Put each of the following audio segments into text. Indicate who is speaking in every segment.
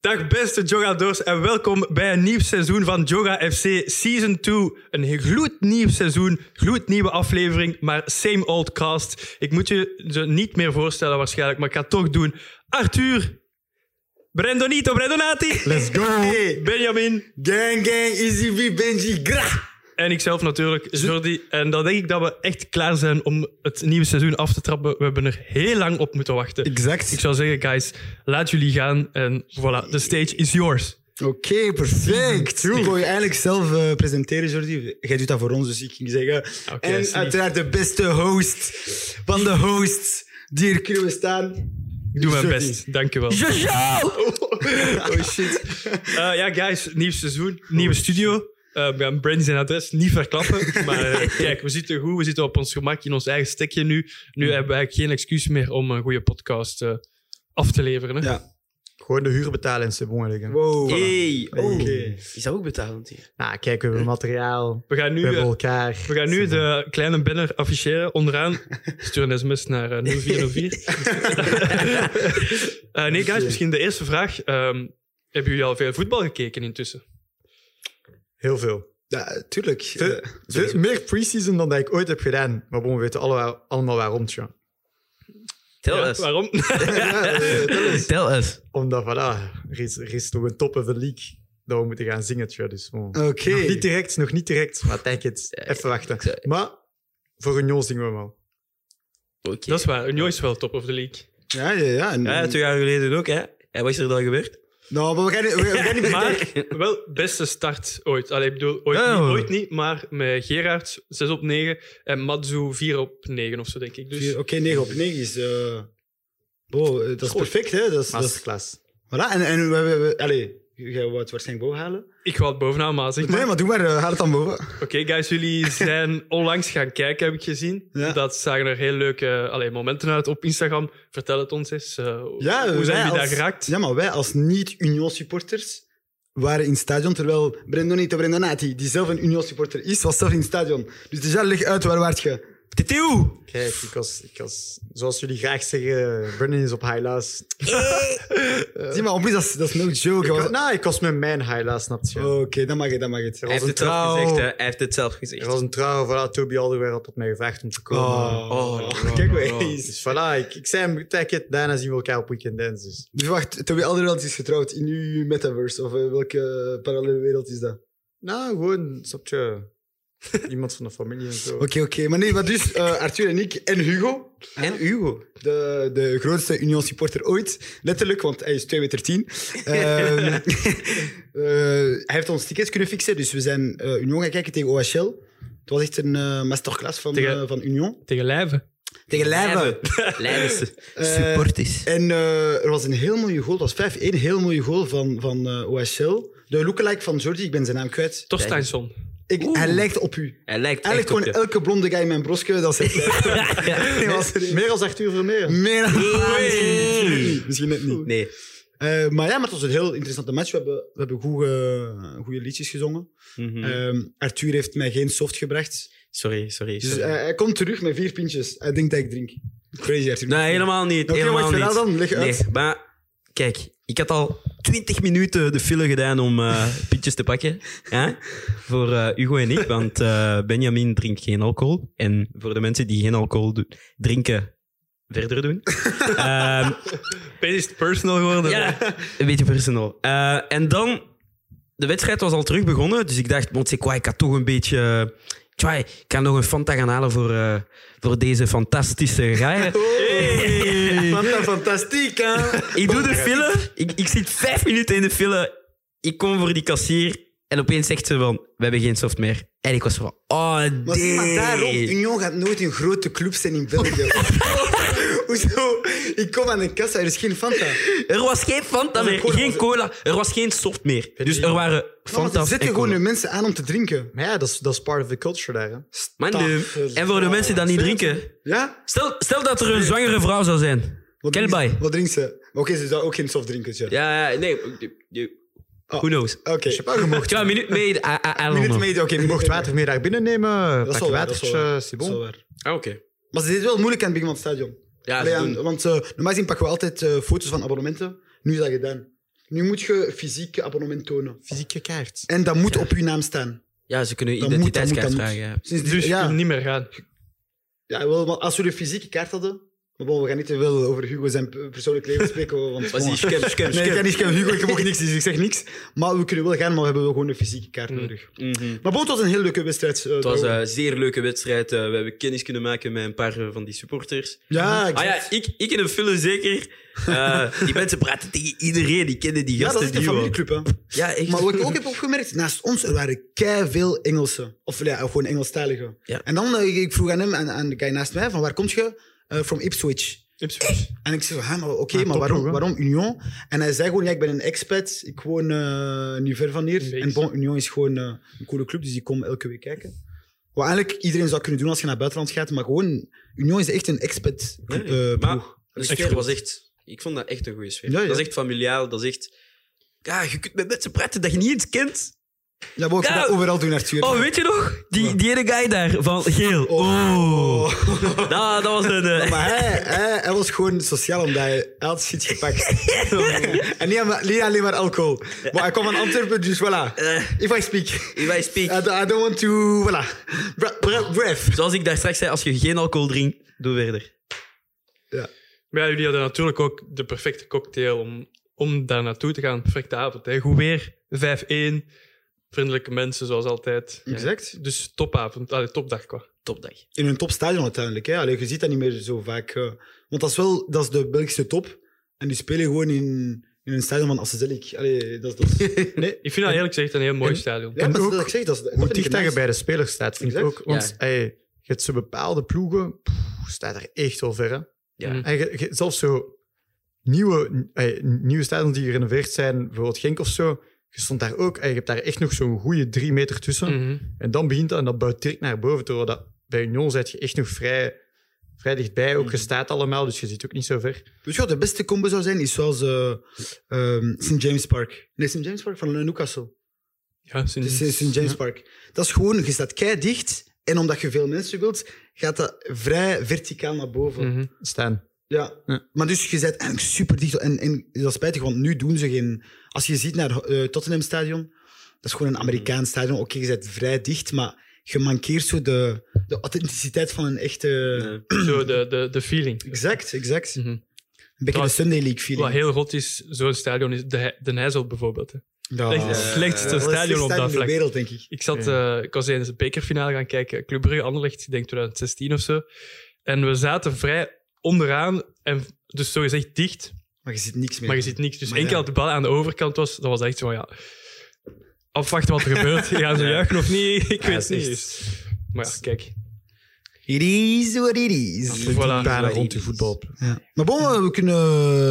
Speaker 1: Dag beste Jogadors en welkom bij een nieuw seizoen van Joga FC Season 2. Een gloednieuw seizoen, gloednieuwe aflevering, maar same old cast. Ik moet je ze niet meer voorstellen waarschijnlijk, maar ik ga het toch doen. Arthur, Brendonito, Brendonati,
Speaker 2: Let's go!
Speaker 1: Benjamin
Speaker 2: Gang, gang, Easy V, Benji, gra!
Speaker 1: en ikzelf natuurlijk, Jordi. En dan denk ik dat we echt klaar zijn om het nieuwe seizoen af te trappen. We hebben er heel lang op moeten wachten.
Speaker 2: Exact.
Speaker 1: Ik zou zeggen, guys, laat jullie gaan en voilà, the stage is yours.
Speaker 2: Oké, perfect. Ik kon je eigenlijk zelf eh, presenteren, Jordi. Jij doet dat voor ons, dus ik ging zeggen.
Speaker 1: Oké,
Speaker 2: en
Speaker 1: sneak.
Speaker 2: uiteraard de beste host van de hosts die hier kunnen bestaan.
Speaker 1: Ik doe mijn
Speaker 2: Jordi.
Speaker 1: best, dankjewel.
Speaker 2: Oh shit. Oh,
Speaker 1: Eh, ja, guys, nieuw seizoen, nieuwe studio. Eh, we gaan Brandy zijn adres niet verklappen. Maar eh, kijk, we zitten goed, we zitten op ons gemak in ons eigen stekje nu. Nu
Speaker 2: Mm.
Speaker 1: hebben we eigenlijk geen excuus meer om een goede podcast eh, af te leveren. Hè?
Speaker 2: Ja.
Speaker 3: Gewoon de huur betalen en belangrijk. Nou,
Speaker 2: Wow.
Speaker 4: Hey, oh.
Speaker 2: Oké.
Speaker 4: Is dat ook betaald hier?
Speaker 3: kijk, we hebben materiaal.
Speaker 1: We gaan nu,
Speaker 3: We hebben
Speaker 1: eh,
Speaker 3: elkaar.
Speaker 1: we gaan nu de kleine banner afficheren onderaan. Stuur een sms naar eh, 0404. Eh, nee, guys, misschien de eerste vraag. Ehm, hebben jullie al veel voetbal gekeken intussen?
Speaker 3: Heel veel.
Speaker 2: Ja, tuurlijk.
Speaker 3: Veel-
Speaker 2: Eh,
Speaker 3: veel- meer pre-season dan dat ik ooit heb gedaan. Maar bon, we weten alle- allemaal waarom, tja.
Speaker 4: Tel
Speaker 1: Ja,
Speaker 4: us.
Speaker 1: waarom?
Speaker 2: Eh,
Speaker 4: Tel us.
Speaker 3: Omdat, voilà, er is, er is toch een top of the league dat we moeten gaan zingen, tja. Dus bon.
Speaker 2: Oké.
Speaker 3: Nog niet direct, nog niet direct. Maar denk het.
Speaker 4: Ja,
Speaker 3: Even
Speaker 4: ik zou-
Speaker 3: wachten. Maar voor een jong zingen we wel.
Speaker 4: Oké.
Speaker 1: Dat is waar, Union is wel top of the league.
Speaker 2: Ja, ja, ja. En-
Speaker 4: Ja, twee jaar geleden ook, hè? En wat is er dan gebeurd?
Speaker 2: Nou, maar we gaan, niet- we, we gaan niet
Speaker 1: Maar wel beste start ooit. Allee, ik bedoel, ooit,
Speaker 4: Ja,
Speaker 1: niet,
Speaker 4: ja.
Speaker 1: ooit niet, maar met Gerard 6 op 9 en Matsu 4 op 9 of zo, denk ik. Dus
Speaker 2: Oké, 9 op 9 is. eh, wow, eh, dat is perfect, hè? Dat is, dat is-
Speaker 3: Masterclass.
Speaker 2: voilà, en, en we hebben. we- Allee, jij wou het waarschijnlijk boven halen.
Speaker 1: ik ga het bovenaan maar zeg maar.
Speaker 2: Nee, maar doe maar, eh, haal het dan boven.
Speaker 1: Oké, guys, jullie zijn onlangs gaan kijken, heb ik gezien.
Speaker 2: Ja.
Speaker 1: Dat zagen er heel leuke allee, momenten uit op Instagram. Vertel het ons eens. eh,
Speaker 2: Ja,
Speaker 1: hoe
Speaker 2: wij
Speaker 1: zijn jullie daar
Speaker 2: als-
Speaker 1: geraakt?
Speaker 2: Ja, maar wij als niet-Union-supporters waren in het stadion, terwijl Brendonito Brendonati, die zelf een Union-supporter is, was zelf in het stadion. Dus dus ja, leg uit waar waart je.
Speaker 4: Titieuw!
Speaker 3: Kijk, ik was, ik was, zoals jullie graag zeggen, Brennan is op highlights.
Speaker 2: Zie maar, op plus, dat is, dat is no joke.
Speaker 3: Ik
Speaker 2: Dat
Speaker 3: was,
Speaker 2: was-
Speaker 3: nou, ik was met mijn highlights, snap je?
Speaker 2: Oké, dan mag je, dan mag je
Speaker 3: Er
Speaker 4: Hij
Speaker 3: was
Speaker 4: heeft
Speaker 3: een
Speaker 4: het zelf
Speaker 3: trouw.
Speaker 4: gezegd, hè? Hij heeft het zelf gezegd.
Speaker 3: Er was een trouw, voilà, Toby Alderweireld had tot mij gevraagd om te komen.
Speaker 4: oh,
Speaker 2: kijk
Speaker 4: oh.
Speaker 2: wel eens.
Speaker 3: Dus voilà, ik, ik zei hem, kijk het, daarna zien we elkaar op Weekend Dance. Dus.
Speaker 2: Dus wacht, Toby Alderweireld is getrouwd in uw metaverse, of eh, welke parallele wereld is dat?
Speaker 3: Nou, gewoon, snap je, iemand van de familie en zo.
Speaker 2: Oké, oké. Maar nee, maar dus eh, Arthur en ik en Hugo,
Speaker 4: En Hugo.
Speaker 2: de, de grootste Union supporter ooit. Letterlijk, want hij is 2 meter 10. Ehm, eh, hij heeft ons tickets kunnen fixen, dus we zijn eh, Union gaan kijken tegen OHL. Het was echt een eh, masterclass van,
Speaker 1: Tegen-
Speaker 2: eh, van Union.
Speaker 1: Tegen lijven.
Speaker 2: Tegen Leiden.
Speaker 4: Leidens.
Speaker 2: Eh,
Speaker 4: Supporters.
Speaker 2: En eh, er was een heel mooie goal, het was 5-1, een heel mooie goal van, van eh, OHL. De lookalike van Jordi, ik ben zijn naam kwijt.
Speaker 1: Torsteinsson.
Speaker 2: Ik,
Speaker 4: Oeh.
Speaker 2: hij lijkt op u.
Speaker 4: Hij lijkt echt
Speaker 2: Eigenlijk
Speaker 4: op
Speaker 2: gewoon
Speaker 4: je.
Speaker 2: elke blonde guy in mijn broske, dat is het.
Speaker 4: Ja.
Speaker 2: Nee, was er
Speaker 3: Meer als Arthur Vermeer.
Speaker 2: meer dan
Speaker 4: Oei.
Speaker 2: Misschien net niet.
Speaker 4: Nee.
Speaker 2: Eh, maar ja, maar het was een heel interessante match. We hebben, we hebben goede, goede liedjes gezongen.
Speaker 4: Mhm.
Speaker 2: Ehm, Arthur heeft mij geen soft gebracht.
Speaker 4: Sorry, sorry.
Speaker 2: Dus
Speaker 4: sorry.
Speaker 2: eh, hij komt terug met vier pintjes. Hij denkt dat ik drink. Crazy Arthur.
Speaker 4: Nee, helemaal niet.
Speaker 2: Oké,
Speaker 4: helemaal
Speaker 2: wat is er
Speaker 4: niet.
Speaker 2: nou dan? Leg uit.
Speaker 4: Nee, maar kijk, ik had al 20 minuten de file gedaan om eh pintjes te pakken. hè? Voor eh, Hugo en ik, want eh, Benjamin drinkt geen alcohol. En voor de mensen die geen alcohol do- drinken, verder doen. Ehm,
Speaker 1: Opeens is het personal geworden.
Speaker 4: ja, een beetje personal. Eh, en dan, de wedstrijd was al terug begonnen, dus ik dacht, Montsequai, ik had toch een beetje... eh, Tjai, ik kan nog een Fanta gaan halen voor, eh, voor deze fantastische gaaier.
Speaker 3: Fanta- Fantastiek, hè?
Speaker 4: Ik doe de file. Ik, ik zit vijf minuten in de file. Ik kom voor die kassier. En opeens zegt ze van, we hebben geen soft meer. En ik was van, oh nee.
Speaker 2: Maar zie maar daarom, Union gaat nooit een grote club zijn in België. Hoezo? Ik kom aan een kassa, er is geen Fanta.
Speaker 4: Er was geen Fanta
Speaker 2: Was er
Speaker 4: meer,
Speaker 2: cola?
Speaker 4: geen cola. Er was geen soft meer. Dus er waren
Speaker 2: Maar ze
Speaker 4: Fanta's en
Speaker 2: zetten gewoon
Speaker 4: cola.
Speaker 2: hun mensen aan om te drinken.
Speaker 3: Maar ja, dat is, dat is part of the culture daar, hè.
Speaker 4: Maar nee. En voor de mensen die dat niet drinken.
Speaker 2: Ja?
Speaker 4: Stel, stel dat er een zwangere vrouw zou zijn.
Speaker 2: Wat drinkt-
Speaker 4: Kelbai.
Speaker 2: Wat drinkt ze? Oké, ze zou ook geen soft drinken. tja.
Speaker 4: Ja, ja, nee. Who knows?
Speaker 2: Oké.
Speaker 4: Ja, minuut mee. eh, I, I, I don't
Speaker 2: Minute
Speaker 4: know.
Speaker 2: made, oké.
Speaker 3: Je mocht water meer daar binnen nemen.
Speaker 2: Dat is
Speaker 3: Pak
Speaker 2: wel
Speaker 3: je
Speaker 2: waar, dat is wel
Speaker 3: watertje,
Speaker 2: waar.
Speaker 3: c'est
Speaker 2: Dat is wel
Speaker 3: bon.
Speaker 2: waar.
Speaker 4: Ah, oké.
Speaker 2: Maar ze deed wel moeilijk aan het begin van het stadion.
Speaker 4: Ja,
Speaker 2: Allee,
Speaker 4: ze
Speaker 2: aan-
Speaker 4: doen-
Speaker 2: want eh, normaal gezien pakken we altijd eh, foto's van abonnementen. Nu is dat gedaan. Nu moet je fysiek je abonnement tonen.
Speaker 3: Fysieke kaart.
Speaker 2: En dat moet op je naam staan.
Speaker 4: Ja, ze kunnen je
Speaker 2: Dat moet, dat moet,
Speaker 4: identiteitskaart
Speaker 2: dat moet.
Speaker 4: vragen. ja.
Speaker 2: Sinds dit-
Speaker 1: Dus je
Speaker 2: ja,
Speaker 1: kunt niet meer gaan.
Speaker 2: ja wel, maar als we de fysieke kaart hadden... Maar bon, we gaan niet te veel over Hugo zijn p- persoonlijk leven spreken. Want,
Speaker 4: Was die
Speaker 2: bon,
Speaker 4: scam, scam,
Speaker 2: nee, ik ga
Speaker 4: scam?
Speaker 2: niet zeggen, Hugo, ik mag niks, dus ik zeg niks. Maar we kunnen wel gaan, maar we hebben wel gewoon een fysieke kaart
Speaker 1: Mm.
Speaker 2: nodig.
Speaker 4: Mhm.
Speaker 2: Maar bon, het was een heel leuke wedstrijd. eh,
Speaker 4: Het was
Speaker 2: daarover.
Speaker 4: een zeer leuke wedstrijd. Eh, we hebben kennis kunnen maken met een paar eh, van die supporters.
Speaker 2: ja,
Speaker 4: Ah
Speaker 2: exact.
Speaker 4: ja, ik, ik in een film zeker. Eh, die mensen praten tegen iedereen. Die kennen die
Speaker 2: ja,
Speaker 4: gasten.
Speaker 2: dat is echt een
Speaker 4: die wel-
Speaker 2: familieclub, hè.
Speaker 4: Ja, echt.
Speaker 2: Maar wat ik ook heb opgemerkt, naast ons er waren kei veel Engelsen. Of ja, gewoon Engelstaligen.
Speaker 4: Ja.
Speaker 2: En dan eh, ik vroeg aan hem, aan, aan de guy naast mij, van waar kom je? Eh, from Ipswich.
Speaker 1: Ipswich.
Speaker 2: En ik zei van, hè, maar oké,
Speaker 4: Ah,
Speaker 3: Maar
Speaker 2: maar waarom,
Speaker 3: topploeg, hè?
Speaker 2: waarom Union? En hij zei gewoon, ja, ik ben een expat, ik woon eh, niet ver van hier.
Speaker 1: Een
Speaker 2: En
Speaker 1: beetje.
Speaker 2: bon, Union is gewoon eh, een coole club, dus die komen elke week kijken. Wat eigenlijk iedereen zou kunnen doen als je naar buitenland gaat, maar gewoon, Union is echt een expat
Speaker 4: Nee,
Speaker 2: club, eh,
Speaker 4: maar-
Speaker 2: ploeg.
Speaker 4: De sfeer
Speaker 1: Echt
Speaker 4: was echt... Ik vond dat echt een goede sfeer.
Speaker 2: Ja, ja.
Speaker 4: Dat is echt familiaal. Dat is echt... Ja, je kunt met mensen praten dat je niet eens kent.
Speaker 2: Ja, maar ik ga
Speaker 4: Ja.
Speaker 2: dat overal doen, Arthur.
Speaker 4: Oh, weet je nog? Die, die ene guy daar van geel.
Speaker 2: Oh.
Speaker 4: Oh. Nou, dat was een... eh,
Speaker 2: Maar hij, hij, hij was gewoon sociaal omdat hij, hij had shit gepakt. en niet, aan- niet alleen maar alcohol. Maar hij kwam van Antwerpen, dus voilà.
Speaker 4: eh,
Speaker 2: If I speak.
Speaker 4: wij speak.
Speaker 2: I don't, I don't want to... Voilà. Bra- bra- Breath.
Speaker 4: Zoals ik daar straks zei, als je geen alcohol drinkt, doe verder.
Speaker 1: Maar ja, jullie hadden natuurlijk ook de perfecte cocktail om, om daar naartoe te gaan. Perfecte avond. Hè. Goed weer, 5-1. Vriendelijke mensen, zoals altijd.
Speaker 2: Exact.
Speaker 1: Dus topavond. Allee, topdag qua.
Speaker 4: Topdag.
Speaker 2: in hun topstadion uiteindelijk. Hè. Allee, je ziet dat niet meer zo vaak. eh. want dat is wel dat is de Belgische top. En die spelen gewoon in, in een stadion van Assezelik. Allee, dat, is- dat is... Nee.
Speaker 1: Ik vind dat eerlijk gezegd een heel mooi stadion.
Speaker 2: Ja,
Speaker 3: En
Speaker 2: maar dat is
Speaker 3: ook
Speaker 2: wat ik zeg, dat is, dat
Speaker 3: Hoe
Speaker 2: vind ik
Speaker 3: dicht dat je
Speaker 2: nice.
Speaker 3: bij de spelers staat, vind ik
Speaker 2: Exact.
Speaker 3: ook. Want
Speaker 4: Ja.
Speaker 3: ey, je hebt zo bepaalde ploegen, pff, staat er echt wel ver. hè.
Speaker 4: Ja.
Speaker 1: Mm.
Speaker 3: En je- je- zelfs zo nieuwe, ey, nieuwe stadions die gerenoveerd zijn, bijvoorbeeld Genk of zo, je stond daar ook. ey, je hebt daar echt nog zo'n goede drie meter tussen.
Speaker 1: Mhm.
Speaker 3: En dan begint dat en dat buit direct naar boven. Terwijl dat, bij Union zit je echt nog vrij, vrij dichtbij. Ook je staat allemaal, dus je zit ook niet zo ver.
Speaker 2: Weet je wat de beste combo zou zijn? Is zoals eh, ehm, St. James Park. Nee, St. James Park van Newcastle.
Speaker 1: Ja,
Speaker 2: Dus Het
Speaker 1: sinds...
Speaker 2: is St. James
Speaker 1: ja.
Speaker 2: Park. Dat is gewoon, je staat kei dicht. En omdat je veel mensen wilt, gaat dat vrij verticaal naar boven.
Speaker 1: Mhm.
Speaker 3: Staan.
Speaker 2: Ja.
Speaker 3: Ja.
Speaker 2: maar dus je bent eigenlijk super dicht. En, en dat is spijtig, want nu doen ze geen. Als je ziet naar eh, Tottenham Stadion, dat is gewoon een Amerikaans stadion. Oké, je bent vrij dicht, maar je mankeert zo de, de authenticiteit van een echte.
Speaker 4: Nee.
Speaker 1: Zo, de, de, de feeling.
Speaker 2: Exact, exact.
Speaker 1: Mhm.
Speaker 2: Een beetje de
Speaker 1: Dat-
Speaker 2: Sunday League
Speaker 1: Wat
Speaker 2: feeling.
Speaker 1: heel rot is, zo'n stadion is de, He- de Nijzel bijvoorbeeld. Hè.
Speaker 2: Dat
Speaker 1: Echt eh, het
Speaker 2: is-
Speaker 1: slechtste
Speaker 2: dat is het
Speaker 1: stadion op dat
Speaker 2: in de
Speaker 1: vlak.
Speaker 2: Ah. wereld, denk ik.
Speaker 1: Ik, zat, eh, ik was eens de bekerfinale gaan kijken. Club Brugge Anderlecht, ik denk 2016 of zo. En we zaten vrij onderaan, en dus zogezegd dicht,
Speaker 2: Maar je ziet niks meer.
Speaker 1: maar je ziet niks. Dus
Speaker 2: Maar
Speaker 1: één keer
Speaker 2: ja.
Speaker 1: dat de bal aan de overkant was, dat was echt zo van ja. Afwachten wat er gebeurt. Gaan ze juichen of niet? Ik weet
Speaker 4: dat
Speaker 1: het
Speaker 4: is
Speaker 1: niet.
Speaker 4: echt-
Speaker 1: eens. Maar ja, kijk.
Speaker 2: It is what it is.
Speaker 1: Voilà.
Speaker 3: Daar
Speaker 4: waar
Speaker 3: rond de
Speaker 4: is.
Speaker 3: voetbal.
Speaker 2: Ja. Maar bon, eh, we, kunnen,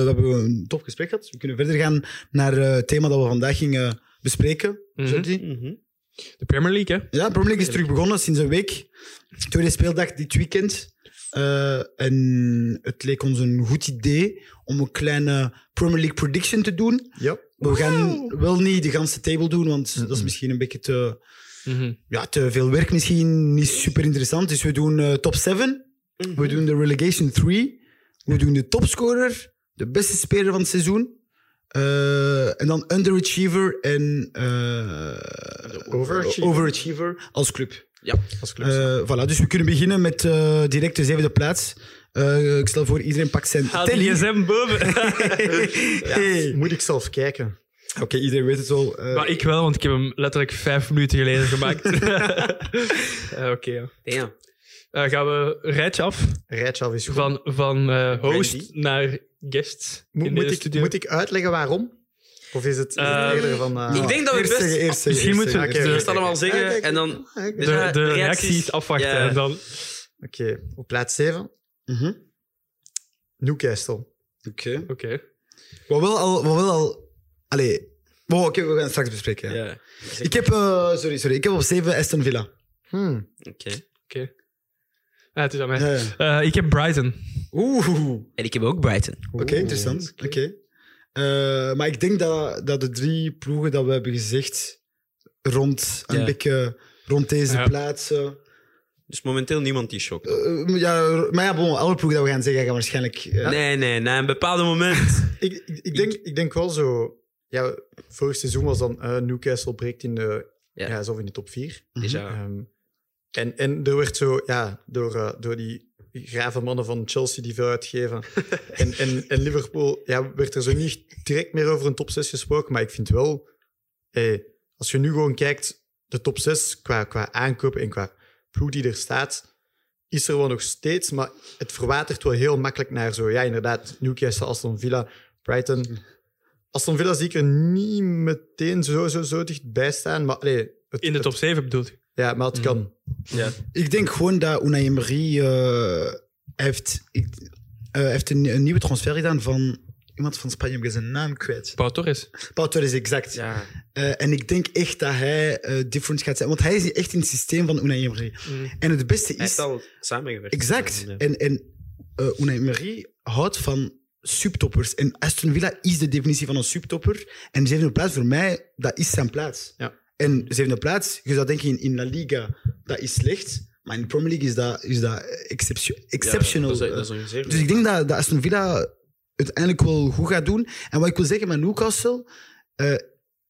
Speaker 2: we hebben een tof gesprek gehad. We kunnen verder gaan naar eh, het thema dat we vandaag gingen bespreken.
Speaker 1: Mhm.
Speaker 2: Jordi?
Speaker 4: Mhm.
Speaker 1: De Premier League, hè?
Speaker 2: Ja, Premier League is terug begonnen sinds een week. Tweede speeldag dit weekend. Eh, en het leek ons een goed idee om een kleine Premier League prediction te doen.
Speaker 3: Ja.
Speaker 2: Maar we gaan wel niet de ganse table doen, want dat is
Speaker 3: Mm-mm.
Speaker 2: misschien een beetje te,
Speaker 1: Mhm.
Speaker 2: ja, te veel werk. Misschien niet super interessant. Dus we doen eh, top 7. We doen de relegation 3. We doen de topscorer, de beste speler van het seizoen. Eh, en dan underachiever en eh,
Speaker 3: overachiever.
Speaker 2: overachiever als club.
Speaker 4: Ja.
Speaker 3: Als club.
Speaker 2: Eh, voilà, dus we kunnen beginnen met eh, direct de zevende plaats. Eh, ik stel voor, iedereen pakt zijn
Speaker 1: Haal die
Speaker 2: telly.
Speaker 1: gsm boven.
Speaker 2: Hey.
Speaker 3: Moet ik zelf kijken.
Speaker 2: Oké, iedereen weet het wel. eh.
Speaker 1: maar ik wel, want ik heb hem letterlijk vijf minuten geleden gemaakt. Eh, Oké, ja.
Speaker 4: Damn.
Speaker 1: Eh, gaan we een rijtje af
Speaker 3: Rijtje af is goed.
Speaker 1: van, van eh, host
Speaker 3: Randy?
Speaker 1: naar guest
Speaker 3: Moet,
Speaker 1: in
Speaker 3: moet
Speaker 1: deze
Speaker 3: ik,
Speaker 1: studio.
Speaker 3: moet ik uitleggen waarom? Of is het, is het
Speaker 1: Eh,
Speaker 3: eerder van... eh,
Speaker 4: Ik denk dat
Speaker 2: ah,
Speaker 4: we
Speaker 2: eerst
Speaker 4: best...
Speaker 2: zeggen, eerst zeggen.
Speaker 1: Misschien
Speaker 2: eerst
Speaker 1: moeten we
Speaker 2: zeggen,
Speaker 3: het
Speaker 2: eerst
Speaker 4: eerst allemaal
Speaker 2: Ah,
Speaker 4: zeggen
Speaker 2: kijk,
Speaker 4: en dan...
Speaker 2: ah, kijk.
Speaker 1: de,
Speaker 4: Dus, eh,
Speaker 1: de
Speaker 4: reacties.
Speaker 1: reacties afwachten
Speaker 4: Ja.
Speaker 1: en dan
Speaker 3: Oké, op plaats 7,
Speaker 2: Mhm,
Speaker 3: Newcastle.
Speaker 2: Oké.
Speaker 1: oké.
Speaker 2: Wat wel al... Wat wel al allee. Wow, oké, we gaan het straks bespreken. ja.
Speaker 4: Ja.
Speaker 2: Ik heb... eh, sorry, sorry. Ik heb op 7 Aston Villa.
Speaker 3: Hmm.
Speaker 4: Oké.
Speaker 1: Ah, het is aan mij.
Speaker 2: Ja, ja.
Speaker 1: Eh, ik heb Brighton.
Speaker 2: Oeh. Oké,
Speaker 4: En ik heb ook Brighton.
Speaker 2: interessant. Oké.
Speaker 1: oké.
Speaker 2: Eh, maar ik denk dat, dat de drie ploegen dat we hebben gezegd rond, een
Speaker 4: Ja.
Speaker 2: beetje rond deze
Speaker 1: Ja.
Speaker 2: plaatsen...
Speaker 4: Dus momenteel niemand die shock.
Speaker 2: Eh, ja, maar ja, bon, alle ploegen dat we gaan zeggen, gaan waarschijnlijk... eh,
Speaker 4: Nee, nee, na een bepaald moment.
Speaker 3: Ik, ik, ik denk, ik denk wel zo... ja, vorig seizoen was dan eh, Newcastle breekt in de,
Speaker 4: Ja.
Speaker 3: ja. zelf in de top 4.
Speaker 4: Déjà.
Speaker 3: Ehm, en, en er werd zo, ja, door, eh, door die grave mannen van Chelsea die veel uitgeven. en, en, en Liverpool, ja, werd er zo niet direct meer over een top 6 gesproken. Maar ik vind wel, eh, als je nu gewoon kijkt, de top 6 qua, qua aankopen en qua ploeg die er staat, is er wel nog steeds. Maar het verwatert wel heel makkelijk naar zo, ja, inderdaad, Newcastle, Aston Villa,
Speaker 1: Hm.
Speaker 3: Brighton. Aston Villa zie ik er niet meteen zo, zo, zo dichtbij staan. Maar, allee, het-
Speaker 1: In de
Speaker 3: het-
Speaker 1: top Hm. 7 bedoelt je?
Speaker 3: ja, maar het kan.
Speaker 4: Ja.
Speaker 2: Ik denk gewoon dat Unai Emery eh, heeft, ik, eh, heeft een, een nieuwe transfer gedaan van iemand van Spanje. Ik ben zijn naam kwijt.
Speaker 1: Pau Torres.
Speaker 2: Pau Torres, exact.
Speaker 4: Ja.
Speaker 2: Eh, en ik denk echt dat hij eh, different gaat zijn. Want hij is niet echt in het systeem van Unai Emery.
Speaker 1: Mm.
Speaker 2: En het beste
Speaker 4: Hij heeft
Speaker 2: is...
Speaker 4: al samengewerkt.
Speaker 2: Exact.
Speaker 4: Ja.
Speaker 2: En, en eh, Unai Emery houdt van subtoppers. En Aston Villa is de definitie van een subtopper. En zevende plaats voor mij, dat is zijn plaats.
Speaker 3: Ja.
Speaker 2: En zevende plaats, je zou denken in, in La Liga, dat is slecht. Maar in de Premier League is dat, is dat exceptio- exceptional.
Speaker 4: Ja, dat is, dat is ongeveer.
Speaker 2: Dus ik denk dat, dat Aston Villa uiteindelijk wel goed gaat doen. En wat ik wil zeggen met Newcastle... eh,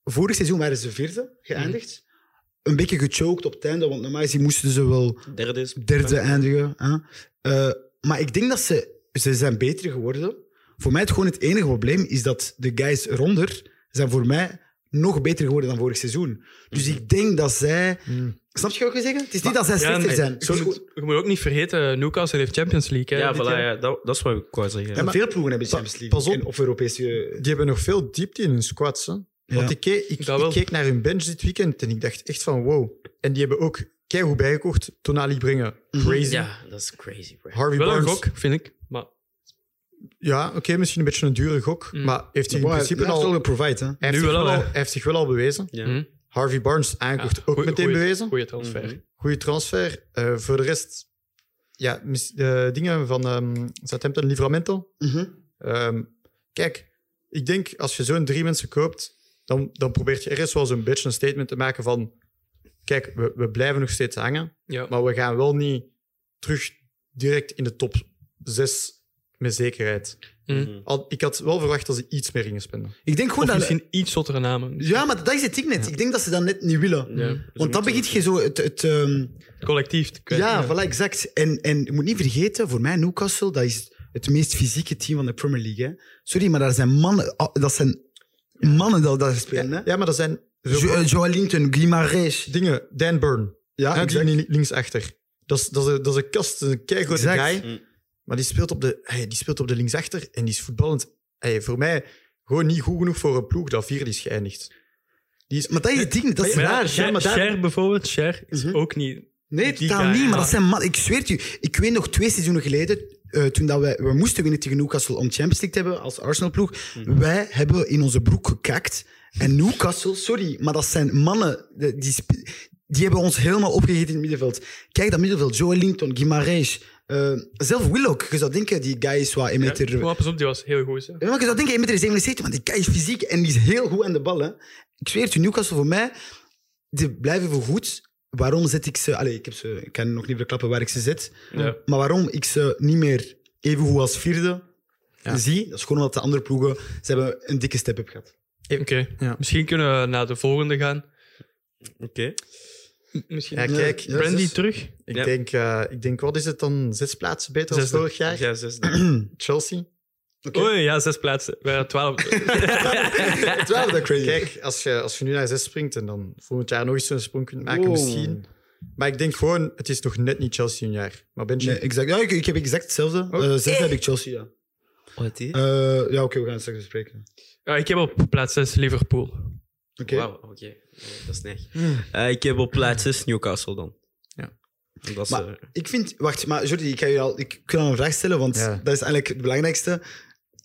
Speaker 2: vorig seizoen waren ze vierde geëindigd.
Speaker 3: Mhm.
Speaker 2: Een beetje gechoked op het einde, want normaal gezien moesten ze wel
Speaker 4: derde is.
Speaker 2: derde eindigen. Hè? Eh, maar ik denk dat ze... Ze zijn beter geworden. Voor mij het gewoon het enige probleem is dat de guys eronder zijn voor mij nog beter geworden dan vorig seizoen. Dus
Speaker 3: Mhm.
Speaker 2: ik denk dat zij... Snap je wat ik wil zeggen? Het is niet dat zij
Speaker 1: Ja,
Speaker 2: slechter
Speaker 1: en-
Speaker 2: zijn.
Speaker 1: Je, moet, je moet ook niet vergeten, Newcastle heeft Champions League. Hè,
Speaker 4: Ja,
Speaker 1: dit
Speaker 4: voilà,
Speaker 1: jaar.
Speaker 4: ja, dat, dat is wat ik wou zeggen.
Speaker 2: En veel ploegen hebben Champions League.
Speaker 3: pas op.
Speaker 2: En- Of Europese...
Speaker 3: Die hebben nog veel diepte in hun squads. Hè? Want ik, ke- ik,
Speaker 1: Dat wel.
Speaker 3: ik keek naar hun bench dit weekend en ik dacht echt van wow. En die hebben ook keigoed bijgekocht. Tonali brengen. Crazy.
Speaker 4: Ja, dat is crazy, bro.
Speaker 3: Harvey
Speaker 1: Mhm. Wel een
Speaker 3: Barnes.
Speaker 1: gok, vind ik. Maar
Speaker 3: Ja, oké, misschien een beetje een dure gok.
Speaker 1: Mm.
Speaker 3: Maar heeft hij in principe al, hij
Speaker 2: geprovide, hè?
Speaker 1: Nu
Speaker 3: heeft zich
Speaker 1: wel
Speaker 3: wel
Speaker 1: al,
Speaker 3: al,
Speaker 1: hè?
Speaker 3: hij heeft zich wel al bewezen.
Speaker 4: Ja.
Speaker 1: Mhm.
Speaker 3: Harvey Barnes aangekocht. ook
Speaker 1: goeie-
Speaker 3: meteen
Speaker 1: goeie-
Speaker 3: bewezen.
Speaker 1: Goeie transfer.
Speaker 4: Mhm.
Speaker 3: Goede transfer. Eh, voor de rest, ja, mis- de dingen van ehm Southampton, Livramento.
Speaker 2: Mhm.
Speaker 3: Ehm, kijk, ik denk als je zo'n drie mensen koopt, dan, dan probeert je ergens wel zo'n beetje een statement te maken van: kijk, we, we blijven nog steeds hangen,
Speaker 1: Ja.
Speaker 3: maar we gaan wel niet terug direct in de top 6 met zekerheid.
Speaker 1: Mhm.
Speaker 3: Al, ik had wel verwacht dat ze iets meer gingen spenden.
Speaker 2: Ik denk gewoon
Speaker 1: Of
Speaker 2: dat...
Speaker 1: misschien iets zottere namen.
Speaker 2: Ja, maar dat is het ding net. Ik denk dat ze dat net niet willen.
Speaker 4: Ja. Dus we
Speaker 2: Want dan
Speaker 4: moeten-
Speaker 2: begint je zo het... het ehm,
Speaker 1: Collectief. te kwijt.
Speaker 2: ja, voilà, exact. En, en je moet niet vergeten, voor mij Newcastle, dat is het meest fysieke team van de Premier League. Hè. Sorry, maar daar zijn mannen... ah, Dat zijn mannen dat daar spelen, hè.
Speaker 3: Ja, ja, maar dat zijn zo-
Speaker 2: Jo- eh, Joao Linton, Guimarães.
Speaker 3: dingen. Dan Burn,
Speaker 2: Ja,
Speaker 3: ja,
Speaker 2: exact.
Speaker 3: die li- linksachter. Dat is, dat, is een, dat is een kast, dat is een keigrote
Speaker 2: Exact.
Speaker 3: guy.
Speaker 4: Mm.
Speaker 3: Maar die speelt, op de, hey, die speelt op de linksachter en die is voetballend. Hey, voor mij gewoon niet goed genoeg voor een ploeg dat vierde is geëindigd. Die is,
Speaker 2: Maar dat is het ding, dat is
Speaker 1: Maar ja,
Speaker 2: raar.
Speaker 1: Cher,
Speaker 2: Ja, maar daar-
Speaker 1: Cher bijvoorbeeld, Cher is
Speaker 2: Mhm.
Speaker 1: ook niet...
Speaker 2: Nee,
Speaker 1: Die
Speaker 2: totaal
Speaker 1: guy,
Speaker 2: niet. Maar
Speaker 1: ja.
Speaker 2: dat zijn man. Ik zweer het u. Ik weet nog twee seizoenen geleden, eh, toen dat wij, we moesten winnen tegen Newcastle om Champions League te hebben als Arsenal-ploeg.
Speaker 1: Mhm.
Speaker 2: Wij hebben in onze broek gekakt. En Newcastle, sorry, maar dat zijn mannen de- die, sp- die hebben ons helemaal opgegeten in het middenveld. Kijk dat middenveld. Joe Linton, Guimarães, eh, zelf Willock. Je zou denken, die guy is wat 1 meter...
Speaker 1: Ja, maar pas op, die was heel goed. Hè.
Speaker 2: Ja, maar je zou denken, 1,77 meter, 77, want die guy is fysiek en die is heel goed aan de bal. Hè. Ik zweer het je, Newcastle voor mij, die blijven voor goed. Waarom zet ik ze... Allee, ik, heb ze, ik kan nog niet verklappen waar ik ze zet.
Speaker 1: Ja.
Speaker 2: Maar waarom ik ze niet meer even goed als vierde zie, dat is gewoon omdat de andere ploegen... Ze hebben een dikke step-up gehad.
Speaker 1: Oké,
Speaker 3: Ja.
Speaker 1: misschien kunnen we naar de volgende gaan.
Speaker 4: Oké.
Speaker 1: Misschien
Speaker 3: Ja, kijk, ja,
Speaker 1: Brandy
Speaker 3: zes.
Speaker 1: terug.
Speaker 3: ik,
Speaker 4: Ja.
Speaker 3: denk, eh, ik denk, wat is het dan? Zes plaatsen beter dan
Speaker 1: Zesde.
Speaker 3: vorig jaar?
Speaker 4: Ja, zesde.
Speaker 3: Chelsea.
Speaker 1: Oei, ja, zes plaatsen. We waren twaalf.
Speaker 2: Twaalf, dat crazy.
Speaker 3: Kijk, als je, als je nu naar zes springt en dan volgend jaar nog eens zo'n sprong kunt maken,
Speaker 2: Wow.
Speaker 3: misschien. Maar ik denk gewoon, het is nog net niet Chelsea een jaar. Maar Benji,
Speaker 2: Nee, exact. Ja, ik, ik heb exact hetzelfde. Eh zes heb ik Chelsea, ja.
Speaker 4: Wat is
Speaker 2: Eh, ja, oké, we gaan het straks bespreken.
Speaker 1: ja, ik heb op plaats zes Liverpool.
Speaker 2: Oké.
Speaker 4: Wauw, oké. Nee, Dat is neig. Eh, ik heb op plaats 6 Newcastle dan.
Speaker 3: Ja.
Speaker 4: En Dat is,
Speaker 2: Maar-
Speaker 4: eh,
Speaker 2: Ik vind, wacht, maar Jordi, ik ga je al, ik, ik wil al een vraag stellen, want
Speaker 3: Ja.
Speaker 2: dat is eigenlijk het belangrijkste.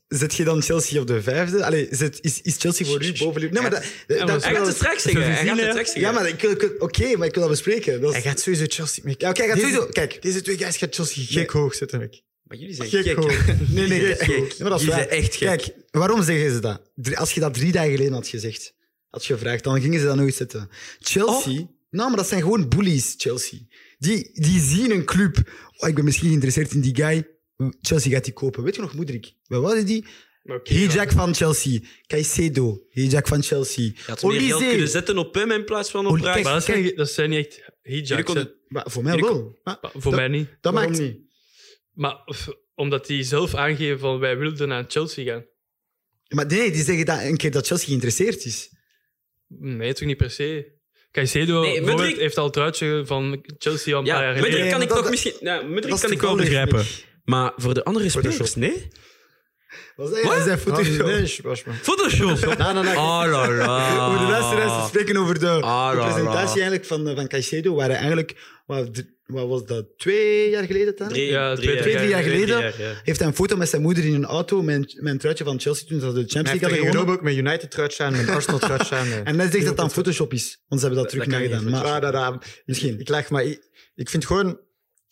Speaker 2: Zet je dan Chelsea op de vijfde? Allee, zet, is, is Chelsea voor u boven Liverpool? Nee, maar dat, dat,
Speaker 1: maar
Speaker 2: dat-
Speaker 1: zo-
Speaker 4: Hij gaat het straks zeggen. Hij gaat het
Speaker 1: Vervelen.
Speaker 4: straks zeggen.
Speaker 2: ja, maar ik wil, ik wil- oké, maar ik wil dat bespreken. Dat is-
Speaker 3: hij gaat sowieso Chelsea... Maar
Speaker 2: ja, oké, hij gaat
Speaker 3: Deze-
Speaker 2: sowieso. Kijk,
Speaker 3: Deze twee guys gaat Chelsea gek hoog zetten. Mick.
Speaker 4: Maar jullie zijn
Speaker 3: Gek,
Speaker 4: gek.
Speaker 3: hoog.
Speaker 2: nee, nee,
Speaker 4: Gek.
Speaker 2: kijk, nee, maar dat is
Speaker 4: Jullie
Speaker 2: waar.
Speaker 4: zijn echt gek.
Speaker 2: Kijk, waarom zeggen ze dat? Drie- Als je dat drie dagen geleden had gezegd, had je gevraagd, dan gingen ze dat nooit zetten. Chelsea, nou, maar dat zijn gewoon bullies, Chelsea. Die, die zien een club. Oh, ik ben misschien geïnteresseerd in die guy. Chelsea gaat die kopen. Weet je nog, Moedrik? Wij waren die.
Speaker 1: Oké,
Speaker 2: Hijak van Chelsea. Caicedo. Hijak van Chelsea.
Speaker 4: had meer geld kunnen
Speaker 2: Olise.
Speaker 4: zetten op hem in plaats van op
Speaker 2: Oli-
Speaker 4: Rice.
Speaker 1: Maar dat zijn, dat zijn niet echt hijacks.
Speaker 4: Jullie konden-
Speaker 1: hè.
Speaker 2: Maar voor mij wel.
Speaker 3: Maar
Speaker 1: Maar Voor
Speaker 3: dat-
Speaker 1: mij niet.
Speaker 3: dat
Speaker 2: Waarom
Speaker 3: maakt
Speaker 2: niet?
Speaker 1: Maar f- omdat die zelf aangeven van wij wilden naar Chelsea gaan.
Speaker 2: Maar nee, die zeggen dat een keer dat Chelsea geïnteresseerd is.
Speaker 1: Nee, toch niet per se. Caicedo
Speaker 4: Nee,
Speaker 1: bijvoorbeeld,
Speaker 4: Mudrik-
Speaker 1: heeft al het truitje van Chelsea al een paar
Speaker 4: Ja,
Speaker 1: jaar
Speaker 4: Mudrik
Speaker 1: geleden.
Speaker 2: Nee,
Speaker 4: kan
Speaker 2: maar
Speaker 4: ik
Speaker 2: dat-
Speaker 4: toch misschien... Ja, Mudrik
Speaker 2: dat is
Speaker 4: kan ik wel
Speaker 2: toevallig,
Speaker 4: begrijpen.
Speaker 2: Mick.
Speaker 4: Maar voor de andere
Speaker 3: de
Speaker 4: spelers, nee?
Speaker 2: Wat zei hij? Zijn
Speaker 3: Ah,
Speaker 2: Photoshop.
Speaker 3: nee, was maar.
Speaker 4: Photoshop.
Speaker 2: Na, na, na.
Speaker 4: Oh la la.
Speaker 2: Over de luisteraars te spreken over de,
Speaker 4: Ah,
Speaker 2: de
Speaker 4: la, la.
Speaker 2: presentatie eigenlijk van, eh, van Caicedo. Waren eigenlijk, wat, dr- wat was dat, twee jaar geleden? Dan?
Speaker 4: Drie,
Speaker 1: Ja,
Speaker 4: drie
Speaker 1: twee,
Speaker 4: jaar.
Speaker 1: drie
Speaker 2: jaar geleden.
Speaker 4: Drie jaar, ja.
Speaker 2: Heeft hij een foto met zijn moeder in een auto met, een- met een truitje van Chelsea toen ze de Champions
Speaker 3: Hij
Speaker 2: League
Speaker 3: heeft
Speaker 2: hadden gewonnen.
Speaker 3: er ook met United truits aan, met Arsenal truits aan. eh.
Speaker 2: En hij zegt dat dat een Photoshop is, want ze hebben dat terug
Speaker 3: kan niet,
Speaker 2: nagedaan. Maar
Speaker 3: Ah, daar, daar.
Speaker 2: misschien.
Speaker 3: Ik leg maar. Ik, ik vind gewoon.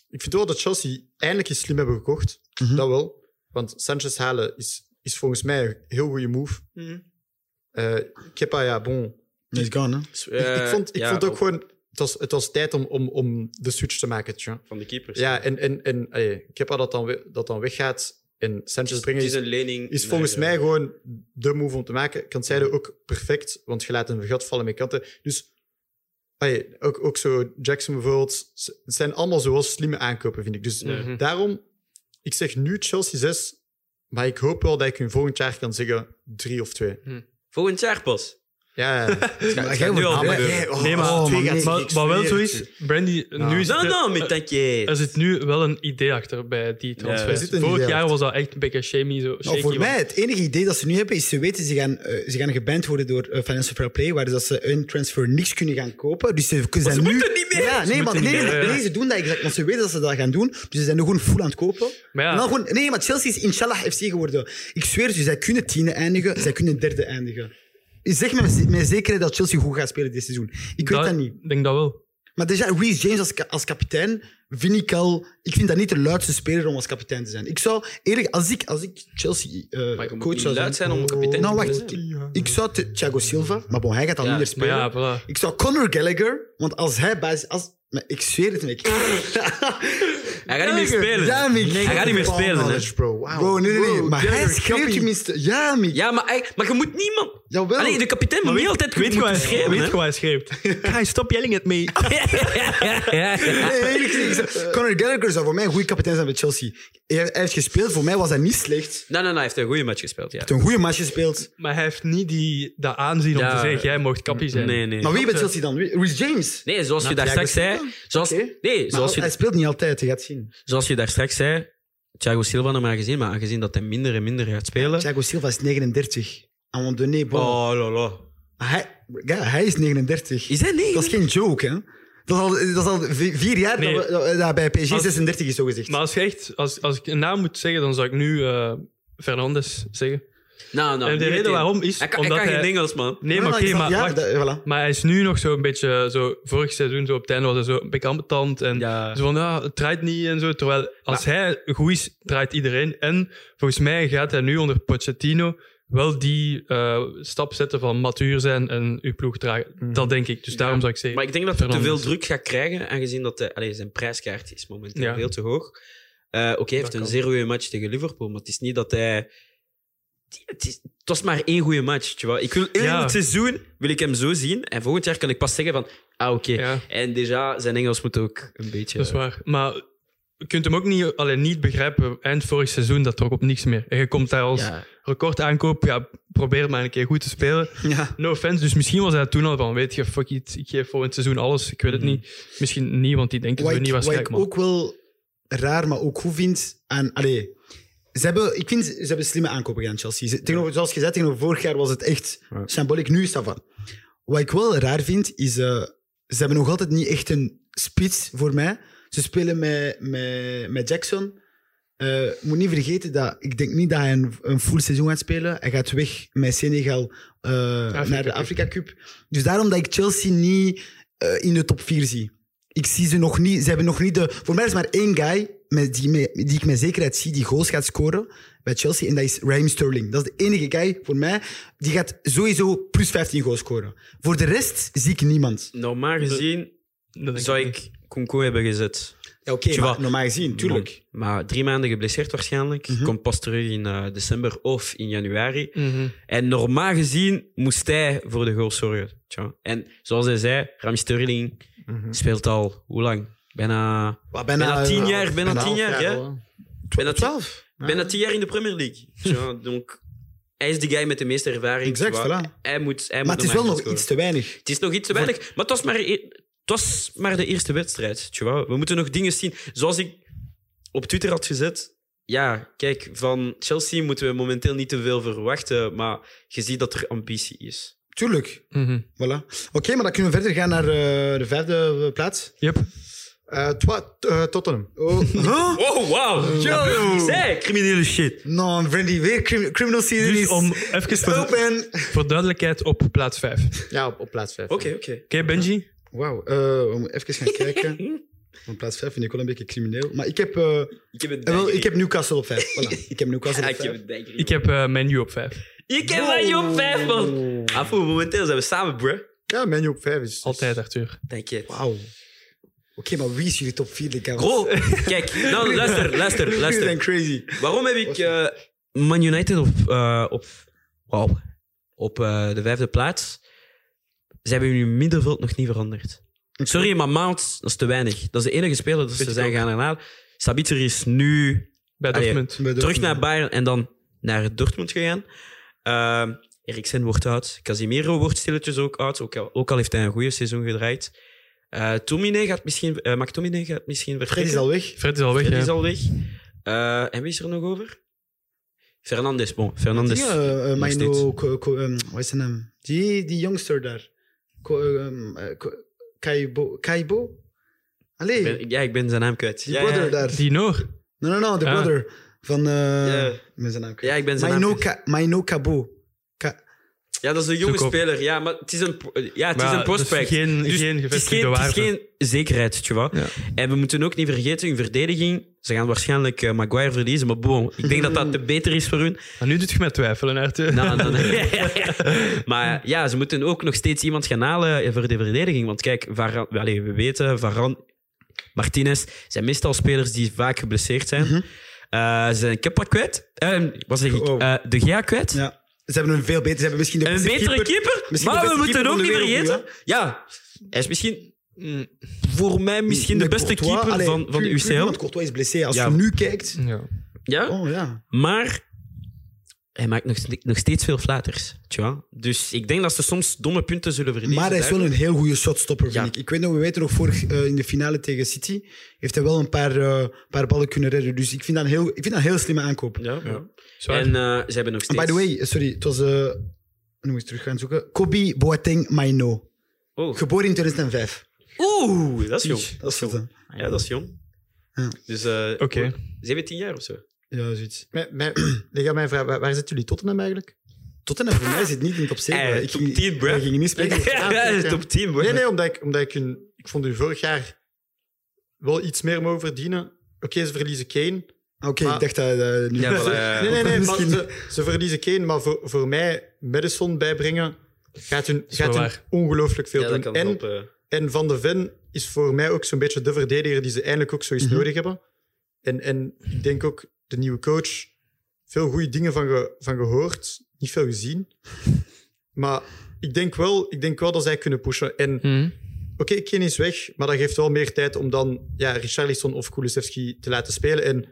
Speaker 3: Ik vind wel dat Chelsea eindelijk eens slim hebben gekocht.
Speaker 2: Mhm.
Speaker 3: Dat wel. Want Sanchez halen is, is volgens mij een heel goede move.
Speaker 1: Mhm.
Speaker 3: Eh Kepa, ja, bon.
Speaker 2: He's gone, hè?
Speaker 3: ik ik, vond, ik
Speaker 4: Eh, Ja,
Speaker 3: vond ook gewoon. Het was, het was tijd om, om, om de switch te maken. Tja.
Speaker 4: Van de keepers.
Speaker 3: Ja, en, en, en eh, Kepa dat dan, we- dat dan weggaat en Sanchez brengen
Speaker 4: Het is
Speaker 3: is,
Speaker 4: een lening.
Speaker 3: is
Speaker 4: naar,
Speaker 3: volgens
Speaker 4: eh,
Speaker 3: mij gewoon de move om te maken. Cancelo ook perfect, want je laat hem gat vallen met kanten. Dus allee, ook, ook zo Jackson bijvoorbeeld. ze- Het zijn allemaal zo wel slimme aankopen, vind ik. Dus
Speaker 1: Mhm.
Speaker 3: daarom, ik zeg nu Chelsea 6, maar ik hoop wel dat ik hun volgend jaar kan zeggen 3 of 2.
Speaker 4: Volgend jaar pas.
Speaker 3: Ja, ja. Het gaat- het
Speaker 2: jij
Speaker 3: gaat nu
Speaker 2: wordt-
Speaker 3: al
Speaker 2: ja,
Speaker 3: gebeuren.
Speaker 2: jij- oh,
Speaker 1: Nee, Ah, maar-
Speaker 2: oh,
Speaker 3: twee
Speaker 2: man,
Speaker 3: gaat-
Speaker 2: nee.
Speaker 1: Maar, maar wel zoiets, Brandy, nu is
Speaker 4: Nou,
Speaker 1: er-
Speaker 4: nou, met dat je.
Speaker 1: er zit nu wel een idee achter bij die transfer.
Speaker 4: er
Speaker 3: zit een
Speaker 1: Vorig
Speaker 3: idee
Speaker 1: jaar
Speaker 3: achter.
Speaker 1: was dat echt een beetje shamey. Zo,
Speaker 2: Nou,
Speaker 1: shaky,
Speaker 2: voor
Speaker 1: want-
Speaker 2: mij, het enige idee dat ze nu hebben, is ze weten ze gaan, eh, ze gaan geband worden door eh, Financial Fair Play, waar dus dat ze een transfer niks kunnen gaan kopen. Dus ze, zijn
Speaker 4: ze
Speaker 2: nu...
Speaker 4: moeten niet meer.
Speaker 2: Ja, nee, maar,
Speaker 1: moeten
Speaker 2: nee,
Speaker 1: niet meer,
Speaker 2: maar-
Speaker 1: ja.
Speaker 2: nee, ze doen dat exact, want ze weten dat ze dat gaan doen. Dus ze zijn nu gewoon full aan het kopen.
Speaker 1: Maar ja.
Speaker 2: En dan gewoon, nee, maar Chelsea is inshallah FC geworden. Ik zweer het je, zij kunnen tiende eindigen, zij kunnen derde eindigen. Zeg me met- met zekerheid dat Chelsea goed gaat spelen dit seizoen. Ik weet dat niet.
Speaker 1: Ik denk dat wel.
Speaker 2: Maar déjà, Reece James als, ka- als kapitein vind ik al... Ik vind dat niet de luidste speler om als kapitein te zijn. Ik zou... Eerlijk, als ik, als ik Chelsea eh,
Speaker 4: Maar je moet
Speaker 2: coach
Speaker 4: niet
Speaker 2: zou
Speaker 4: luid zijn om een kapitein
Speaker 2: Nou,
Speaker 4: te
Speaker 2: wacht.
Speaker 4: zijn.
Speaker 2: Ik, ik zou te- Thiago Silva... Maar bon, hij gaat al
Speaker 4: Ja,
Speaker 2: minder
Speaker 1: Maar
Speaker 2: spelen.
Speaker 1: ja, voilà.
Speaker 2: Ik zou Conor Gallagher... Want als hij... basis- Als, maar ik zweer het, Mick.
Speaker 4: Hij gaat niet meer spelen.
Speaker 2: Ja, Mick.
Speaker 4: Hij gaat niet meer spelen. hè.
Speaker 3: Knowledge, bro. Wauw.
Speaker 2: Bro, nee, nee, nee.
Speaker 3: Wow,
Speaker 2: maar hij
Speaker 3: Gallagher,
Speaker 2: schreeuwt
Speaker 3: kappie.
Speaker 2: tenminste... Ja, Mick.
Speaker 4: Ja, maar, hij- maar je moet niemand.
Speaker 2: Jawel.
Speaker 4: Allee, de kapitein moet niet altijd
Speaker 1: Weet
Speaker 4: goed
Speaker 1: je wat
Speaker 4: moeten
Speaker 1: hij
Speaker 4: schreeuwen.
Speaker 1: weet
Speaker 4: hè.
Speaker 1: je wat hij schreeuwt? Guys, stop yelling at me.
Speaker 4: Ja, ja.
Speaker 2: Nee, eerlijk gezegd, ik zou- Conor Gallagher zou voor mij een goede kapitein zijn bij Chelsea. Hij hij heeft gespeeld, voor mij was hij niet slecht.
Speaker 4: Nee, nee, nee, hij heeft een goede match gespeeld. Ja.
Speaker 2: Hij heeft een goede match gespeeld.
Speaker 1: Maar hij heeft niet die, dat aanzien om
Speaker 4: Ja.
Speaker 1: te zeggen, jij mocht kappie zijn.
Speaker 4: Nee, nee.
Speaker 2: Maar wie bij Chelsea dan? Wie- Reece James.
Speaker 4: Nee, zoals je daar
Speaker 2: Nou, Thiago
Speaker 4: straks zei.
Speaker 2: Silva?
Speaker 4: Zoals,
Speaker 2: Oké.
Speaker 4: Nee,
Speaker 2: Maar
Speaker 4: zoals
Speaker 2: hij
Speaker 4: je,
Speaker 2: speelt niet altijd, je gaat zien.
Speaker 4: zoals je daar straks zei. Thiago Silva hem maar gezien, maar aangezien dat hij minder en minder gaat spelen.
Speaker 2: Thiago Silva is 39. En want Doné, bon.
Speaker 4: Oh, lala.
Speaker 2: Hij, ja, hij is 39.
Speaker 4: Is hij
Speaker 2: Dat is
Speaker 4: negen?
Speaker 2: geen joke, hè? Dat is al, dat is al vi- vier jaar
Speaker 1: Nee.
Speaker 2: dat, we- dat- dat bij PSG
Speaker 1: Als-
Speaker 2: 36 is, zo gezegd.
Speaker 1: Maar als, je echt, als, als ik een naam moet zeggen, dan zou ik nu eh Fernandes zeggen.
Speaker 4: Nou,
Speaker 1: en
Speaker 4: nou,
Speaker 1: de
Speaker 4: niet
Speaker 1: reden
Speaker 4: meteen.
Speaker 1: waarom is
Speaker 4: Hij kan,
Speaker 1: omdat
Speaker 4: hij
Speaker 1: hij...
Speaker 4: kan geen Engels, man.
Speaker 1: Nee, maar oké, maar,
Speaker 2: ja,
Speaker 1: wacht.
Speaker 2: dat- voilà.
Speaker 1: maar hij is nu nog zo'n beetje... eh, Zo, vorig seizoen, zo op het einde, was hij zo een beetje ambetant. En
Speaker 4: Ja.
Speaker 1: zo van, ja, het draait niet en zo. Terwijl als hij goed is, draait iedereen. En volgens mij gaat hij nu onder Pochettino wel die eh, stap zetten van matuur zijn en uw ploeg dragen. Dat denk ik. Dus daarom zou ik zeggen...
Speaker 4: Maar ik denk dat hij te veel
Speaker 1: Fernandes.
Speaker 4: druk gaat krijgen, aangezien dat hij, allee, zijn prijskaart is momenteel
Speaker 1: Ja.
Speaker 4: veel te hoog. Eh Oké, hij heeft een zeer goede match tegen Liverpool, maar het is niet dat hij... Het, is- het was maar één goede match. tu vois. Ik wil,
Speaker 1: Ja.
Speaker 4: In het seizoen wil ik hem zo zien en volgend jaar kan ik pas zeggen van... Ah, oké.
Speaker 1: Ja.
Speaker 4: En déjà, zijn Engels moet ook een beetje...
Speaker 1: Dat is waar. Maar je kunt hem ook niet, alleen niet begrijpen eind vorig seizoen dat trok op niks meer. En je komt daar als
Speaker 4: Ja.
Speaker 1: record aankoop. Ja, probeer maar een keer goed te spelen.
Speaker 2: Ja.
Speaker 1: No offense. Dus misschien was hij toen al van, weet je, fuck it, ik geef volgend seizoen alles. Ik weet het niet. Misschien niet, want die denken
Speaker 2: Wat
Speaker 1: zo
Speaker 2: ik,
Speaker 1: niet
Speaker 2: wat
Speaker 1: waarschijnlijk.
Speaker 2: ik
Speaker 1: man.
Speaker 2: ook wel raar, maar ook goed vind aan... Allee, ze hebben, ik vind, ze ze hebben slimme aankopen gedaan, Chelsea. Ze- Tegenover, zoals gezegd, tegenover vorig jaar was het echt symboliek. Nu is dat van. Wat ik wel raar vind, is... eh, ze hebben nog altijd niet echt een spits voor mij. Ze spelen met, met, met Jackson. Eh, moet niet vergeten dat ik denk niet dat hij een, een full seizoen gaat spelen. Hij gaat weg met Senegal eh, naar de
Speaker 1: Cup.
Speaker 2: Afrika Cup. Dus daarom dat ik Chelsea niet eh, in de top 4 zie. Ik zie ze nog niet. Ze hebben nog niet de. Voor mij is maar één guy met die, me- die ik met zekerheid zie die goals gaat scoren bij Chelsea. En dat is Raheem Sterling. Dat is de enige guy voor mij die gaat sowieso plus 15 goals scoren. Voor de rest zie ik niemand.
Speaker 4: Normaal gezien
Speaker 1: Dat denk
Speaker 4: Dus zou
Speaker 1: niet.
Speaker 4: ik Kunko hebben gezet.
Speaker 2: Ja, oké,
Speaker 4: Tja,
Speaker 2: maar
Speaker 4: wat-
Speaker 2: normaal gezien, tuurlijk. Mhm.
Speaker 4: Maar drie maanden geblesseerd waarschijnlijk. Komt pas terug in eh, december of in januari.
Speaker 1: Mhm.
Speaker 4: En normaal gezien moest hij voor de goal zorgen. Tja. En zoals hij zei, Ram Sterling
Speaker 2: Mhm.
Speaker 4: speelt al hoe lang?
Speaker 2: Ah.
Speaker 4: Bijna,
Speaker 3: Wat,
Speaker 4: bijna
Speaker 3: eh,
Speaker 4: tien jaar. Bijna
Speaker 3: bijna
Speaker 4: tien jaar, ja. Bijna tien- Bijna tien jaar in de Premier League. Tja, donc, hij is de guy met de meeste ervaring.
Speaker 2: Exact,
Speaker 4: Waar-
Speaker 2: voilà.
Speaker 4: Hij moet, hij
Speaker 2: Maar
Speaker 4: moet
Speaker 2: het is wel nog
Speaker 4: normaal gaan scoren.
Speaker 2: iets te weinig.
Speaker 4: Het is nog iets te weinig, maar het was maar, e- het was maar de eerste wedstrijd. tja wel. We moeten nog dingen zien. Zoals ik op Twitter had gezet. Ja, kijk, van Chelsea moeten we momenteel niet te veel verwachten. Maar je ziet dat er ambitie is.
Speaker 2: Tuurlijk.
Speaker 1: Mm-hmm.
Speaker 2: Voilà. Oké, maar dan kunnen we verder gaan naar eh, de vijfde eh, plaats.
Speaker 1: Yep.
Speaker 3: Eh, twa- eh, Tottenham.
Speaker 2: Oh, huh?
Speaker 4: Wow, wow.
Speaker 2: Yo.
Speaker 4: Zij, criminele shit.
Speaker 2: Eh, Non, Brandy, weer crim- criminal season
Speaker 1: Dus
Speaker 2: is
Speaker 1: om even voor, de-
Speaker 2: open.
Speaker 1: voor duidelijkheid op plaats 5. Oké,
Speaker 3: Ja, op, op plaats 5.
Speaker 4: Oké, oké.
Speaker 1: Benji?
Speaker 2: Wauw, eh, we moeten even gaan kijken. Op plaats 5 vind ik wel een beetje crimineel. Maar ik heb, eh,
Speaker 4: Ik heb het
Speaker 2: eh, wel, ik heb Newcastle op 5. Voilà. Ik heb Newcastle op 5.
Speaker 1: Ik heb eh menu op 5.
Speaker 4: Ik heb mij op vijf, man. Afo, momenteel zijn we samen, bruh.
Speaker 3: Ja, menu op 5 is.
Speaker 1: Altijd, Arthur.
Speaker 4: Dank je.
Speaker 2: Wauw. Oké, maar wie is jullie top 4?
Speaker 4: Bro, kijk. Nou, luister, luister, luister.
Speaker 2: zijn crazy.
Speaker 4: Waarom heb ik eh, Man United op, eh, op, wauw, op eh, de vijfde plaats? Ze hebben hun middenveld nog niet veranderd. Sorry, maar Mount, dat is te weinig. Dat is de enige speler dat ze
Speaker 1: ik
Speaker 4: zijn
Speaker 1: ook.
Speaker 4: gaan herhalen. Sabitzer is nu
Speaker 1: Bij
Speaker 4: Allee,
Speaker 1: Dortmund.
Speaker 4: terug naar Bayern en dan naar Dortmund gegaan. Ehm Eriksen wordt oud. Casimiro wordt stilletjes ook oud. Ook al, ook al heeft hij een goede seizoen gedraaid. Eh Tomine gaat misschien, eh McTominay gaat misschien
Speaker 2: Fred
Speaker 4: vertrekken.
Speaker 2: is al weg.
Speaker 1: Fred is al weg,
Speaker 4: Fred is
Speaker 1: ja.
Speaker 4: al weg. Eh, en wie is er nog over? Fernandes, bon. Fernandes.
Speaker 2: Ja, eh, eh,
Speaker 4: nog
Speaker 2: Maino,
Speaker 4: steeds.
Speaker 2: ko, ko, ehm, wat is zijn naam? Die, die jongster daar. Ko, ehm, eh, ko- Kaibo. Kaibo? Allee,
Speaker 4: Ik ben- ja, ik ben zijn naam kwijt.
Speaker 2: die
Speaker 4: ja,
Speaker 2: brother
Speaker 4: ja,
Speaker 2: daar.
Speaker 1: Die nog.
Speaker 2: No, no, no, de
Speaker 1: Ah.
Speaker 2: brother. Van, eh
Speaker 4: Ja.
Speaker 2: ik ben zijn naam kwijt.
Speaker 4: Ja, ik ben zijn naam
Speaker 2: Maino,
Speaker 4: kwijt.
Speaker 2: Ka, Maino Kabo. Ka-
Speaker 4: Ja, dat is een jonge
Speaker 1: Zoek op.
Speaker 4: speler. Ja, maar het is een, pro- ja, het
Speaker 1: Maar
Speaker 4: is
Speaker 1: ja,
Speaker 4: een
Speaker 1: dat is
Speaker 4: prospect.
Speaker 1: geen-
Speaker 4: Dus
Speaker 1: geen
Speaker 4: het is
Speaker 1: gevestigde
Speaker 4: geen, het is
Speaker 1: waarde.
Speaker 4: geen zekerheid, tje wel.
Speaker 1: Ja.
Speaker 4: En we moeten ook niet vergeten, hun verdediging... Ze gaan waarschijnlijk eh, Maguire verliezen, maar bon, ik denk dat dat te beter is voor hun.
Speaker 1: Maar nu doet je me twijfelen, Arthur.
Speaker 4: Nou, dan- maar ja, ze moeten ook nog steeds iemand gaan halen eh, voor de verdediging. Want kijk, Varane- allee, we weten, Varane, Martinez zijn meestal spelers die vaak geblesseerd zijn.
Speaker 2: Mhm.
Speaker 4: Eh, ze zijn Kepa kwijt. Eh, wat zeg ik?
Speaker 2: Oh.
Speaker 4: Eh, de Gea kwijt.
Speaker 2: Ja. Ze hebben een veel beter. Ze hebben misschien de
Speaker 4: Een
Speaker 2: beste
Speaker 4: betere keeper,
Speaker 2: Misschien de
Speaker 4: maar we
Speaker 2: beste
Speaker 4: moeten
Speaker 2: keeper
Speaker 4: ook
Speaker 2: van
Speaker 4: niet
Speaker 2: de wereld
Speaker 4: vergeten. Ja, hij is misschien mm, voor mij misschien de
Speaker 2: Met
Speaker 4: beste
Speaker 2: Courtois.
Speaker 4: keeper
Speaker 2: Allee,
Speaker 4: van, van de
Speaker 2: puur- puur
Speaker 4: UCL.
Speaker 2: Want Courtois is blessé. Als
Speaker 4: Ja.
Speaker 2: je nu kijkt...
Speaker 1: Ja.
Speaker 4: Ja,
Speaker 2: Oh ja.
Speaker 4: maar hij maakt nog, ste- nog steeds veel flaters. Tja. Dus ik denk dat ze soms domme punten zullen verliezen.
Speaker 2: Maar hij is wel een heel goede shotstopper, vind
Speaker 4: Ja.
Speaker 2: ik. Ik weet nog, we weten nog, vorig eh, in de finale tegen City heeft hij wel een paar, eh, paar ballen kunnen redden. Dus ik vind dat een heel, ik vind dat een heel slimme aankoop.
Speaker 4: Ja, ja.
Speaker 1: Zwaar.
Speaker 4: En eh, ze hebben nog
Speaker 2: En
Speaker 4: steeds...
Speaker 2: by the way, eh, sorry, het was... eh nu moet ik terug gaan zoeken. Kobe Boateng Maino.
Speaker 4: Oh.
Speaker 2: Geboren in 2005.
Speaker 4: Oeh, dat is jong.
Speaker 2: Dat is het, hè.
Speaker 4: Ja, dat is jong.
Speaker 2: Ja.
Speaker 4: Dus eh
Speaker 1: Oké.
Speaker 4: 17 jaar of zo.
Speaker 2: Ja, zoiets.
Speaker 3: Mijn, mijn, leg aan mij vraag, waar, waar zitten jullie Tottenham eigenlijk?
Speaker 2: Tottenham voor mij zit niet in de top 7.
Speaker 4: Eh,
Speaker 2: ik
Speaker 4: top
Speaker 2: ging,
Speaker 4: 10, bruh.
Speaker 2: ik ging niet spreken. Ah,
Speaker 4: Ja, top 10, bro.
Speaker 3: Nee, nee, omdat ik, omdat ik hun... Ik vond hun vorig jaar wel iets meer mogen verdienen. Oké, ze verliezen Kane.
Speaker 2: Ah, Oké,
Speaker 3: Maar-
Speaker 2: ik dacht dat... eh, nu-
Speaker 4: Ja, voilà, ja, ja.
Speaker 3: Nee, nee, nee. maar
Speaker 2: Misschien-
Speaker 3: ze, ze verliezen Kane, maar voor, voor mij Madison bijbrengen gaat hun,
Speaker 1: wel
Speaker 3: gaat hun
Speaker 1: waar.
Speaker 3: ongelooflijk veel
Speaker 4: Ja, dat
Speaker 3: doen.
Speaker 4: kan
Speaker 3: En,
Speaker 4: helpen.
Speaker 3: en Van de Ven is voor mij ook zo'n beetje de verdediger die ze eindelijk ook zoiets
Speaker 1: Mhm.
Speaker 3: nodig hebben. En, en ik denk ook de nieuwe coach, veel goede dingen van, ge- van gehoord, niet veel gezien. Maar ik denk wel, ik denk wel dat zij kunnen pushen. En
Speaker 1: Mhm.
Speaker 3: Oké, Kane is weg, maar dat geeft wel meer tijd om dan ja, Richarlison of Kulusevski te laten spelen. En oké,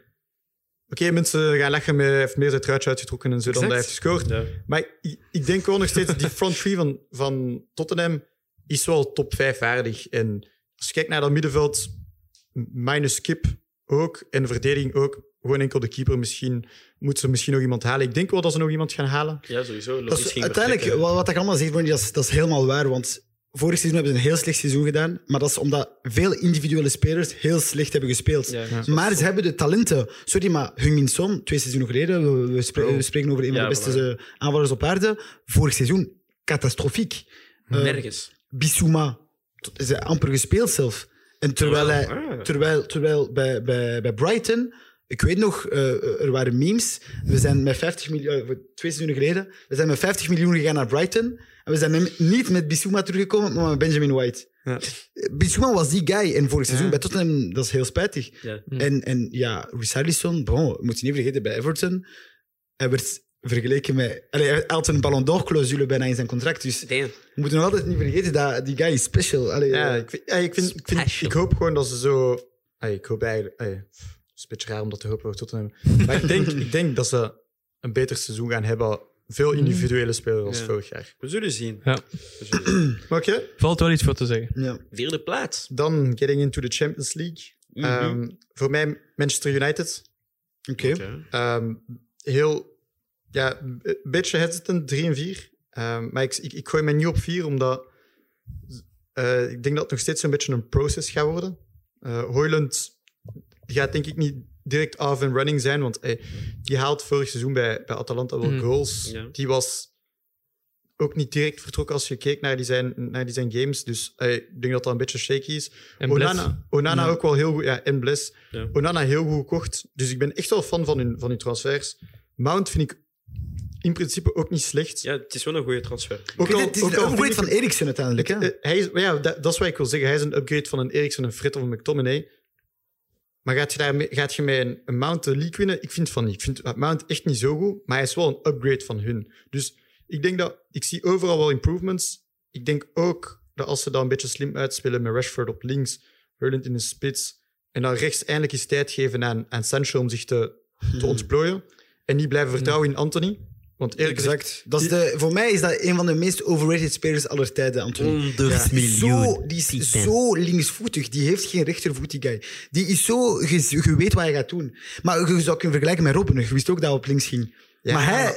Speaker 3: mensen gaan lachen met hij heeft meer zijn truitje uitgetrokken en zo dan
Speaker 1: Exact.
Speaker 3: dat hij heeft gescoord.
Speaker 1: Ja.
Speaker 3: Maar ik, ik denk wel nog steeds, die front three van, van Tottenham is wel top 5 waardig. En als je kijkt naar dat middenveld, m- minus Kip ook en verdediging ook, gewoon enkel de keeper misschien, moet ze misschien nog iemand halen. Ik denk wel dat ze nog iemand gaan halen.
Speaker 4: Ja, sowieso.
Speaker 2: Dat is, uiteindelijk, wat, wat ik allemaal zeg, Brandy, dat is, dat is helemaal waar. Want vorig seizoen hebben ze een heel slecht seizoen gedaan. Maar dat is omdat veel individuele spelers heel slecht hebben gespeeld.
Speaker 4: Ja,
Speaker 2: Maar ze hebben de talenten. Sorry, maar Heung-Min Son, twee seizoenen geleden, we, we spre-
Speaker 4: Oh.
Speaker 2: we spreken over een van
Speaker 4: Ja,
Speaker 2: de beste eh, aanvallers op aarde. Vorig seizoen, catastrofiek. Eh,
Speaker 4: Nergens.
Speaker 2: Bissouma, tot- is hij amper gespeeld zelf. En terwijl,
Speaker 4: Terwijl-
Speaker 2: hij,
Speaker 4: ah.
Speaker 2: terwijl, terwijl bij, bij, bij Brighton, ik weet nog, eh, er waren memes. We zijn met 50 miljoen, eh, twee seizoenen geleden, we zijn met 50 miljoen gegaan naar Brighton. En we zijn met- niet met Bissouma teruggekomen, maar met Benjamin White.
Speaker 3: Ja.
Speaker 2: Bissouma was die guy. En vorig seizoen
Speaker 3: Ja.
Speaker 2: bij Tottenham, dat is heel spijtig.
Speaker 4: Ja.
Speaker 2: En, en ja, Richarlison, bon, moet je niet vergeten, bij Everton, hij werd vergeleken met... Allee, hij had een Ballon d'Or-clausule bijna in zijn contract, dus we moeten nog altijd niet vergeten dat die guy is special. Allee,
Speaker 3: Ja,
Speaker 2: eh,
Speaker 3: ik, vind- ja, ik, vind, ik, vind,
Speaker 4: Special.
Speaker 3: ik hoop gewoon dat ze zo. Ay, ik hoop eigenlijk. ay, het is een beetje raar om dat te hopen voor Tottenham. Maar ik denk, ik denk dat ze een beter seizoen gaan hebben. Veel individuele spelers als
Speaker 4: Ja.
Speaker 3: vorig jaar.
Speaker 4: We zullen zien.
Speaker 1: Ja.
Speaker 4: We zullen zien.
Speaker 3: Oké,
Speaker 1: Valt wel iets voor te zeggen.
Speaker 2: ja.
Speaker 4: Vierde plaats.
Speaker 3: dan getting into the Champions League.
Speaker 4: Mhm.
Speaker 3: Ehm, voor mij Manchester United.
Speaker 2: Oké.
Speaker 3: Ehm, heel, ja, een beetje hesitant, 3 en 4. Ehm, maar ik, ik, ik gooi mij niet op 4, omdat eh, ik denk dat het nog steeds een beetje een process gaat worden. Eh Hoyland gaat denk ik niet direct af en running zijn, want eh, die haalt vorig seizoen bij, bij Atalanta wel
Speaker 1: Mhm.
Speaker 3: goals.
Speaker 4: Ja.
Speaker 3: Die was ook niet direct vertrokken als je keek naar die zijn, naar die zijn games. Dus eh, ik denk dat dat een beetje shaky is.
Speaker 1: En Bless.
Speaker 3: Onana, Onana
Speaker 2: Ja.
Speaker 3: ook wel heel goed. Ja, en Bless.
Speaker 4: Ja.
Speaker 3: Onana heel goed gekocht. Dus ik ben echt wel fan van hun, van hun transfers. Mount vind ik in principe ook niet slecht.
Speaker 4: Ja, het is wel een goede transfer.
Speaker 3: Ook
Speaker 2: het is
Speaker 3: ook
Speaker 2: een upgrade
Speaker 3: vind
Speaker 2: van
Speaker 3: ik-
Speaker 2: Eriksen uiteindelijk. Hè?
Speaker 3: eh, hij is, ja, dat, dat is wat ik wil zeggen. Hij is een upgrade van een Eriksen, een Fred of een McTominay. Maar gaat je, daarmee, gaat je met een, een Mount de league winnen? Ik vind van niet. Ik vind Mount echt niet zo goed, maar hij is wel een upgrade van hun. Dus ik denk dat... Ik zie overal wel improvements. Ik denk ook dat als ze dat een beetje slim uitspelen met Rashford op links, Hurland in de spits, en dan rechts eindelijk eens tijd geven aan, aan Sancho om zich te,
Speaker 2: Hmm.
Speaker 3: te ontplooien, en niet blijven vertrouwen in Anthony. Want eerlijk gezegd,
Speaker 2: eh, Dat is de, voor mij is dat een van de meest overrated spelers aller tijden, Anthony.
Speaker 4: 100
Speaker 2: Die is Zo, die is zo linksvoetig. Die heeft geen rechtervoet, die guy. Die is zo... Je, je weet wat hij gaat doen. Maar je zou kunnen vergelijken met Robben. Je wist ook dat hij op links ging.
Speaker 3: Ja,
Speaker 2: maar hij...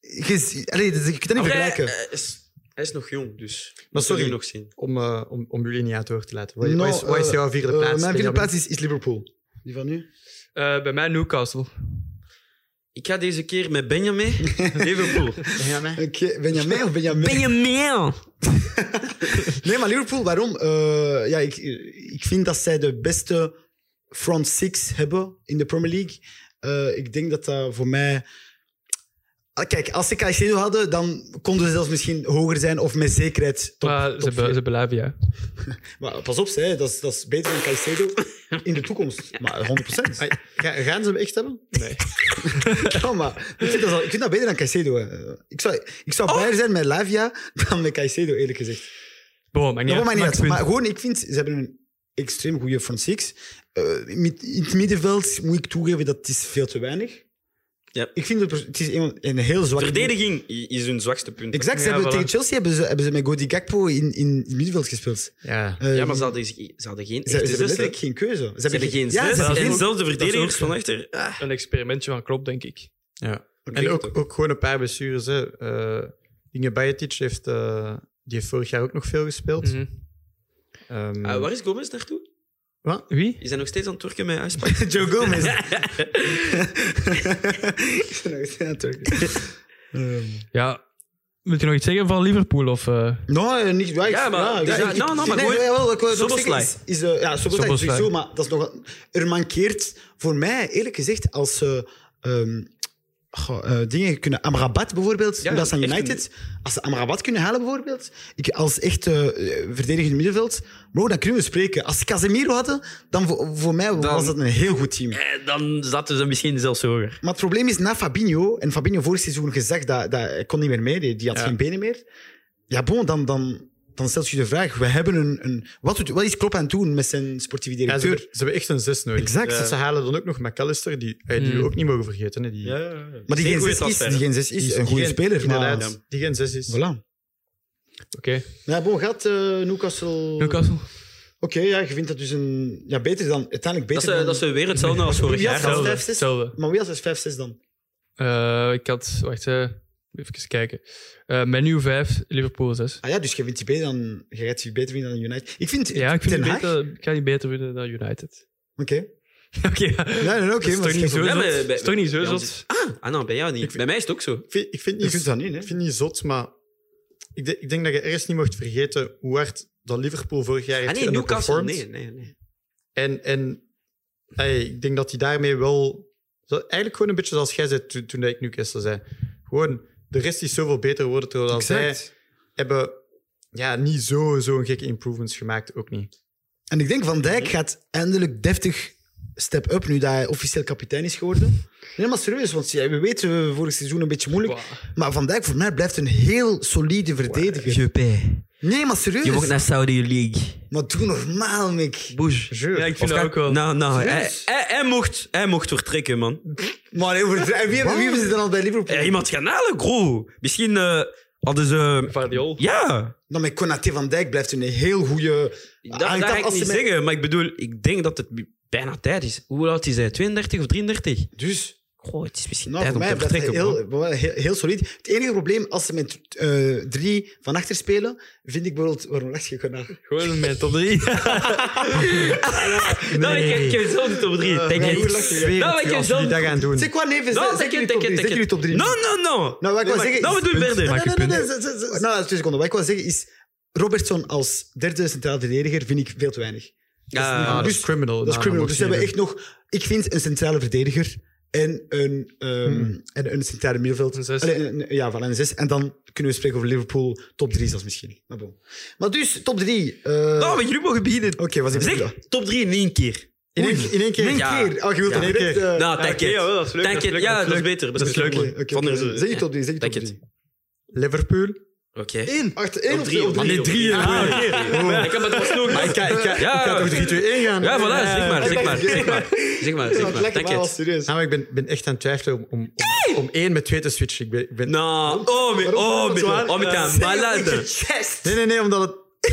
Speaker 2: Je, allee, dat is- je kunt dat niet vergelijken.
Speaker 4: eh, Hij, is, hij is nog jong, dus. we
Speaker 3: Maar sorry.
Speaker 4: zullen nog zien.
Speaker 3: om, eh, om, om jullie niet uit de hoor te laten. Wat, wat
Speaker 2: Nou,
Speaker 3: is, wat is
Speaker 2: eh,
Speaker 3: jouw vierde
Speaker 2: eh,
Speaker 3: plaats?
Speaker 2: mijn vierde
Speaker 3: Benjamin?
Speaker 2: plaats is, is Liverpool. Die van nu?
Speaker 1: Eh, bij mij Newcastle.
Speaker 4: Ik ga deze keer met Benjamin. Liverpool.
Speaker 3: Benjamin?
Speaker 2: Oké, Benjamin of Benjamin?
Speaker 4: Benjamin!
Speaker 2: Nee, maar Liverpool, waarom? Eh, ja, ik, ik vind dat zij de beste front six hebben in de Premier League. Eh, ik denk dat dat voor mij... Ah, Kijk, als ze Caicedo hadden, dan konden ze zelfs misschien hoger zijn of met zekerheid top,
Speaker 1: maar
Speaker 2: top
Speaker 1: ze, be,
Speaker 2: vier.
Speaker 1: ze blijven, ja.
Speaker 2: Maar pas op, zij, dat, is, dat is beter dan Caicedo in de toekomst. Maar 100%.
Speaker 3: Ai, ga- gaan ze hem echt hebben?
Speaker 2: Ja, maar ik vind, dat, al- ik vind dat beter dan Caicedo. hè. Ik zou, ik
Speaker 1: Oh!
Speaker 2: zou blijer zijn met Lavia dan met Caicedo, eerlijk gezegd.
Speaker 1: Boom, en
Speaker 2: Ja,
Speaker 1: ja,
Speaker 2: maar, niet
Speaker 1: maakt
Speaker 2: uit.
Speaker 1: punt.
Speaker 2: maar gewoon, ik vind, ze hebben een extreem goede front six. Eh, met- in het middenveld moet ik toegeven dat het is veel te weinig is.
Speaker 4: Ja.
Speaker 2: Ik vind het, pers- het is een, een heel zwak...
Speaker 4: Verdediging i- is hun zwakste punt.
Speaker 2: Exact, ze
Speaker 1: Ja,
Speaker 2: hebben,
Speaker 1: voilà.
Speaker 2: tegen Chelsea hebben ze, hebben ze met Godi Gakpo in, in het middenveld gespeeld.
Speaker 3: Ja.
Speaker 2: Eh,
Speaker 4: Ja, maar ze hadden, ze hadden geen
Speaker 2: ze, ze hebben
Speaker 4: echte zes. hè.
Speaker 2: letterlijk geen keuze. Ze hebben,
Speaker 4: Ze hebben geen
Speaker 2: ja,
Speaker 4: zes.
Speaker 2: ze hebben
Speaker 4: en
Speaker 2: geen-
Speaker 4: zelfs de verdedigers
Speaker 1: zo.
Speaker 4: van achter. ah,
Speaker 1: Een experimentje van Klopp, denk ik.
Speaker 3: ja.
Speaker 4: denk
Speaker 3: En
Speaker 4: het
Speaker 3: ook, ook gewoon een paar blessures. Hè. Eh Inge Bajetic heeft, eh, die heeft vorig jaar ook nog veel gespeeld.
Speaker 1: Mhm.
Speaker 3: Ehm,
Speaker 2: Hmm.
Speaker 4: ah, waar is Gomez naartoe?
Speaker 1: Wie?
Speaker 4: Die zijn nog steeds aan het turken met uitspraak.
Speaker 2: Joe Gomez. Ik ben nog steeds aan het werken. Ehm,
Speaker 1: Ja. Moet je nog iets zeggen van Liverpool? Of, eh?
Speaker 2: Nou, eh, niet waar. ik-
Speaker 4: Ja, maar-
Speaker 2: ik
Speaker 4: ja,
Speaker 2: zeg- ik-
Speaker 4: nou, nou, maar
Speaker 2: nee,
Speaker 4: gewoon-
Speaker 2: jawel, wat ik wil
Speaker 4: Soboslai.
Speaker 2: zeggen Is, is, eh, ja, Soboslai is
Speaker 1: Soboslai.
Speaker 2: sowieso, maar dat is nog... Er mankeert voor mij, eerlijk gezegd, als ze... ehm, goh, eh, dingen kunnen... Amrabat bijvoorbeeld,
Speaker 4: Ja,
Speaker 2: dat is aan
Speaker 4: echt
Speaker 2: United. Als ze Amrabat kunnen halen bijvoorbeeld, ik, als echt eh, eh, verdedigend middenveld, bro, dan kunnen we spreken. Als ze Casemiro hadden, dan voor, voor mij was dat een heel goed team.
Speaker 4: Eh, Dan zaten ze misschien zelfs hoger.
Speaker 2: Maar het probleem is, na Fabinho, en Fabinho vorig seizoen gezegd dat, dat hij kon niet meer mee, die, die had
Speaker 3: Ja.
Speaker 2: geen benen meer. Ja, bon, dan, dan, dan stelt je de vraag, we hebben een... een wat, doet, wat is Klopp aan het doen met zijn sportieve
Speaker 3: ja, ze,
Speaker 2: directeur?
Speaker 3: hebben, ze hebben echt een zes nodig. Eh,
Speaker 2: Exact.
Speaker 3: Ze halen dan ook nog McAllister, die, eh, die
Speaker 1: Mm.
Speaker 4: Mhm.
Speaker 3: we ook niet mogen vergeten. Hè. Die,
Speaker 2: maar die
Speaker 4: Geen
Speaker 2: geen,
Speaker 4: goede
Speaker 2: zes is,
Speaker 4: transfer.
Speaker 2: die geen zes is,
Speaker 3: die-
Speaker 2: een
Speaker 3: die
Speaker 2: goede
Speaker 3: geen-
Speaker 2: speler. Maar,
Speaker 3: Inderdaad, die geen zes is.
Speaker 2: Voilà.
Speaker 1: Oké.
Speaker 2: Ja, bon, gaat eh, Newcastle...
Speaker 1: Newcastle?
Speaker 2: Oké, ja, je vindt dat dus een... Ja, beter dan... Uiteindelijk
Speaker 4: Dat
Speaker 2: beter
Speaker 4: ze,
Speaker 2: dan...
Speaker 4: dat ze weer hetzelfde als vorig
Speaker 2: Ja,
Speaker 4: jaar.
Speaker 2: zelfs.
Speaker 4: hadden.
Speaker 2: vijf, zes?
Speaker 1: Hetzelfde.
Speaker 2: Maar wie als 5-6 dan?
Speaker 1: Eh, ik had... Wacht, eh, even kijken. Eh menu 5, Liverpool 6.
Speaker 2: Ah ja, dus je vindt die beter dan... Je gaat die beter vinden dan United. Ik vind...
Speaker 1: Ja, ik, vind
Speaker 2: Ten
Speaker 1: die
Speaker 2: Hag-
Speaker 1: beter, ik ga die beter vinden dan United.
Speaker 2: Oké.
Speaker 1: Oké, ja.
Speaker 2: Ja, nee, nee,
Speaker 1: Dat
Speaker 2: oké.
Speaker 1: is
Speaker 2: maar
Speaker 1: toch niet zo
Speaker 4: Ja, maar
Speaker 1: zot?
Speaker 4: bij-
Speaker 1: Dat is toch niet zo
Speaker 4: bij ons
Speaker 1: zot?
Speaker 4: Ah, nou, bij jou niet. Bij mij is het ook zo.
Speaker 3: Ik vind, ik vind
Speaker 2: Je
Speaker 3: niet
Speaker 2: kunt dat niet, hè?
Speaker 3: Ik vind het niet zot, maar ik, de- ik denk dat je ergens niet mocht vergeten hoe hard dat Liverpool vorig jaar heeft
Speaker 4: Ah, nee, Newcastle.
Speaker 3: geunderperformed.
Speaker 4: Nee, nee, nee.
Speaker 3: En, en ey, ik denk dat hij daarmee wel... zo- Eigenlijk gewoon een beetje zoals jij zei toen, toen dat ik Newcastle zei. Gewoon, de rest is zoveel beter geworden terwijl zij
Speaker 2: Exact.
Speaker 3: hebben ja, niet zo- zo'n gekke improvements gemaakt, ook niet.
Speaker 2: En ik denk Van Dijk
Speaker 4: Mhm.
Speaker 2: gaat eindelijk deftig step up nu dat hij officieel kapitein is geworden. Nee, maar serieus, want ja, we weten eh, vorig seizoen een beetje moeilijk. Maar Van Dijk voor mij blijft een heel solide verdediger.
Speaker 4: Je paie.
Speaker 2: Nee, maar serieus.
Speaker 4: Je wordt naar Saudi League.
Speaker 2: Maar doe normaal, Mick.
Speaker 4: Boes.
Speaker 1: Ja, ik vind dat
Speaker 4: Of kan-
Speaker 1: ook wel.
Speaker 4: Nou, nou hij,
Speaker 2: Serieus?
Speaker 4: hij, hij mocht, hij mocht vertrekken, man.
Speaker 2: Maar hey, over- en wie, wie hebben ze dan al bij Liverpool?
Speaker 4: Ja, iemand gaan halen, bro. Misschien eh, hadden ze...
Speaker 1: Vardiol.
Speaker 4: Ja,
Speaker 2: Dan met Konaté Van Dijk blijft een heel goede...
Speaker 4: dat, dat ga ik niet zeggen. Maar ik bedoel, ik denk dat het bijna tijd is. Hoe oud is hij? 32 of 33?
Speaker 2: Dus,
Speaker 4: Goh, het is misschien
Speaker 2: nou,
Speaker 4: tijd
Speaker 2: voor
Speaker 4: om
Speaker 2: mij
Speaker 4: te
Speaker 2: blijft hij
Speaker 4: vertrekken,
Speaker 2: heel,
Speaker 4: bro.
Speaker 2: wel heel, heel solide. Het enige probleem, als ze met eh, drie van achter spelen, vind ik bijvoorbeeld... Waarom lach je, Konaté?
Speaker 1: Gewoon mijn top 3.
Speaker 4: Nou, ik ik heb zelf de top 3.
Speaker 3: Eh,
Speaker 4: Denk
Speaker 2: nee,
Speaker 4: je?
Speaker 2: hoe lach je?
Speaker 4: Nou,
Speaker 3: Als
Speaker 4: ik heb
Speaker 3: ze
Speaker 4: zelf
Speaker 3: die dat gaan doen.
Speaker 2: Zeg wat, nee, zet-
Speaker 4: No,
Speaker 2: zet
Speaker 4: Nou, take
Speaker 2: jullie
Speaker 4: it,
Speaker 2: top
Speaker 4: take
Speaker 2: drie,
Speaker 4: it,
Speaker 2: zet
Speaker 4: take
Speaker 2: jullie
Speaker 4: it.
Speaker 2: top drie.
Speaker 4: No, no, no.
Speaker 2: Nou, wat ik wil zeggen...
Speaker 4: Nou, we
Speaker 2: is-
Speaker 4: doen
Speaker 2: punt.
Speaker 4: verder.
Speaker 2: Nee,
Speaker 4: Maak je
Speaker 2: nee, nee, nee,
Speaker 4: punt.
Speaker 2: nee, nee, nee, nee. Nou, twee seconden. Wat ik wil zeggen is... Robertson als derde centraal verdediger vind ik veel te weinig.
Speaker 4: Ja,
Speaker 2: niet
Speaker 4: ja,
Speaker 2: goed.
Speaker 3: dat is criminal.
Speaker 2: Dat is
Speaker 3: Nou,
Speaker 2: criminal.
Speaker 3: mocht
Speaker 2: Dus
Speaker 3: je
Speaker 2: we hebben
Speaker 3: niet
Speaker 2: echt nog, ik vind, een centrale verdediger en een, ehm,
Speaker 4: Hmm.
Speaker 2: en een centrale middenveld.
Speaker 1: Een zes.
Speaker 2: Allee, een- ja, van een zes. En dan kunnen we spreken over Liverpool top 3 zelfs misschien. Maar, bon. maar dus, top 3.
Speaker 4: Nou, maar jullie mogen beginnen.
Speaker 2: Oké, was ik
Speaker 4: Zeg, top 3 in één keer.
Speaker 2: In één, in één keer.
Speaker 4: In één
Speaker 2: Ja.
Speaker 4: keer.
Speaker 2: Oh, je wilt
Speaker 4: Ja.
Speaker 2: in één keer. eh,
Speaker 4: Nou,
Speaker 1: Oké,
Speaker 4: take it.
Speaker 1: jawel, dat is leuk.
Speaker 4: Take it.
Speaker 1: leuk,
Speaker 4: Ja,
Speaker 1: is
Speaker 4: dat is
Speaker 1: leuk.
Speaker 4: beter.
Speaker 1: Dat is leuk.
Speaker 2: Oké, oké,
Speaker 4: Van der
Speaker 2: oké.
Speaker 4: Zee.
Speaker 2: Zeg je top 3, zeg je top
Speaker 4: Take
Speaker 2: 3.
Speaker 4: it.
Speaker 3: doen. Liverpool.
Speaker 4: Oké.
Speaker 2: Eén. Acht, één
Speaker 4: Op
Speaker 2: of
Speaker 4: drie,
Speaker 2: twee, op
Speaker 4: man.
Speaker 2: drie.
Speaker 4: Nee, drie. Ah, oké. Ja, Ik heb het alsnog.
Speaker 3: Maar ik kan, ik kan,
Speaker 4: Ja.
Speaker 3: ik kan toch 3, 2, 1 gaan?
Speaker 4: Ja, voilà, zeg maar, zeg maar, zeg maar. Zeg maar,
Speaker 2: Ja,
Speaker 4: zeg
Speaker 2: het
Speaker 4: maar.
Speaker 2: lijkt
Speaker 4: Dank
Speaker 2: mij wel
Speaker 4: je.
Speaker 2: serieus.
Speaker 3: Nou, maar ik ben, ben echt aan het twijfelen om, om, om, om één met twee te switchen. Ik ben, ik ben...
Speaker 4: Nou, oh, met, oh, met, oh, met een malade.
Speaker 3: Nee, nee, nee, omdat het,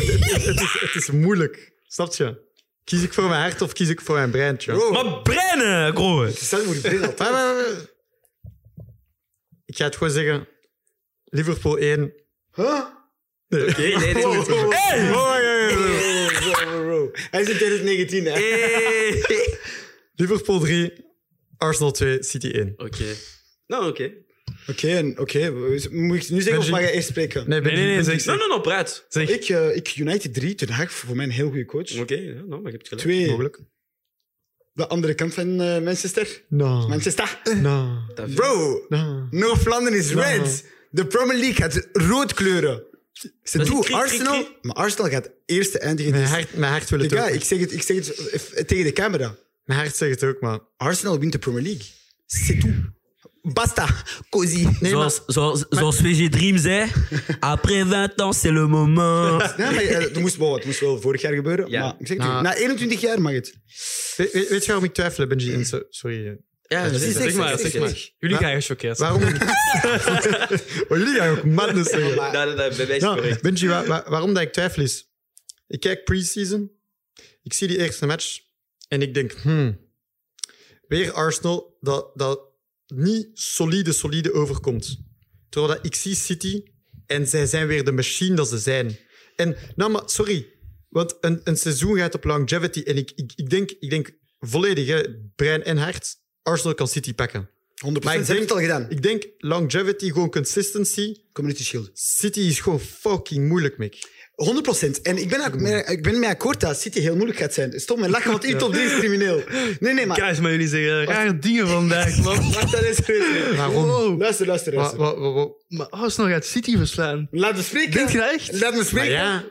Speaker 3: het, het is, het is moeilijk. Snap je? Kies ik voor mijn hart of kies ik voor mijn breintje?
Speaker 2: Bro,
Speaker 4: Maar breinen, bro.
Speaker 2: stel je voor je vriend altijd.
Speaker 3: Maar, maar, maar- Ik ga het gewoon zeggen. Liverpool 1.
Speaker 2: Huh?
Speaker 4: Nee, nee, nee. Hey!
Speaker 2: Bro, bro, bro. Hij is in 2019, hè?
Speaker 4: Hey!
Speaker 3: Liverpool 3. Arsenal 2. City 1.
Speaker 4: Oké. Nou, oké.
Speaker 2: Oké, en- oké. Moet ik nu zeggen of
Speaker 3: Benji-
Speaker 2: mag je eerst spreken?
Speaker 3: Nee, ben
Speaker 1: nee, nee, zeg-
Speaker 4: No, no, no, praat.
Speaker 1: Zeg,
Speaker 2: Ik, eh, ik United 3, Ten Hag, voor mij een heel goede coach.
Speaker 4: Oké, ja, nou, maar je hebt het gelijk.
Speaker 2: Twee,
Speaker 3: Mogelijk.
Speaker 2: de andere kant van eh, Manchester.
Speaker 3: No.
Speaker 2: Manchester.
Speaker 3: No.
Speaker 4: Dat vind ik-
Speaker 2: Bro,
Speaker 3: No.
Speaker 2: North London is
Speaker 3: Nou.
Speaker 2: red. De Premier League gaat rood kleuren. Ze
Speaker 4: Dat is
Speaker 2: doen
Speaker 4: krik, krik,
Speaker 2: Arsenal,
Speaker 4: krik.
Speaker 2: maar Arsenal gaat eerste eindigen.
Speaker 3: Mijn
Speaker 2: Dus-
Speaker 3: hart, mijn hart wil het
Speaker 2: Ja,
Speaker 3: ook.
Speaker 2: ik zeg het, ik zeg het eh, tegen de camera.
Speaker 3: Mijn hart zegt het ook, maar...
Speaker 2: Arsenal wint de Premier League. C'est tout. Basta. Cozy.
Speaker 3: Nee, maar-
Speaker 4: Zoals, zoals, zoals VG Dream zei, eh. après 20 ans, c'est le moment.
Speaker 2: Nee, maar eh, het moest, wel- het moest wel vorig jaar gebeuren.
Speaker 4: Ja.
Speaker 2: Maar ik zeg het
Speaker 3: Nou.
Speaker 2: u, na 21 jaar mag het.
Speaker 3: Weet, weet- weet je waarom ik twijfel, Benji? En so- Sorry. eh.
Speaker 4: Ja,
Speaker 2: Precies,
Speaker 1: zeg maar,
Speaker 2: zeg
Speaker 1: zeg maar. Jullie gaan gechoqueerd.
Speaker 3: Waarom ik... oh, jullie gaan ook madness zeggen.
Speaker 2: maar.
Speaker 4: Dat is bij
Speaker 3: Nou, Benji, wa- wa- waarom dat ik twijfel is... Ik kijk pre-season. Ik zie die eerste match. En ik denk, hmm... Weer Arsenal dat, dat niet solide, solide overkomt. Terwijl dat ik zie City en zij zijn weer de machine dat ze zijn. En, nou, maar sorry. Want een, een seizoen gaat op longevity. En ik, ik, ik, denk, ik denk volledig, hè, brein en hart, Arsenal kan City pakken.
Speaker 2: 100
Speaker 3: Maar ik
Speaker 2: Ze hebben
Speaker 3: denk-
Speaker 2: het al gedaan.
Speaker 3: Ik denk longevity, gewoon consistency.
Speaker 2: Community Shield.
Speaker 3: City is gewoon fucking moeilijk, Mick.
Speaker 2: 100 En ik ben, ook mee, ik ben mee akkoord dat City heel moeilijk gaat zijn. Stop met lachen, want uw top 3 is crimineel. Nee, nee, maar.
Speaker 1: Guys, maar jullie zeggen rare dingen vandaag, man.
Speaker 2: Wacht, dat is serieus.
Speaker 3: Waarom?
Speaker 1: Wow.
Speaker 2: Luister, luister,
Speaker 3: Wa-
Speaker 2: luister.
Speaker 3: wa- wa- wa-
Speaker 1: Maar Arsenal gaat City verslaan.
Speaker 2: Laat me spreken.
Speaker 1: Denk je dat echt?
Speaker 2: Laat me
Speaker 3: Maar
Speaker 2: spreken.
Speaker 3: ja,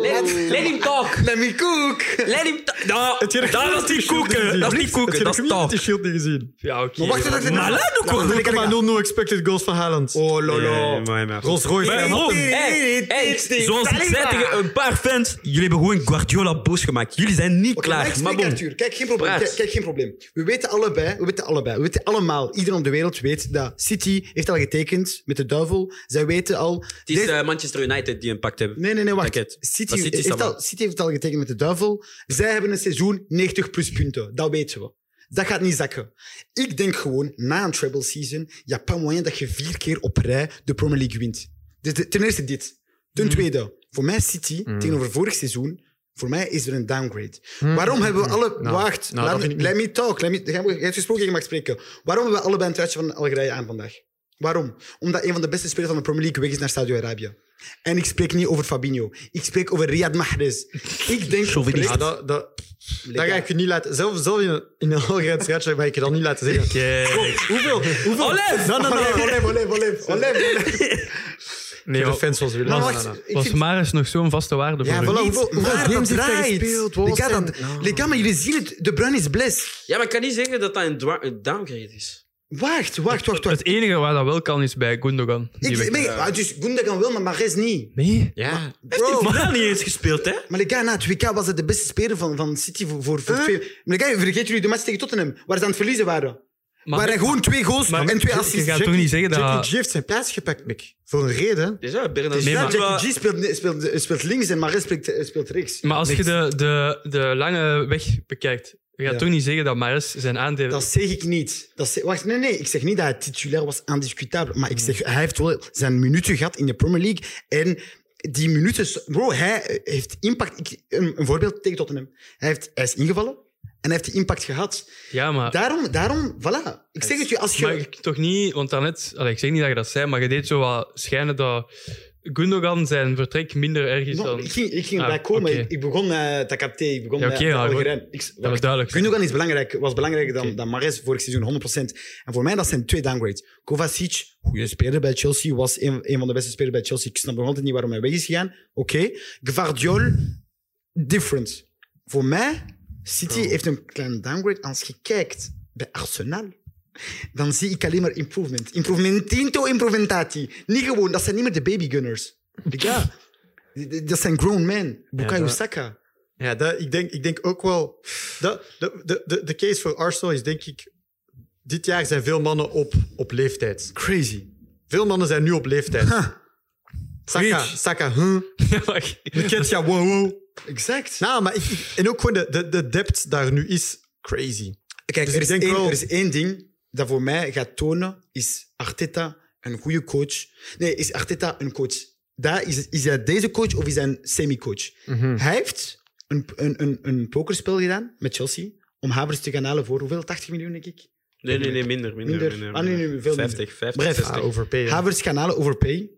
Speaker 4: Let, let him talk.
Speaker 2: Let me cook.
Speaker 4: Let him talk. Nou,
Speaker 3: Het hele
Speaker 4: dat was niet koeken. Dat is niet koeken, dat is talk.
Speaker 3: de shield niet gezien.
Speaker 1: Ja, oké.
Speaker 2: Maar wacht,
Speaker 1: man.
Speaker 2: dat is
Speaker 4: Maar laat ook gewoon.
Speaker 3: 0,00 expected goals van Haaland.
Speaker 2: Oh, lolo.
Speaker 3: Rolls Royce.
Speaker 4: Maar
Speaker 3: en-
Speaker 4: waarom? Hey, hey, Zoals ik zei tegen een paar fans, jullie hebben gewoon Guardiola boos gemaakt. Jullie zijn niet
Speaker 2: Oké, laat ik
Speaker 4: klaar. Maar
Speaker 2: spreken,
Speaker 4: bon.
Speaker 2: Arthur. Kijk, geen probleem.
Speaker 4: Praat.
Speaker 2: Kijk, kijk, geen probleem. We weten allebei, we weten allebei, we weten allemaal, iedereen op de wereld weet dat City heeft al getekend met de duivel. Zij weten al...
Speaker 4: Het is eh, Manchester United die een pact hebben.
Speaker 2: Nee, nee, nee, wacht.
Speaker 4: Pakket.
Speaker 2: City,
Speaker 4: Maar City is
Speaker 2: heeft
Speaker 4: allemaal-
Speaker 2: al, City heeft al getekend met de duivel. Zij hebben een seizoen 90 plus punten. Dat weten we. Dat gaat niet zakken. Ik denk gewoon, na een treble season, ja, pas moyen dat je vier keer op rij de Premier League wint. Dus de- ten eerste dit.
Speaker 3: Mm.
Speaker 2: Ten tweede, voor mij City, tegenover vorig seizoen, voor mij is er een downgrade. Waarom hebben we alle...
Speaker 3: Mm. Nou,
Speaker 2: wacht,
Speaker 3: nou,
Speaker 2: laat me-
Speaker 3: dat vind ik
Speaker 2: let me talk. Let me, jij mag- jij hebt gesproken, je mag spreken. Waarom hebben we allebei een truitje van Algerije aan vandaag? Waarom? Omdat een van de beste spelers van de Premier League weg is naar Saudi-Arabië. En ik spreek niet over Fabinho. Ik spreek over Riyad Mahrez. Ik denk...
Speaker 4: Chauvinist.
Speaker 3: Ja, dat, dat, dat ga ik je niet laten... Zelf, zelf in een, in een Algerijns ratje ga ik je dat niet laten zeggen.
Speaker 4: Kijk.
Speaker 3: Hoeveel? hoeveel?
Speaker 4: Olef!
Speaker 3: Nee, nee, nee.
Speaker 2: Olé, olé, olé, olé, olé.
Speaker 3: Nee,
Speaker 1: Ja,
Speaker 3: de fans was willen.
Speaker 2: Maar
Speaker 3: Nee,
Speaker 2: wacht,
Speaker 3: nee, nee.
Speaker 2: ik
Speaker 1: Was
Speaker 2: vind-
Speaker 1: Maris nog zo'n vaste waarde
Speaker 2: Ja,
Speaker 1: voor
Speaker 2: voilà,
Speaker 1: u?
Speaker 2: hoeveel, hoeveel
Speaker 3: waar
Speaker 2: games
Speaker 3: dat
Speaker 2: heeft hij
Speaker 3: draait.
Speaker 2: gespeeld?
Speaker 3: Wat
Speaker 2: Les gars,
Speaker 3: zijn-
Speaker 2: dat- les gars, maar jullie zien het. De Bruin is blessed.
Speaker 5: Ja, maar ik kan niet zeggen dat dat een dwa- een downgrade is.
Speaker 2: Wacht, wacht, wacht. wacht.
Speaker 1: Het enige waar dat wel kan is bij Gundogan. Die
Speaker 2: Ik,
Speaker 1: weg-
Speaker 2: nee, ah, dus Gundogan wel, maar Mares niet.
Speaker 1: Nee?
Speaker 5: Ja.
Speaker 2: Bro,
Speaker 4: Maar dat niet eens gespeeld, hè?
Speaker 2: maar les gars, na het WK was het de beste speler van, van City voor, voor, voor twee... Maar les gars, vergeet jullie de match tegen Tottenham, waar ze aan het verliezen waren.
Speaker 1: Maar-
Speaker 2: waar hij gewoon twee goals
Speaker 1: Maar-
Speaker 2: en twee
Speaker 1: Je-
Speaker 2: assists...
Speaker 1: je gaat toch niet zeggen dat-
Speaker 3: Jackie G heeft zijn plaats gepakt, Mick. Voor een reden.
Speaker 5: Dus ja, Bernard
Speaker 1: Nee,
Speaker 2: Ja,
Speaker 1: maar-
Speaker 2: Jackie G speelt, speelt, speelt links en Mares speelt, speelt rechts.
Speaker 1: Maar als je de, de, de lange weg bekijkt, je gaat
Speaker 2: Ja.
Speaker 1: toch niet zeggen dat Maris zijn aandeel...
Speaker 2: Dat zeg ik niet. Dat zeg- wacht, nee, nee. Ik zeg niet dat hij titulair was, undiscutabel. Maar ik zeg,
Speaker 1: Hmm.
Speaker 2: hij heeft wel zijn minuten gehad in de Premier League. En die minuten... Bro, hij eh, heeft impact... Ik, een, een voorbeeld tegen Tottenham. Hij, heeft, hij is ingevallen en hij heeft die impact gehad.
Speaker 1: Ja, maar...
Speaker 2: Daarom, daarom, voilà. Ik zeg het je, als je...
Speaker 1: Maar ik- toch niet, want daarnet... Allee, ik zeg niet dat je dat zei, maar je deed zo wat schijnen dat Gundogan zijn vertrek minder erg is
Speaker 2: No,
Speaker 1: dan...
Speaker 2: ik ging, ik ging
Speaker 1: Ah,
Speaker 2: erbij komen.
Speaker 1: oké.
Speaker 2: Ik, ik begon eh Takate, ik begon
Speaker 1: Ja,
Speaker 2: ja,
Speaker 1: oké, maar goed. Dat was duidelijk.
Speaker 2: Gundogan is belangrijk, was belangrijker dan,
Speaker 1: Oké.
Speaker 2: dan Mares vorig seizoen, 100%. En voor mij dat zijn twee downgrades. Kovacic, goede speler bij Chelsea, was een, een van de beste spelers bij Chelsea. Ik snap nog altijd niet waarom hij weg is gegaan. Oké. Gvardiol, different. Voor mij, City heeft een kleine downgrade. Als je kijkt bij Arsenal, dan zie ik alleen maar improvement. Improvementinto, improvementati. Niet gewoon, dat zijn niet meer de babygunners. Ja, dat zijn grown men. Bukayo
Speaker 3: dat-
Speaker 2: Saka.
Speaker 3: Ja, dat, ik, denk, ik denk ook wel. Dat, de, de, de, de case voor Arsenal is denk ik. Dit jaar zijn veel mannen op, op leeftijd.
Speaker 2: Crazy.
Speaker 3: Veel mannen zijn nu op leeftijd. Saka,
Speaker 2: Preach.
Speaker 3: Saka, huh? Ketja, wow, wow.
Speaker 2: Exact.
Speaker 3: Nou, maar ik, ik- en ook gewoon de, de, de depth daar nu is crazy.
Speaker 2: Kijk, er,
Speaker 3: Dus ik
Speaker 2: is
Speaker 3: denk
Speaker 2: één,
Speaker 3: wel-
Speaker 2: er is één ding dat voor mij gaat tonen, is Arteta een goede coach? Nee, is Arteta een coach? Daar is, is hij deze coach of is hij een semi-coach?
Speaker 3: Mhm.
Speaker 2: Hij heeft een, een, een, een pokerspel gedaan met Chelsea om Havers te gaan halen voor hoeveel? 80 miljoen, denk ik?
Speaker 4: Nee, nee, nee, minder. minder,
Speaker 2: Minder. Ah, nee, nee, veel minder.
Speaker 4: 50, 50,
Speaker 2: Bref,
Speaker 4: 60.
Speaker 3: Ah, overpayen.
Speaker 2: Havers gaan halen over pay.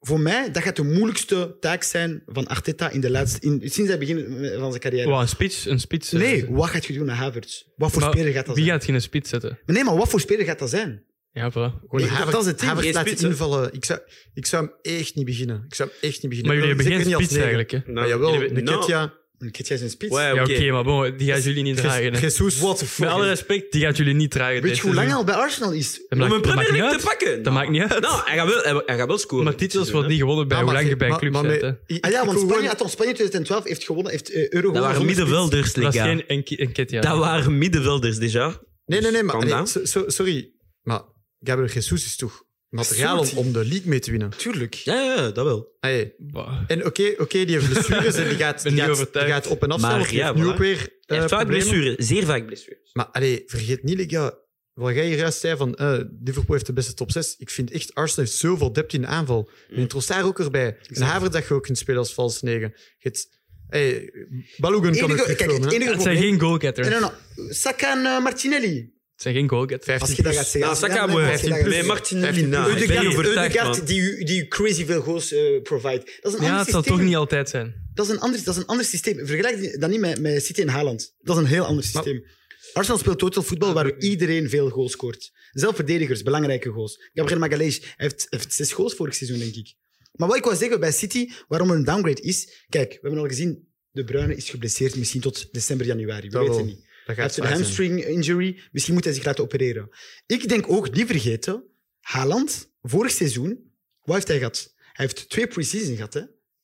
Speaker 2: Voor mij, dat gaat de moeilijkste taak zijn van Arteta in de laatste, in, sinds het begin van zijn carrière.
Speaker 1: Wow, een spits, een spits. eh,
Speaker 2: Nee, wat gaat je doen aan Havertz? Wat voor
Speaker 1: maar
Speaker 2: speler gaat dat
Speaker 1: Wie
Speaker 2: zijn?
Speaker 1: gaat geen spits zetten?
Speaker 2: Nee, maar wat voor speler gaat dat zijn?
Speaker 1: Ja, voilà.
Speaker 3: Gewoon
Speaker 2: Ik-
Speaker 3: Haver-
Speaker 2: dat is het ding.
Speaker 3: Havertz
Speaker 2: Geen
Speaker 3: laten
Speaker 2: spits, hè?
Speaker 3: invallen. Ik zou, ik zou hem echt niet beginnen. Ik zou hem echt niet beginnen.
Speaker 1: Maar jullie hebben
Speaker 3: Zeker
Speaker 1: geen
Speaker 3: niet als
Speaker 1: spits
Speaker 3: negen.
Speaker 1: eigenlijk, hè?
Speaker 4: Nou,
Speaker 3: maar jawel,
Speaker 4: jullie-
Speaker 3: de
Speaker 4: nou.
Speaker 3: Ketja.
Speaker 2: Een Ketja is een spits.
Speaker 4: Wow,
Speaker 1: Ja,
Speaker 4: oké.
Speaker 1: oké, maar bon, die gaan jullie niet dragen. hè.
Speaker 3: Jesus.
Speaker 2: What the fuck?
Speaker 1: Met alle respect, die gaat jullie niet dragen.
Speaker 2: Weet je hoe
Speaker 1: dit
Speaker 2: lang hij
Speaker 1: seizoen.
Speaker 2: al bij Arsenal is?
Speaker 1: Dat
Speaker 4: Om
Speaker 1: maakt-
Speaker 4: een
Speaker 1: dat
Speaker 4: Premier
Speaker 1: maakt niet
Speaker 4: League
Speaker 1: uit.
Speaker 4: te pakken.
Speaker 1: Dat
Speaker 4: Nou,
Speaker 1: maakt niet uit.
Speaker 4: Nou, hij gaat wel, hij, hij gaat wel scoren.
Speaker 1: Maar titels
Speaker 4: dit
Speaker 1: wordt
Speaker 4: seizoen,
Speaker 1: niet gewonnen bij
Speaker 3: Ja,
Speaker 1: hoe
Speaker 3: maar
Speaker 1: lang je
Speaker 3: ge-
Speaker 1: bij een
Speaker 3: maar-
Speaker 1: club
Speaker 3: maar
Speaker 1: bent.
Speaker 3: nee,
Speaker 1: hè.
Speaker 3: ik-
Speaker 2: Ah ja,
Speaker 3: ik
Speaker 2: want
Speaker 3: wil
Speaker 2: Spanje,
Speaker 3: gewoon-
Speaker 2: attends, Spanje 2012 heeft gewonnen, heeft eh, euro
Speaker 4: hè. Dat
Speaker 2: gewonnen.
Speaker 4: waren
Speaker 2: zonder spits.
Speaker 4: middenvelders,
Speaker 1: Dat is
Speaker 4: Lega.
Speaker 1: geen enki- enquête, ja.
Speaker 4: Dat waren middenvelders, dus déjà.
Speaker 3: Nee, nee, nee, maar
Speaker 4: Calm
Speaker 3: nee,
Speaker 4: down.
Speaker 3: so- so- sorry. Maar Gabriel Jesus is toch materiaal om, om de league mee te winnen?
Speaker 2: Tuurlijk.
Speaker 4: Ja, ja, ja, dat wel.
Speaker 3: Allee.
Speaker 1: Bah.
Speaker 3: En oké, oké, die heeft blessures en die gaat,
Speaker 1: Ben
Speaker 3: die
Speaker 1: niet
Speaker 3: gaat, die
Speaker 1: overtuigd.
Speaker 3: gaat op en af staan.
Speaker 4: Maar
Speaker 3: want die
Speaker 4: ja,
Speaker 3: heeft nu
Speaker 4: voilà.
Speaker 3: ook weer eh,
Speaker 4: Hij heeft vaak
Speaker 3: problemen.
Speaker 4: blessuren. Zeer vaak blessuren.
Speaker 3: Maar allee, vergeet niet, Liga, wat jij hier juist zei van eh, Liverpool heeft de beste top 6. Ik vind echt, Arsenal heeft zoveel depth in de aanval.
Speaker 2: Mm.
Speaker 3: En Trossard ook erbij. En Havertz dat je ook kunt spelen als valse negen. Je hebt- Hey, Balogun kan ook
Speaker 2: Enige, kijk,
Speaker 3: terugkomen,
Speaker 2: het
Speaker 3: hè.
Speaker 2: enige
Speaker 1: Het zijn
Speaker 2: probleem...
Speaker 1: geen goalgetters.
Speaker 2: Nee, nee, nee. Saka en eh, Martinelli.
Speaker 1: Het zijn geen goalgetters.
Speaker 2: Als
Speaker 3: 15
Speaker 2: je dat
Speaker 3: plus.
Speaker 2: gaat zeggen. als
Speaker 4: Nou,
Speaker 2: je
Speaker 4: Saka
Speaker 2: dat-
Speaker 4: moet-
Speaker 2: als je dat gaat
Speaker 4: Nee,
Speaker 2: zeggen.
Speaker 4: Martinelli.
Speaker 3: plus.
Speaker 4: Nou, ik ben niet
Speaker 2: Ødegaard,
Speaker 4: overtuigd,
Speaker 2: Ødegaard
Speaker 4: man.
Speaker 2: die, u- die u crazy veel goals eh, provide. Dat is een
Speaker 1: Ja,
Speaker 2: ander
Speaker 1: het zal
Speaker 2: systeem.
Speaker 1: toch niet altijd zijn.
Speaker 2: dat, is een ander, dat is een ander systeem. Vergelijk die- dat niet met, met City en Haaland. Dat is een heel ander systeem. Arsenal speelt total voetbal waar iedereen veel goals scoort. Zelf verdedigers, belangrijke goals. Gabriel Magalhaes hij heeft, heeft zes goals vorig seizoen, denk ik. Maar wat ik wou zeggen bij City, waarom er een downgrade is... Kijk, we hebben al gezien, De Bruyne is geblesseerd misschien tot december, januari. We
Speaker 3: Dat
Speaker 2: weten
Speaker 3: wel.
Speaker 2: niet.
Speaker 3: Dat
Speaker 2: Hij
Speaker 3: gaat
Speaker 2: heeft een
Speaker 3: zwaar zijn.
Speaker 2: hamstring injury. Misschien moet hij zich laten opereren. Ik denk ook niet vergeten, Haaland, vorig seizoen, wat heeft hij gehad? Hij heeft twee pre-season gehad, hè?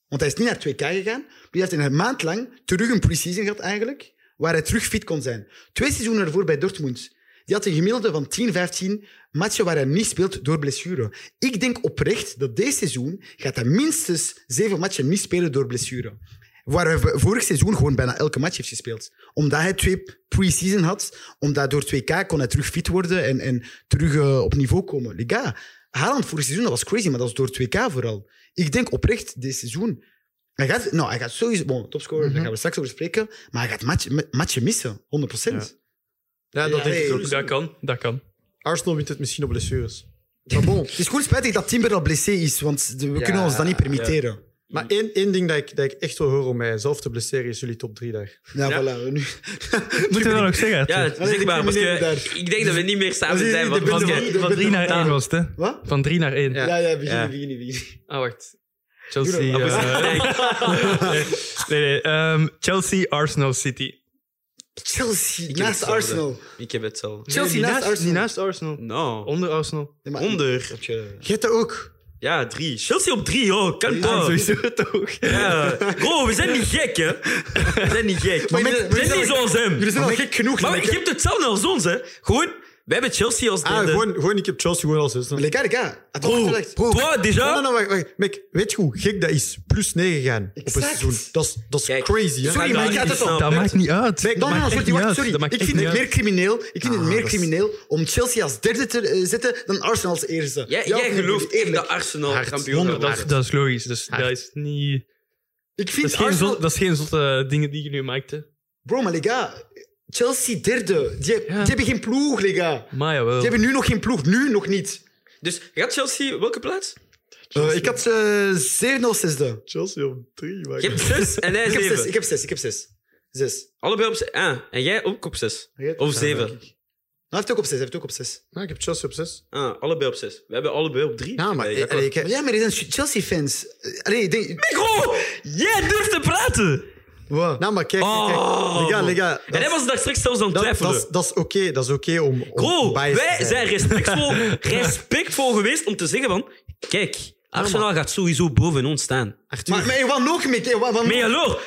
Speaker 2: Want hij is niet naar 2K gegaan. Maar hij heeft een maand lang terug een pre-season gehad, eigenlijk, waar hij terug fit kon zijn. Twee seizoenen ervoor bij Dortmund. Die had een gemiddelde van 10, 15 matchen waar hij niet speelt door blessure. Ik denk oprecht dat deze seizoen gaat hij minstens zeven matchen niet spelen door blessure. Waar hij vorig seizoen gewoon bijna elke match heeft gespeeld. Omdat hij twee pre-season had. Omdat door 2K kon hij terug fit worden en, en terug eh, op niveau komen. Liga, Haaland vorig seizoen dat was crazy, maar dat was door 2K vooral. Ik denk oprecht dit seizoen. Hij gaat, nou, hij gaat sowieso... Bon, topscorer, daar gaan we straks over spreken. Maar hij gaat match, ma- matchen missen, 100%.
Speaker 3: Ja, dat
Speaker 2: Ja,
Speaker 3: denk
Speaker 2: nee,
Speaker 3: ik ook.
Speaker 1: Dat kan, dat kan.
Speaker 3: Arsenal wint het misschien op blessures. Maar bon,
Speaker 2: Het is gewoon spijtig dat Timber al blessé is, want de- we
Speaker 3: Ja,
Speaker 2: kunnen ons dat niet permitteren.
Speaker 3: Maar één, één ding dat ik, dat ik echt wil horen om mijzelf te blesseren is jullie top drie daar.
Speaker 2: Ja,
Speaker 5: Ja.
Speaker 2: voilà. Nu.
Speaker 1: Moeten we dat nog zeggen?
Speaker 5: Ja,
Speaker 1: Arthur?
Speaker 5: zeg maar. want
Speaker 2: crimineel
Speaker 5: je-
Speaker 2: daar.
Speaker 5: ik denk dat we niet meer samen
Speaker 2: Dat is
Speaker 5: zijn.
Speaker 2: niet de
Speaker 5: want- want
Speaker 2: bundel
Speaker 5: je-
Speaker 2: van-
Speaker 1: Van drie naar één was het, hè?
Speaker 2: Wat?
Speaker 1: Van drie naar één.
Speaker 3: Ja.
Speaker 2: Ja, ja, beginnen,
Speaker 4: Ja.
Speaker 2: beginnen, beginnen.
Speaker 5: Ah, wacht.
Speaker 1: Chelsea.
Speaker 2: Doe dat.
Speaker 1: eh, nee, nee. ehm, Chelsea, Arsenal, City.
Speaker 2: Chelsea,
Speaker 4: heb
Speaker 2: naast
Speaker 4: hetzelfde.
Speaker 2: Arsenal.
Speaker 4: Ik heb hetzelfde.
Speaker 2: Chelsea
Speaker 1: Nee, niet
Speaker 2: naast Arsenal.
Speaker 1: Niet naast Arsenal.
Speaker 4: Nou,
Speaker 1: Onder Arsenal.
Speaker 2: Nee, maar-
Speaker 4: onder.
Speaker 2: Heb je-
Speaker 3: Jij dat ook?
Speaker 4: Ja, drie. Chelsea op drie, oh, kan
Speaker 1: Ah,
Speaker 4: toch?
Speaker 1: sowieso toch.
Speaker 4: Ja. Bro, we zijn niet gek, hè? We zijn niet gek.
Speaker 2: Maar
Speaker 4: we
Speaker 2: met- met-
Speaker 4: zijn niet zoals hem.
Speaker 2: Jullie zijn al gek genoeg.
Speaker 4: Maar
Speaker 2: Lekker.
Speaker 4: je hebt hetzelfde als ons, hè? Gewoon, we hebben Chelsea als
Speaker 3: Ah,
Speaker 4: derde.
Speaker 3: gewoon, gewoon, ik heb Chelsea gewoon als zesde.
Speaker 2: Lekker, lekker. Attends, wacht, wacht.
Speaker 4: Toi, déjà?
Speaker 3: Nee, nee, nee, wacht, wacht. Mick, weet je hoe gek dat is? Plus 9 gaan op een
Speaker 2: Exact.
Speaker 3: seizoen. Dat is, dat is
Speaker 5: Kijk,
Speaker 3: crazy, hè?
Speaker 2: Sorry,
Speaker 4: Maar
Speaker 2: maar ik
Speaker 4: dat
Speaker 2: had
Speaker 4: is
Speaker 2: het
Speaker 4: snel.
Speaker 2: al.
Speaker 1: Dat maakt niet uit.
Speaker 3: Nee,
Speaker 1: Dat
Speaker 2: Dan,
Speaker 1: maakt
Speaker 2: dan,
Speaker 1: echt
Speaker 2: sorry,
Speaker 1: niet
Speaker 2: wacht,
Speaker 1: uit.
Speaker 2: sorry.
Speaker 1: Dat maakt
Speaker 2: Ik
Speaker 1: echt
Speaker 2: vind het
Speaker 1: niet
Speaker 2: meer
Speaker 1: uit.
Speaker 2: crimineel, ik vind het meer
Speaker 3: dat is-
Speaker 2: crimineel om Chelsea als derde te eh, zetten dan Arsenal als eerste.
Speaker 5: Jij,
Speaker 2: Ja,
Speaker 5: jij
Speaker 2: of niet?
Speaker 5: gelooft echt dat Arsenal
Speaker 3: Hard.
Speaker 5: kampioen gaat
Speaker 3: Honderd.
Speaker 1: Dat is,
Speaker 5: worden.
Speaker 1: dat is logisch. Dus
Speaker 3: Hard.
Speaker 1: dat is niet...
Speaker 2: Ik
Speaker 1: Dat
Speaker 2: vind
Speaker 1: is, geen
Speaker 2: Arsenal...
Speaker 1: zot- dat is geen zotte dingen die je nu maakt, hè.
Speaker 2: Bro, maar lega, Chelsea derde. Die, die hebben geen ploeg, lega.
Speaker 1: Maar jawel.
Speaker 2: Die hebben nu nog geen ploeg, nu nog niet.
Speaker 5: Dus gaat Chelsea welke plaats?
Speaker 2: Eh, ik had eh 7 of 6 Ik
Speaker 3: Chelsea op 3.
Speaker 5: Je hebt zes en hij
Speaker 2: heb zes,
Speaker 5: zeven.
Speaker 2: ik heb 6, ik heb 6. 6.
Speaker 5: Allebei op zes. Ah, en jij ook op zes. Of zeven.
Speaker 2: Ah, Nou, Hij heeft ook op 6, hij heeft ook op 6.
Speaker 3: ik heb Chelsea op 6.
Speaker 5: Ah, allebei op zes. We hebben allebei op drie.
Speaker 3: Ja, maar
Speaker 5: Nee,
Speaker 3: eh,
Speaker 5: akkoord.
Speaker 3: allee, ik,
Speaker 2: Ja, maar die zijn Chelsea-fans. Allee, ik denk...
Speaker 4: Bro, jij durft te praten.
Speaker 2: Wow.
Speaker 3: nou, maar kijk, kijk, kijk.
Speaker 4: Oh,
Speaker 3: Lega,
Speaker 4: man.
Speaker 3: lega.
Speaker 4: En
Speaker 3: Dat,
Speaker 4: hij was daar straks zelfs aan het
Speaker 3: dat, dat,
Speaker 4: twijfelen.
Speaker 3: is- dat is oké, dat is oké om, om
Speaker 4: Bro,
Speaker 3: biased
Speaker 4: wij
Speaker 3: te
Speaker 4: zijn respectvol, respectvol geweest om te zeggen van... Kijk, Arsenal gaat sowieso boven ons staan.
Speaker 3: Arthur,
Speaker 2: Maar, maar wat nog, Mick? eh, Wat, wat,
Speaker 4: Maar hallo,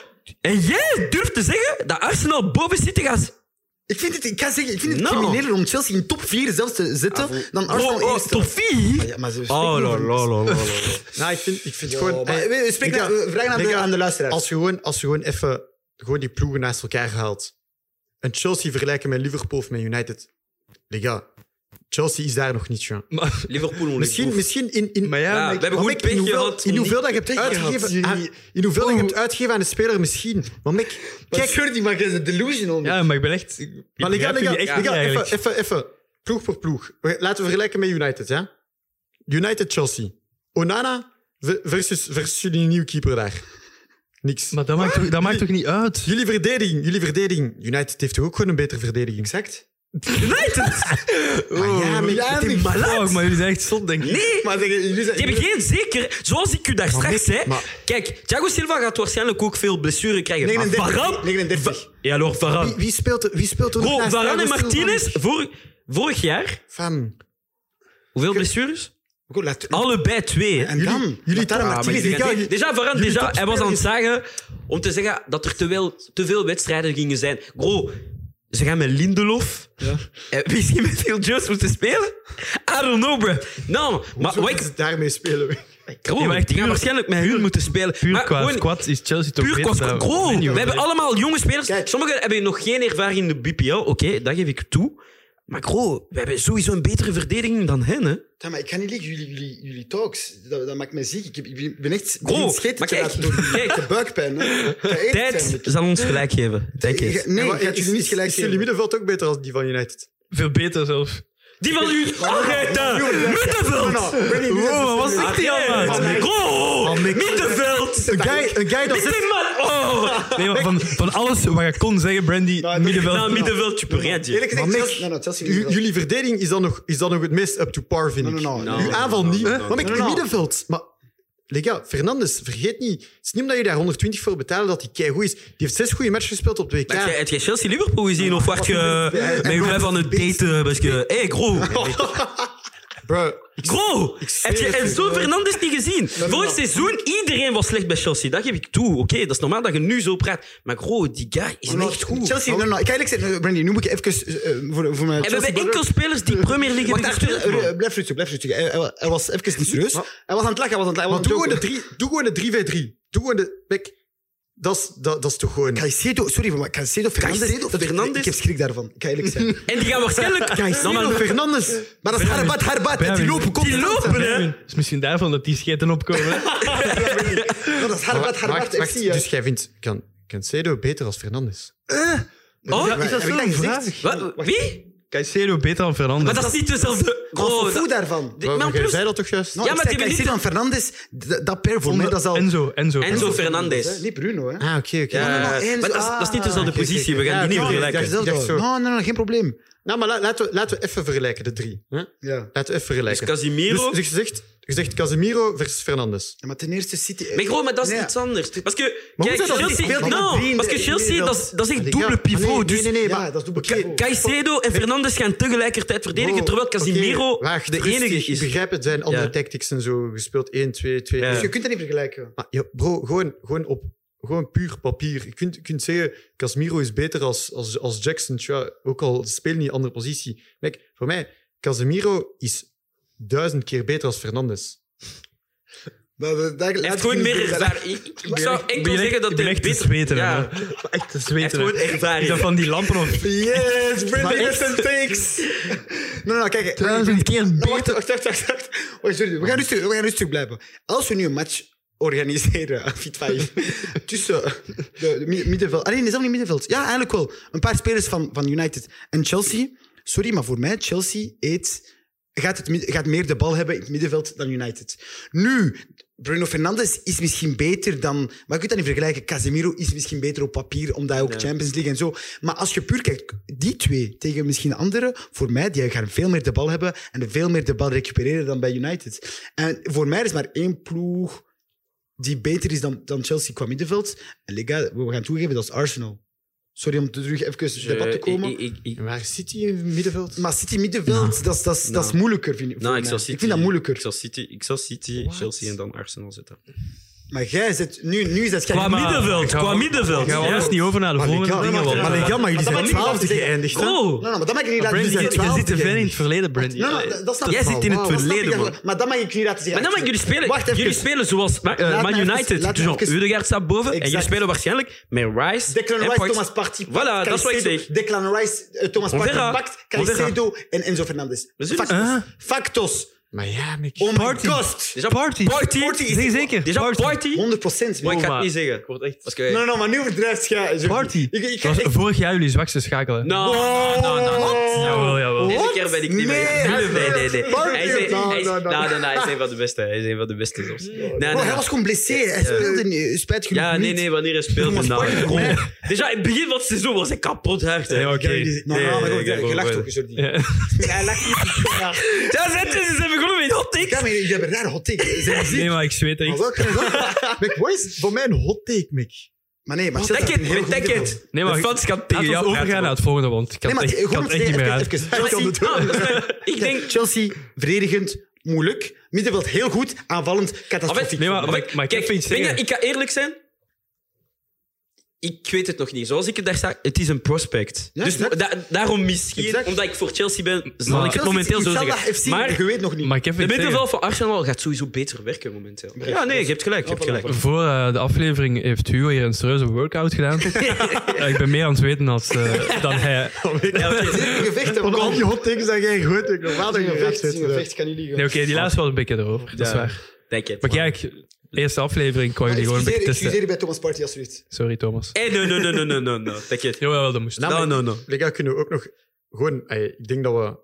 Speaker 4: en jij durft te zeggen dat Arsenal boven City gaat...
Speaker 2: Ik vind het, ik ga zeggen, ik vind het
Speaker 4: Nou.
Speaker 2: crimineler om Chelsea in top 4 zelfs te zetten dan
Speaker 4: Bro,
Speaker 2: Arsenal
Speaker 4: oh,
Speaker 2: eerste.
Speaker 4: top
Speaker 2: Maar
Speaker 4: 4?
Speaker 2: ja, maar ze
Speaker 4: Oh,
Speaker 2: spreken
Speaker 4: la,
Speaker 2: over-
Speaker 4: la, la, la.
Speaker 3: nou, ik vind, ik vind
Speaker 2: Ja,
Speaker 3: gewoon...
Speaker 2: maar-
Speaker 3: eh,
Speaker 2: we- we spreken
Speaker 3: Lega,
Speaker 2: naar- we vragen aan de-
Speaker 3: Lega,
Speaker 2: aan de luisteraars.
Speaker 3: Als je gewoon, als je gewoon even gewoon die ploegen naast elkaar haalt. En Chelsea vergelijken met Liverpool of met United. Lega, Chelsea is daar nog niet, Jean.
Speaker 1: Maar,
Speaker 5: Liverpool moet
Speaker 3: Misschien, misschien in, in,
Speaker 1: maar ja,
Speaker 5: Ja,
Speaker 1: maar
Speaker 5: we
Speaker 1: ik-
Speaker 5: hebben gewoon
Speaker 3: Mac, in
Speaker 5: pech
Speaker 3: hoeveel,
Speaker 5: gehad.
Speaker 3: in hoeveel dat je hebt
Speaker 2: Tegen gehad,
Speaker 3: uitgegeven,
Speaker 2: jullie-
Speaker 3: aan, in hoeveel dat je hebt uitgegeven aan de speler misschien. Maar Mick,
Speaker 2: Kijk,
Speaker 3: kijk,
Speaker 2: Jordi, maar jij bent delusional.
Speaker 1: ja, maar ik ben echt... Ik
Speaker 3: maar Lega,
Speaker 1: begrijp
Speaker 3: Lega,
Speaker 1: jullie echt
Speaker 3: Lega,
Speaker 1: niet
Speaker 3: even,
Speaker 1: eigenlijk.
Speaker 3: even, even. Ploeg voor ploeg. We- Laten we vergelijken met United. Hè? United Chelsea. Onana v- versus, versus jullie nieuwe keeper daar. Niks.
Speaker 1: Maar dat maakt, toch, dat maakt toch niet uit?
Speaker 3: Jullie verdediging, jullie verdediging. United heeft toch ook gewoon een betere verdediging. Exact.
Speaker 2: maar Ah,
Speaker 4: oh,
Speaker 2: ja, maar
Speaker 1: Ja,
Speaker 2: Mick.
Speaker 1: maar, maar jullie zijn echt zot, denk ik.
Speaker 4: Nee,
Speaker 2: Maar zeggen, jullie zijn...
Speaker 4: Die hebben geen zeker, zoals ik u daar straks
Speaker 3: Mick,
Speaker 4: zei.
Speaker 3: maar-
Speaker 4: Kijk, Thiago Silva gaat waarschijnlijk ook veel blessure krijgen. Maar
Speaker 2: 39.
Speaker 4: Varane?
Speaker 2: 39.
Speaker 4: Ja, alors
Speaker 3: Wie,
Speaker 4: Varane.
Speaker 3: wie speelt er? Wie speelt er nog
Speaker 4: Bro,
Speaker 3: naast
Speaker 4: Varane en
Speaker 3: Thiago Silva?
Speaker 4: Martinez, vor- vorig jaar,
Speaker 3: Fam.
Speaker 4: hoeveel blessures?
Speaker 2: Goed, laat-
Speaker 4: Allebei twee. hè.
Speaker 2: En dan?
Speaker 3: Jullie
Speaker 2: daar
Speaker 3: daar
Speaker 4: Ah, maar
Speaker 3: Martinez.
Speaker 4: die
Speaker 3: Lega,
Speaker 4: gaan-
Speaker 3: je-
Speaker 4: Déjà, Varane,
Speaker 3: jullie
Speaker 4: déjà, hij was aan het
Speaker 3: topspelers-
Speaker 4: zeggen om te zeggen dat er te, wel, te veel wedstrijden gingen zijn. Bro, ze gaan met Lindelof. En misschien met Phil Jones moeten spelen. I don't know, bro. Nou, maar
Speaker 3: Hoezo
Speaker 4: wat ik...
Speaker 3: is daarmee spelen we.
Speaker 4: Bro,
Speaker 1: Ja, maar echt
Speaker 4: die gaan
Speaker 1: puur-
Speaker 4: waarschijnlijk met hun moeten spelen.
Speaker 1: Puur
Speaker 4: maar
Speaker 1: qua
Speaker 4: gewoon-
Speaker 1: squad is Chelsea toch
Speaker 4: Puur
Speaker 1: beter
Speaker 4: qua
Speaker 1: dan-
Speaker 4: Bro,
Speaker 1: Nee,
Speaker 4: we
Speaker 1: joh.
Speaker 4: hebben allemaal jonge spelers.
Speaker 2: Kijk.
Speaker 4: Sommigen hebben nog geen ervaring in de BPL. Oké, dat geef ik toe. Maar bro, we hebben sowieso een betere verdediging dan hen, hè.
Speaker 2: Ja, maar ik ga niet liegen, jullie, jullie, jullie talks, dat, dat maakt mij ziek. Ik, heb- ik ben echt
Speaker 4: Bro,
Speaker 2: geen scheten
Speaker 4: maar
Speaker 2: te
Speaker 4: kijk,
Speaker 2: laten door die-
Speaker 4: kijk.
Speaker 2: de buikpijn. Hè. Ik ga eerlijk zijn,
Speaker 4: Tijd
Speaker 2: Mick.
Speaker 4: zal ons gelijk geven. Denk
Speaker 2: Ik
Speaker 4: eens.
Speaker 2: ga- Nee,
Speaker 3: En
Speaker 2: ik
Speaker 3: wat-
Speaker 2: ga het jullie niet
Speaker 3: is-
Speaker 2: gelijk
Speaker 3: Is jullie
Speaker 2: geven.
Speaker 3: middenveld ook beter dan die van United?
Speaker 1: Veel beter zelf.
Speaker 4: Die van u, Arrête!
Speaker 2: No,
Speaker 3: nou.
Speaker 4: Middenveld!
Speaker 2: no, Brady, nu is
Speaker 1: Wow,
Speaker 2: het-
Speaker 1: wat was dit die allemaal?
Speaker 2: man.
Speaker 4: Bro! Middenveld!
Speaker 3: Een guy, een guy dat...
Speaker 4: Dit man! Oh!
Speaker 1: Nee, maar van, van alles wat je kon zeggen, Brandy,
Speaker 2: Nou,
Speaker 1: middenveld.
Speaker 4: Nou, middenveld, je peux rien dire.
Speaker 2: Eerlijk gezegd,
Speaker 3: Maar
Speaker 2: Chelsea- nou, nou, Chelsea...
Speaker 3: U- jullie verdediging is dan, nog, is dan nog het meest up to par, vind
Speaker 2: No, no,
Speaker 3: ik.
Speaker 2: no, no,
Speaker 3: Uw
Speaker 2: no,
Speaker 3: aanval
Speaker 5: no,
Speaker 3: niet.
Speaker 5: no,
Speaker 3: Maar
Speaker 5: no,
Speaker 3: ik
Speaker 2: no,
Speaker 3: het
Speaker 2: no.
Speaker 3: middenveld. Maar Lega, Fernandes, vergeet niet. Het is niet omdat je daar 120 voor betaalt dat hij keigoed is. Die heeft zes goede matches gespeeld op 2K.
Speaker 4: Heb jij- heb jij Chelsea-Liverpool gezien of wacht je eh, met je vijf aan het daten? Parce que, hey, gros!
Speaker 3: Bro,
Speaker 4: Bro, heb je Enzo Fernandes niet gezien? Vorig seizoen, iedereen was slecht bij Chelsea. Dat geef ik toe. Oké, dat is normaal dat je nu zo praat. Maar bro, die guy is
Speaker 2: Nou,
Speaker 4: echt goed.
Speaker 2: Chelsea, nou, nou, ik ga eerlijk zeggen, eh, Brandy, nu moet ik even eh, eh, voor, voor mijn
Speaker 4: En we hebben
Speaker 2: Chelsea-
Speaker 4: enkel spelers die Premier League
Speaker 2: Wacht,
Speaker 4: hebben
Speaker 2: Arthur,
Speaker 4: gespeeld.
Speaker 2: eh,
Speaker 4: man.
Speaker 2: eh, blijf rustig, blijf rustig. Hij, hij- hij was even niet serieus.
Speaker 3: Maar-
Speaker 2: Hij was aan het lachen, hij was aan het lachen. hij
Speaker 3: maar
Speaker 2: was
Speaker 3: doe, gewoon
Speaker 2: aan
Speaker 3: de
Speaker 2: het
Speaker 3: drie, doe gewoon de 3v3. Doe gewoon de... Kijk, Dat is, dat, dat is toch gewoon...
Speaker 2: joken. Caicedo, sorry, maar Caicedo Fernandes.
Speaker 4: Caicedo
Speaker 2: dat-
Speaker 4: Fernandes?
Speaker 2: Ik heb schrik daarvan, ik ga eerlijk zijn.
Speaker 4: En die gaan waarschijnlijk... Nou,
Speaker 3: Caicedo
Speaker 4: Normaal-
Speaker 3: Fernandes.
Speaker 2: Maar dat is Harbat, Harbat, hè, die
Speaker 1: Benjamin.
Speaker 2: lopen
Speaker 4: Die
Speaker 2: constant.
Speaker 4: lopen, hè?
Speaker 1: Het is misschien daarvan dat die scheten opkomen.
Speaker 2: Ja, Dat is Harbat,
Speaker 3: Wacht, wacht,
Speaker 2: Harbat,
Speaker 3: wacht.
Speaker 2: FC. hè.
Speaker 3: Dus jij vindt Can- Cancedo beter als Fernandes?
Speaker 4: Oh,
Speaker 1: is dat
Speaker 2: heb ik
Speaker 1: zo'n
Speaker 2: dat gezegd?
Speaker 1: vraag?
Speaker 4: wat? Wie?
Speaker 1: Caicedo beter dan Fernandes.
Speaker 4: Maar dat is niet dezelfde.
Speaker 2: Wat
Speaker 4: Oh,
Speaker 2: voor voe
Speaker 4: dat-
Speaker 2: daarvan?
Speaker 4: Dit- maar
Speaker 3: Jij
Speaker 4: plus-
Speaker 3: zei dat toch juist?
Speaker 2: Nou,
Speaker 4: Ja,
Speaker 2: ik
Speaker 4: maar
Speaker 2: zei
Speaker 4: die
Speaker 2: Caicedo en
Speaker 4: minuten-
Speaker 2: Fernandes, d- dat pair voor mij, dat is al...
Speaker 1: Enzo, Enzo.
Speaker 4: Enzo Fernandez.
Speaker 2: hè? Niet Bruno, hè?
Speaker 3: Ah, oké, oké.
Speaker 4: Ja,
Speaker 2: maar
Speaker 4: maar
Speaker 2: Enzo-
Speaker 4: dat is, dat is niet dezelfde
Speaker 2: ah,
Speaker 4: positie. We gaan
Speaker 3: oké,
Speaker 4: die niet
Speaker 3: oké. Ja,
Speaker 4: vergelijken.
Speaker 3: ik dacht zo.
Speaker 2: No, no, no, geen probleem.
Speaker 3: Nou, maar la- laten we, laten we even vergelijken, de drie. hè?
Speaker 2: Ja. ja.
Speaker 3: Laten we even
Speaker 4: Dus
Speaker 3: vergelijken.
Speaker 4: Casimiro.
Speaker 3: Dus, dus je, zegt, je zegt Casemiro versus Fernandes.
Speaker 2: Maar ten eerste City...
Speaker 4: Maar gros, maar dat is
Speaker 2: Nee,
Speaker 4: iets anders. Parce que,
Speaker 3: hoe
Speaker 4: kijk,
Speaker 3: zou dat
Speaker 4: Chelsea...
Speaker 3: niet spelen?
Speaker 4: Non,
Speaker 2: Vrienden,
Speaker 4: parce que
Speaker 2: in
Speaker 4: Chelsea, dat is- dat is echt dubbele
Speaker 3: Nee,
Speaker 4: pivot.
Speaker 3: nee,
Speaker 4: Dus
Speaker 3: nee, nee,
Speaker 2: Ja,
Speaker 3: maar-
Speaker 2: dat is dubbel kilo.
Speaker 4: Caicedo en Fernandes gaan tegelijkertijd verdedigen,
Speaker 3: Wow,
Speaker 4: terwijl Casimiro
Speaker 3: oké, waag,
Speaker 4: de
Speaker 3: rustig.
Speaker 4: enige
Speaker 3: Ik
Speaker 4: is.
Speaker 3: begrijp het, zijn andere
Speaker 4: Ja.
Speaker 3: tactics en zo. Gespeeld 1, 2, 2.
Speaker 4: Ja.
Speaker 2: Dus je kunt dat niet vergelijken.
Speaker 3: Maar ja, bro, gewoon, gewoon op gewoon puur papier. Je kunt, je kunt zeggen, Casemiro is beter als, als, als Jackson. Tja, ook al speel niet andere positie. Kijk, voor mij, Casemiro is duizend keer beter als Fernandes.
Speaker 2: Dat, dat, dat,
Speaker 4: Hij heeft gewoon meer ervaring. Ik- Ik zou
Speaker 1: Ik
Speaker 4: enkel
Speaker 1: ben
Speaker 4: zeggen
Speaker 1: echt,
Speaker 4: dat
Speaker 1: ik ben
Speaker 4: hij
Speaker 1: echt te
Speaker 4: beter...
Speaker 1: zweten.
Speaker 4: Ja.
Speaker 1: hè. Echt te
Speaker 4: Hij heeft
Speaker 1: zweten.
Speaker 4: gewoon
Speaker 1: hè. Is dat
Speaker 4: ervaring.
Speaker 1: van die lampen of...
Speaker 2: Yes,
Speaker 1: Maar
Speaker 2: Britney
Speaker 1: echt-
Speaker 2: some takes. No, no, kijk.
Speaker 1: Duizend keer
Speaker 2: Nou, Wacht, wacht, wacht, wacht. wacht. Wacht, sorry. We gaan, rustig, we gaan rustig blijven. Als we nu een match organiseren, aan Fit 5, tussen de, de mi- middenveld... Ah, nee, zelf niet middenveld. Ja, eigenlijk wel. Een paar spelers van, van United en Chelsea. Sorry, maar voor mij, Chelsea eet, gaat, het, mid- gaat meer de bal hebben in het middenveld dan United. Nu, Bruno Fernandes is misschien beter dan... Maar je kunt dat niet vergelijken. Casemiro is misschien beter op papier, omdat hij ook Champions League en zo... Maar als je puur kijkt, die twee tegen misschien anderen, voor mij, die gaan veel meer de bal hebben en veel meer de bal recupereren dan bij United. En voor mij is maar één ploeg die beter is dan, dan Chelsea qua middenveld. En les gars, we gaan toegeven, dat is Arsenal. Sorry om terug even op het debat te komen.
Speaker 4: Ik- ik- ik-
Speaker 3: En waar zit hij in het middenveld?
Speaker 2: maar City middenveld, dat, is- dat, is- dat is
Speaker 4: Nou.
Speaker 2: moeilijker, vind ik. voor
Speaker 4: Nou, ik
Speaker 2: mij.
Speaker 4: zou City...
Speaker 2: vind dat
Speaker 4: Ik
Speaker 2: moeilijker.
Speaker 4: zou City, ik zou City
Speaker 3: What?
Speaker 4: Chelsea en dan Arsenal zetten.
Speaker 2: Maar jij zit nu, nu is dat
Speaker 6: Qua
Speaker 2: Maar-
Speaker 6: middenveld,
Speaker 1: Gaan we-
Speaker 6: qua middenveld.
Speaker 1: Gaan we
Speaker 6: Ja.
Speaker 1: anders niet over naar de volgende
Speaker 2: Liga,
Speaker 1: dingen?
Speaker 2: maar-
Speaker 1: want-
Speaker 2: maar Liga,
Speaker 3: maar jullie
Speaker 2: zijn twaalfde
Speaker 3: geëindigd.
Speaker 2: Nee,
Speaker 6: Wow.
Speaker 2: nee, nou, maar dat mag ik niet
Speaker 1: Maar Brandy,
Speaker 2: laten zien.
Speaker 1: je, je Oh. zit te ver in het verleden, Brandy.
Speaker 2: Nee, nee, dat- dat snap
Speaker 6: Jij
Speaker 2: ik wel.
Speaker 6: zit in het
Speaker 2: Wauw, dat snap
Speaker 6: verleden,
Speaker 2: ik
Speaker 6: man.
Speaker 2: wel. Maar dat mag ik niet laten zien.
Speaker 4: Maar dan mag jullie spelen.
Speaker 2: Wacht even.
Speaker 4: Jullie spelen zoals Ma- eh,
Speaker 2: Laat
Speaker 4: Man
Speaker 2: mij even-
Speaker 4: United.
Speaker 2: laat
Speaker 4: dus
Speaker 2: mij
Speaker 4: Jean
Speaker 2: even-
Speaker 4: Udegaard staat boven. En jullie
Speaker 2: Exact.
Speaker 4: spelen waarschijnlijk met Rice
Speaker 2: Declan
Speaker 4: en
Speaker 2: Rice,
Speaker 4: Parks.
Speaker 2: Thomas Partey. pakt
Speaker 4: Voilà, dat is wat ik
Speaker 2: Caicedo.
Speaker 4: zeg.
Speaker 2: Declan Rice, eh, Thomas
Speaker 4: On
Speaker 2: Partey
Speaker 4: verra.
Speaker 2: pakt
Speaker 4: On verra.
Speaker 2: Caicedo en Enzo Fernandez.
Speaker 4: We zullen-
Speaker 2: Factos.
Speaker 1: Ah.
Speaker 2: Factos.
Speaker 3: Maar ja, Mick.
Speaker 2: Oh my
Speaker 1: Partey.
Speaker 2: god.
Speaker 4: Déjà
Speaker 1: Party.
Speaker 4: Party.
Speaker 1: Zeg zeker.
Speaker 4: Déjà
Speaker 1: Party.
Speaker 4: Party.
Speaker 2: 100 procent.
Speaker 4: Maar
Speaker 2: Nee,
Speaker 4: ik ga
Speaker 1: maar-
Speaker 4: het niet zeggen. Wordt echt... Parce que...
Speaker 2: nee, nee, maar nu overdrijft je.
Speaker 1: Party.
Speaker 2: Ik, ik ga
Speaker 1: Dat was
Speaker 2: echt...
Speaker 1: vorig jaar jullie zwakste schakelen.
Speaker 4: Nou, nou, nou, nou, nou.
Speaker 1: Jawel, jawel.
Speaker 4: Deze
Speaker 2: What?
Speaker 4: keer ben ik niet
Speaker 2: Nee,
Speaker 4: meer. Nee, nee, nee. nee.
Speaker 2: Party.
Speaker 4: Hij is-
Speaker 2: Nou,
Speaker 4: hij is-
Speaker 2: nou,
Speaker 4: nou,
Speaker 2: nou.
Speaker 4: nou, nou, Hij is een van de beste. Hij is een van de beste zelfs. Nee, nee,
Speaker 2: Bro, hij
Speaker 4: nee.
Speaker 2: was gewoon blessé. Hij speelde niet. Spijt genoeg
Speaker 4: Ja, nee,
Speaker 2: niet.
Speaker 4: nee, wanneer hij speelde.
Speaker 2: Thomas
Speaker 4: Nou,
Speaker 2: Partey.
Speaker 4: bro. Déjà, in het begin van het seizoen was hij kapot hard. hè.
Speaker 1: Ja,
Speaker 2: Ik ga
Speaker 1: oké.
Speaker 2: jullie niet- Nou,
Speaker 4: Nee,
Speaker 2: nou, maar
Speaker 4: nee,
Speaker 2: goed,
Speaker 4: nee,
Speaker 2: je
Speaker 4: nee,
Speaker 2: lacht
Speaker 4: nee.
Speaker 2: ook, Jordi.
Speaker 1: Ja.
Speaker 2: Hij lacht niet. Ja.
Speaker 4: Ja, zet ze zijn begonnen met hot takes.
Speaker 2: Ja, maar jullie hebben rare hot takes. Zijn muziek.
Speaker 1: Nee, maar ik zweet
Speaker 2: Maar
Speaker 1: echt.
Speaker 2: welke is dat?
Speaker 3: Mick, wat is voor mij een hot take, Mick?
Speaker 2: Maar nee, maar
Speaker 4: Denk
Speaker 2: Chelsea heeft een heel
Speaker 4: het,
Speaker 2: goed
Speaker 4: denk
Speaker 2: middenveld.
Speaker 4: het.
Speaker 1: Nee, maar
Speaker 4: de fans gaan tegen
Speaker 1: Laten we
Speaker 4: jou
Speaker 1: overgaan naar het volgende, want ik kan
Speaker 2: Nee,
Speaker 1: het
Speaker 2: maar
Speaker 1: echt, ik kan
Speaker 2: gewoon
Speaker 1: het echt
Speaker 2: om
Speaker 1: niet meer
Speaker 2: even,
Speaker 1: uit.
Speaker 2: even,
Speaker 4: praten.
Speaker 2: Chelsea,
Speaker 4: Ah, dat is mijn- Ik denk...
Speaker 2: Chelsea, verdedigend, moeilijk. Middenveld heel goed, aanvallend, catastrofisch.
Speaker 1: Nee, maar, maar,
Speaker 4: Maar
Speaker 1: maar, ik heb
Speaker 4: Kijk,
Speaker 1: iets
Speaker 4: Benja,
Speaker 1: zeggen.
Speaker 4: ik ga eerlijk zijn. Ik weet het nog niet. Zoals ik het daar sta, het is een prospect.
Speaker 2: Ja,
Speaker 4: dus
Speaker 2: exact.
Speaker 4: da- daarom misschien,
Speaker 2: Exact.
Speaker 4: omdat ik voor Chelsea ben, zal
Speaker 1: Maar
Speaker 4: ik het
Speaker 2: Chelsea
Speaker 4: momenteel
Speaker 2: is
Speaker 4: zo
Speaker 2: Inshallah
Speaker 4: zeggen.
Speaker 2: FC,
Speaker 4: Maar
Speaker 2: je weet nog niet.
Speaker 1: Maar ik heb
Speaker 4: de
Speaker 1: iets zeggen.
Speaker 4: middenveld van Arsenal gaat sowieso beter werken momenteel. Ja, nee, je hebt gelijk. Je hebt gelijk.
Speaker 1: Voor eh, de aflevering heeft Hugo hier een serieuze workout gedaan. Eh, ik ben meer aan het weten als, eh, dan hij.
Speaker 4: Ja, oké.
Speaker 2: Een gevecht, een
Speaker 3: Al die hot takes dat jij gooit, ik
Speaker 2: Wat een gevecht, een
Speaker 3: eh.
Speaker 2: gevecht kan niet liegen.
Speaker 1: Nee, oké, die laatste was een beetje erover. Dat is waar.
Speaker 4: Denk het.
Speaker 1: Maar kijk, de eerste aflevering kon je die gewoon een beetje
Speaker 2: Ah, Excuseer
Speaker 1: testen.
Speaker 2: excuseer bij Thomas Partey alsjeblieft.
Speaker 1: Sorry, Thomas.
Speaker 4: Hey, Eh, no, no, no, no, no, no, no. Denk het.
Speaker 1: Jawel, wel, dat moest.
Speaker 4: No, no, no.
Speaker 3: Lega, kunnen we ook nog gewoon... ey, ik denk dat we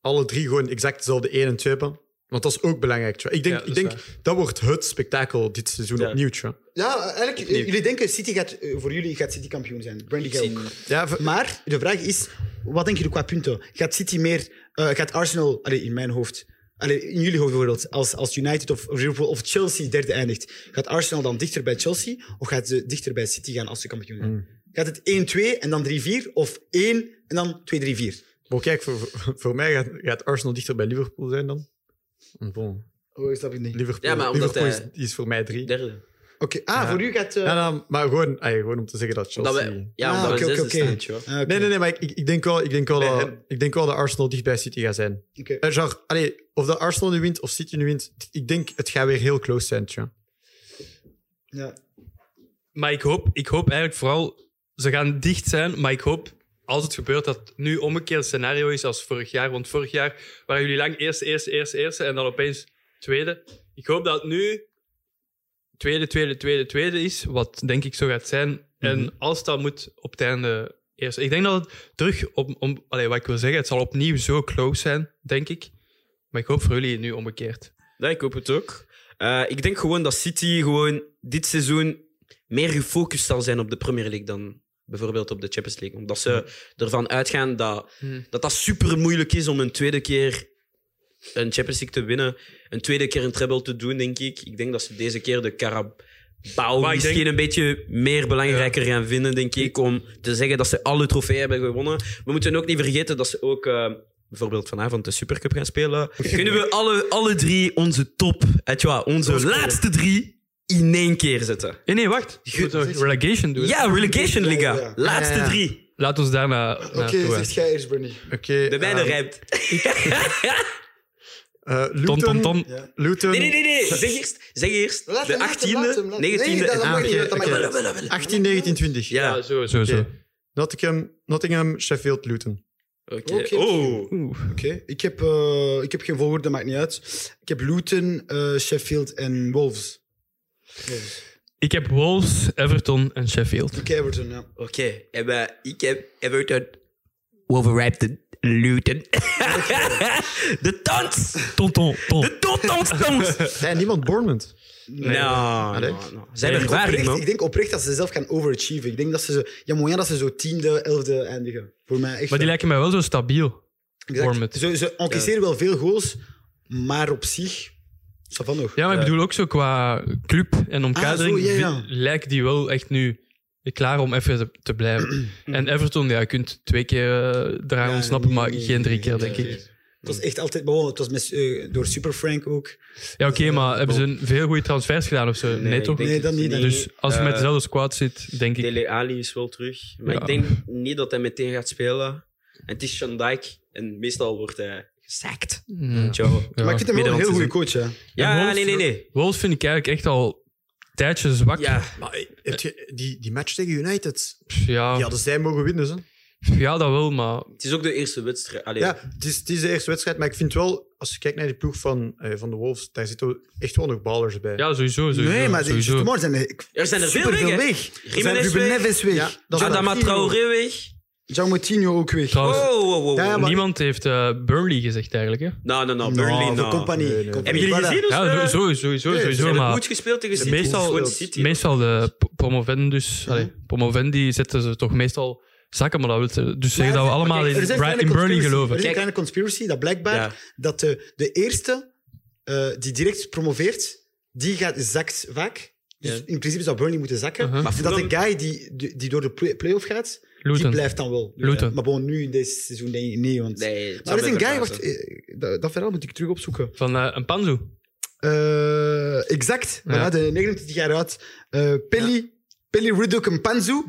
Speaker 3: alle drie gewoon exact dezelfde 1 en 2 hebben. Want dat is ook belangrijk. tja. Ik denk,
Speaker 1: Ja, dat
Speaker 3: ik
Speaker 1: is
Speaker 3: denk dat wordt het spektakel dit seizoen
Speaker 4: Ja.
Speaker 3: opnieuw. tja.
Speaker 2: Ja, eigenlijk, eh, jullie denken City gaat, eh, voor jullie gaat City kampioen zijn. Brandy gaat ook.
Speaker 3: Ja, v-
Speaker 2: Maar de vraag is, wat denken jullie qua punten? Gaat City meer, eh, gaat Arsenal, allee, in mijn hoofd, allee, in jullie hoofd bijvoorbeeld, als, als United of Liverpool of Chelsea derde eindigt, gaat Arsenal dan dichter bij Chelsea of gaat ze dichter bij City gaan als ze kampioen zijn?
Speaker 3: Mm.
Speaker 2: Gaat het 1-2 en dan 3-4 of 1 en dan 2-3-4?
Speaker 3: maar kijk, voor, voor- voor mij gaat, gaat Arsenal dichter bij Liverpool zijn dan. Want Bon,
Speaker 2: Oh, ik snap het niet.
Speaker 3: Liverpool,
Speaker 4: Ja, maar omdat eh,
Speaker 3: Liverpool
Speaker 4: hij-
Speaker 3: is, die is voor mij drie.
Speaker 4: Derde.
Speaker 2: Oké, ah,
Speaker 3: Ja.
Speaker 2: voor u gaat... eh,
Speaker 3: Ja, nou, maar gewoon, ey, gewoon om te zeggen dat Chelsea...
Speaker 4: Omdat we, ja,
Speaker 2: Ah,
Speaker 4: omdat
Speaker 2: oké,
Speaker 4: we
Speaker 2: oké,
Speaker 4: zesde
Speaker 2: oké.
Speaker 4: staan, tjoh.
Speaker 2: ah, oké.
Speaker 3: Nee, nee, nee, maar ik- ik, ik, denk, wel, ik, denk, wel
Speaker 4: Bij
Speaker 3: dat,
Speaker 4: hem.
Speaker 3: ik denk wel dat Arsenal dicht bij City gaat zijn.
Speaker 2: Oké.
Speaker 3: Eh, genre, allee, of dat Arsenal nu wint of City nu wint, ik denk het gaat weer heel close zijn. Tja.
Speaker 2: Ja.
Speaker 1: Maar ik hoop, ik hoop eigenlijk vooral, ze gaan dicht zijn, maar ik hoop als het gebeurt dat het nu omgekeerd scenario is als vorig jaar. Want vorig jaar waren jullie lang eerste, eerste, eerste, eerste en dan opeens tweede. Ik hoop dat het nu tweede, tweede, tweede, tweede is, wat denk ik zo gaat zijn. En als dat moet op het einde eerste. Ik denk dat het terug, op, om, allee, wat ik wil zeggen, het zal opnieuw zo close zijn, denk ik. Maar ik hoop voor jullie nu omgekeerd.
Speaker 4: Ja, ik hoop het ook. Eh, ik denk gewoon dat City gewoon dit seizoen meer gefocust zal zijn op de Premier League dan bijvoorbeeld op de Champions League. Omdat ze ervan uitgaan dat
Speaker 1: Hmm.
Speaker 4: dat, dat super moeilijk is om een tweede keer een Champions League te winnen. Een tweede keer een treble te doen, denk ik. Ik denk dat ze deze keer de Carabao
Speaker 1: Maar ik
Speaker 4: misschien
Speaker 1: denk-
Speaker 4: een beetje meer belangrijker gaan vinden, denk ik. Om te zeggen dat ze alle trofeeën hebben gewonnen. We moeten ook niet vergeten dat ze ook... eh, Bijvoorbeeld vanavond de Supercup gaan spelen. Kunnen we alle, alle drie onze top, weet je wat, onze laatste drie in één keer zetten?
Speaker 1: Eh, Nee, nee, wacht. Je moet toch relegation doen?
Speaker 4: Ja, Relegation Liga.
Speaker 2: Ja, ja.
Speaker 4: Laatste
Speaker 3: Ja, ja, ja.
Speaker 4: drie.
Speaker 1: Laat ons daarna
Speaker 2: Oké, dus
Speaker 1: naartoe.
Speaker 2: zegt jij eerst, Bernie.
Speaker 3: Oké.
Speaker 4: De mijne
Speaker 3: ehm,
Speaker 4: rijpt.
Speaker 3: eh,
Speaker 1: Tom, tom,
Speaker 3: Luton.
Speaker 1: tom.
Speaker 2: Ja.
Speaker 3: Luton.
Speaker 4: Nee, nee, nee, nee. Zeg eerst, zeg eerst
Speaker 2: Laat
Speaker 4: de
Speaker 2: hem, laat hem,
Speaker 4: 18e,
Speaker 2: laat hem, laat hem. Nee,
Speaker 4: 19e
Speaker 2: dat-
Speaker 4: en
Speaker 2: dat mag niet, dat mag
Speaker 4: Oké.
Speaker 2: niet.
Speaker 4: Wel, wel, wel.
Speaker 3: 18, 19, 20.
Speaker 4: Ja,
Speaker 1: zo, zo, zo.
Speaker 3: Oké. Nottingham, Nottingham, Sheffield, Luton.
Speaker 4: oké.
Speaker 2: Oké.
Speaker 4: Oh.
Speaker 1: Oeh.
Speaker 2: Oké, ik, heb, eh, ik heb geen volgorde, maakt niet uit. Ik heb Luton, eh, Sheffield en Wolves. Wolves.
Speaker 1: Ik heb Wolves, Everton en Sheffield.
Speaker 2: Oké, Everton, ja.
Speaker 4: Oké. En eh, ik heb Everton, Wolverhampton, Luton. De tons.
Speaker 1: Tonton, ton.
Speaker 4: De tons, tons.
Speaker 3: Ja, niemand Bournemouth.
Speaker 4: Nou,
Speaker 3: nee.
Speaker 4: nou, nou. Zijn
Speaker 1: Nee,
Speaker 4: er waar,
Speaker 2: Oprecht,
Speaker 4: man?
Speaker 2: ik denk oprecht dat ze zelf gaan overachieven. Ik denk dat ze zo, ja, mooi dat ze zo tiende, elfde eindigen. Voor mij echt.
Speaker 1: Maar die lijken mij wel zo stabiel.
Speaker 2: Exact.
Speaker 1: Bournemouth.
Speaker 2: Ze, ze encaisseren wel veel goals, maar op zich, is dat van nog.
Speaker 1: Ja, maar ik bedoel ook zo qua club en omkadering
Speaker 2: Ah, zo, ja, ja.
Speaker 1: vi- lijkt die wel echt nu klaar om even te, te blijven. en Everton, ja, je kunt twee keer eh, eraan
Speaker 2: Ja,
Speaker 1: ontsnappen,
Speaker 2: nee,
Speaker 1: maar
Speaker 2: nee,
Speaker 1: geen drie
Speaker 2: nee,
Speaker 1: keer,
Speaker 2: nee,
Speaker 1: denk
Speaker 2: nee,
Speaker 1: ik.
Speaker 2: nee. Het was echt altijd bewonnen. Het was met, eh, door Super Frank ook.
Speaker 1: Ja, oké, maar hebben ze een veel goede transfers gedaan of zo? Nee,
Speaker 4: ik
Speaker 1: toch?
Speaker 4: denk
Speaker 2: Nee, dat
Speaker 4: het
Speaker 2: niet, dat
Speaker 1: Dus als je
Speaker 4: Eh,
Speaker 1: met dezelfde squad zit, denk ik...
Speaker 4: Dele Ali is wel terug. Maar
Speaker 1: Ja.
Speaker 4: ik denk niet dat hij meteen gaat spelen. En het is Sean Dijk. En meestal wordt hij gesackt.
Speaker 1: Mm.
Speaker 4: Ciao.
Speaker 1: Ja.
Speaker 2: maar ik vind hem wel een heel goede
Speaker 4: Middenland
Speaker 2: coach. Hè.
Speaker 1: En
Speaker 4: Ja,
Speaker 1: Wolves-
Speaker 4: nee, nee, nee.
Speaker 1: Wolves vind ik eigenlijk echt al een tijdje zwak.
Speaker 4: Ja,
Speaker 3: Maar heb je, die, die match tegen United,
Speaker 1: Pff, ja,
Speaker 3: die
Speaker 1: ja.
Speaker 3: hadden zij mogen winnen. Zo.
Speaker 1: dat wel, maar...
Speaker 4: het is ook de eerste wedstrijd. Allee,
Speaker 3: Ja, het is, het is de eerste wedstrijd, maar ik vind wel, als je kijkt naar die ploeg van, eh, van de Wolves, daar zitten wel echt wel nog ballers bij.
Speaker 1: Ja, sowieso, sowieso.
Speaker 2: nee, maar die
Speaker 1: sowieso.
Speaker 2: Tomorrow zijn er, ik-
Speaker 4: Er zijn er veel
Speaker 2: superveel
Speaker 4: weg, hè?
Speaker 2: Er zijn
Speaker 4: Jimenez
Speaker 2: Ruben
Speaker 4: weg.
Speaker 2: Neves weg.
Speaker 3: Ja, dat is
Speaker 4: Adama
Speaker 2: Jean Moutinho.
Speaker 4: Traoré weg.
Speaker 2: Jean Moutinho ook weg.
Speaker 4: Oh,
Speaker 1: Trouwens,
Speaker 4: wow, wow, wow.
Speaker 3: Ja, ja, maar-
Speaker 1: niemand heeft eh, Burnley gezegd, eigenlijk, hè?
Speaker 4: Nou, nou, nou.
Speaker 2: Nou,
Speaker 4: Burnley,
Speaker 2: voor
Speaker 4: nou.
Speaker 2: compagnie.
Speaker 3: Nee, nee.
Speaker 2: Compagnie.
Speaker 4: Hebben jullie
Speaker 2: Voilà.
Speaker 4: gezien?
Speaker 1: Ja, zo-
Speaker 2: eh,
Speaker 4: Ze
Speaker 1: sowieso, sowieso, sowieso,
Speaker 4: hebben goed
Speaker 1: maar...
Speaker 4: gespeeld tegen City.
Speaker 1: Meestal,
Speaker 4: Gewoon City.
Speaker 1: meestal de p- promovendus,
Speaker 2: Mhm.
Speaker 1: allee, promovendi zetten ze toch meestal zakken, maar dat wil ze- dus zeggen dat we allemaal
Speaker 2: Kijk, er
Speaker 1: in,
Speaker 2: is een
Speaker 1: Bra-
Speaker 2: kleine
Speaker 1: in Burnley
Speaker 2: conspiracy. Er
Speaker 1: geloven.
Speaker 2: is een
Speaker 4: Kijk.
Speaker 2: kleine conspiracy dat blijkbaar
Speaker 4: Ja.
Speaker 2: dat de, de eerste eh, die direct promoveert, die gaat zakt vaak. Dus
Speaker 4: Ja.
Speaker 2: in principe zou Burnley moeten zakken.
Speaker 1: Uh-huh.
Speaker 2: En dat de guy die, die, die door de play- play-off gaat, die
Speaker 1: Luton.
Speaker 2: blijft dan wel.
Speaker 1: Luton.
Speaker 2: Maar gewoon nu in dit seizoen denk ik niet. Want...
Speaker 4: Nee, het
Speaker 2: maar
Speaker 4: zou
Speaker 2: er is een
Speaker 4: mij
Speaker 2: guy, wacht,
Speaker 4: verbazen.
Speaker 2: eh, dat, dat verhaal moet ik terug opzoeken.
Speaker 1: Van eh, een Panzu.
Speaker 2: Eh, exact,
Speaker 1: Ja.
Speaker 2: Voilà, de 29 jaar oud. eh Pelly, Pelly Rudokampanzu.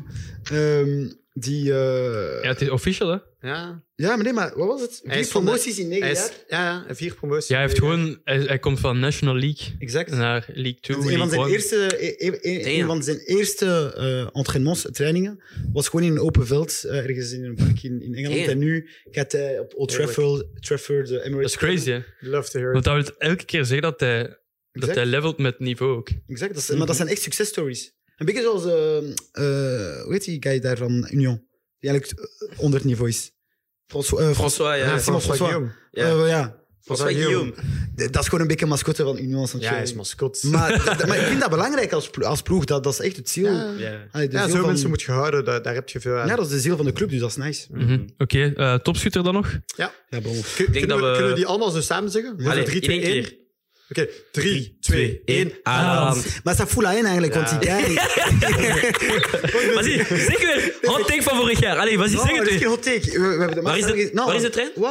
Speaker 2: Ehm, die... eh,
Speaker 1: Ja, het is official, hè?
Speaker 3: Ja.
Speaker 2: Ja, maar nee, maar wat was het?
Speaker 3: Hij
Speaker 2: Drie
Speaker 3: is van de-
Speaker 2: promoties in negen
Speaker 3: Hij
Speaker 2: jaar.
Speaker 3: is, ja, ja, vier promoties.
Speaker 1: Ja, hij heeft gewoon... Hij, hij komt van National League
Speaker 2: Exact.
Speaker 1: naar League 2,
Speaker 2: Dat is een van
Speaker 1: League
Speaker 2: zijn
Speaker 1: 1.
Speaker 2: eerste, e- e- e-
Speaker 4: Damn.
Speaker 2: een van zijn eerste eh, entraînements, trainingen, was gewoon in een open veld, eh, ergens in een park in, in Engeland.
Speaker 4: Damn.
Speaker 2: En nu gaat hij op Old
Speaker 3: Heerlijk.
Speaker 2: Trafford, Trafford de
Speaker 1: Dat
Speaker 2: Emirates.
Speaker 1: is crazy, hè?
Speaker 3: Love to hear
Speaker 1: Want
Speaker 3: it.
Speaker 1: dat wil elke keer zeggen dat hij, dat
Speaker 2: Exact,
Speaker 1: hij levelt met niveau ook.
Speaker 2: exact. Dat is- Maar dat zijn echt successtories. Een beetje zoals, eh, eh, hoe heet die guy daar van Union? Die eigenlijk eh, onder het niveau is. François. eh, Fran-
Speaker 4: François, ja.
Speaker 2: Ja,
Speaker 4: François,
Speaker 2: Simon
Speaker 3: François
Speaker 2: François.
Speaker 3: Guillaume.
Speaker 2: eh,
Speaker 4: ja.
Speaker 2: ja.
Speaker 4: François
Speaker 3: Guillaume.
Speaker 4: Guillaume.
Speaker 2: D- Dat is gewoon een beetje mascotte van Union. snap je?
Speaker 3: Ja, hij is mascot.
Speaker 2: maar, d- d- maar ik vind dat belangrijk als, plo- als ploeg. Dat, dat is echt het ziel.
Speaker 3: ja,
Speaker 4: Ja.
Speaker 2: Allee, de
Speaker 1: dus
Speaker 3: ja,
Speaker 2: ziel
Speaker 3: zo
Speaker 2: van-
Speaker 3: mensen moet je houden, daar, daar heb je veel aan.
Speaker 2: Ja, dat is de ziel van de club, dus dat is nice.
Speaker 1: Mhm. Oké, eh, topschutter dan nog?
Speaker 2: Ja, bon.
Speaker 3: Kun- kunnen,
Speaker 4: dat
Speaker 3: we,
Speaker 4: we-
Speaker 3: kunnen we die allemaal zo samen zeggen? Ja.
Speaker 4: Allee,
Speaker 3: 3,
Speaker 4: in één
Speaker 3: 2, 1.
Speaker 4: keer.
Speaker 3: Oké, 3, 2, 1.
Speaker 4: 2-1,
Speaker 1: Ah,
Speaker 4: Haaland.
Speaker 2: Maar het staat full in eigenlijk,
Speaker 4: Ja.
Speaker 2: want die guy...
Speaker 4: Vas-y, zeg weer. Hot take van vorig jaar. Allee, vas-y,
Speaker 2: Oh,
Speaker 4: zeg
Speaker 2: dat
Speaker 4: het
Speaker 2: is geen
Speaker 4: weer.
Speaker 2: hot take. We, we hebben de
Speaker 4: Waar is
Speaker 2: maat-
Speaker 4: de-
Speaker 2: Nou,
Speaker 4: waar is de trein?
Speaker 2: Wow.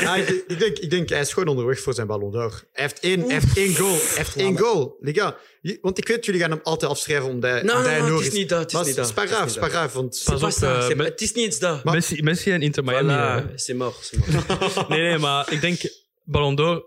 Speaker 3: Ja, Ah, ik, ik denk, ik denk, hij is gewoon onderweg voor zijn ballon d'or. Hij heeft één, hij heeft één goal. Hij heeft één goal. Liga. Je- Want ik weet, jullie gaan hem altijd afschrijven omdat hij
Speaker 4: Nou,
Speaker 3: omdat
Speaker 4: nou,
Speaker 3: hij
Speaker 4: nou,
Speaker 3: Noor
Speaker 4: het is niet dat, het is
Speaker 3: Maar
Speaker 4: niet dat,
Speaker 3: is pas
Speaker 4: het is
Speaker 3: graaf,
Speaker 4: niet
Speaker 3: is pas
Speaker 4: dat.
Speaker 3: graaf, Want
Speaker 1: Pas op,
Speaker 4: Pas daar,
Speaker 1: eh,
Speaker 4: c'est-
Speaker 1: met-
Speaker 4: Het is niet eens dat.
Speaker 1: Messi, Messi en Inter Miami.
Speaker 4: Voilà,
Speaker 1: hè.
Speaker 4: c'est mort, c'est mort.
Speaker 1: Nee, nee, maar ik denk Ballon d'Or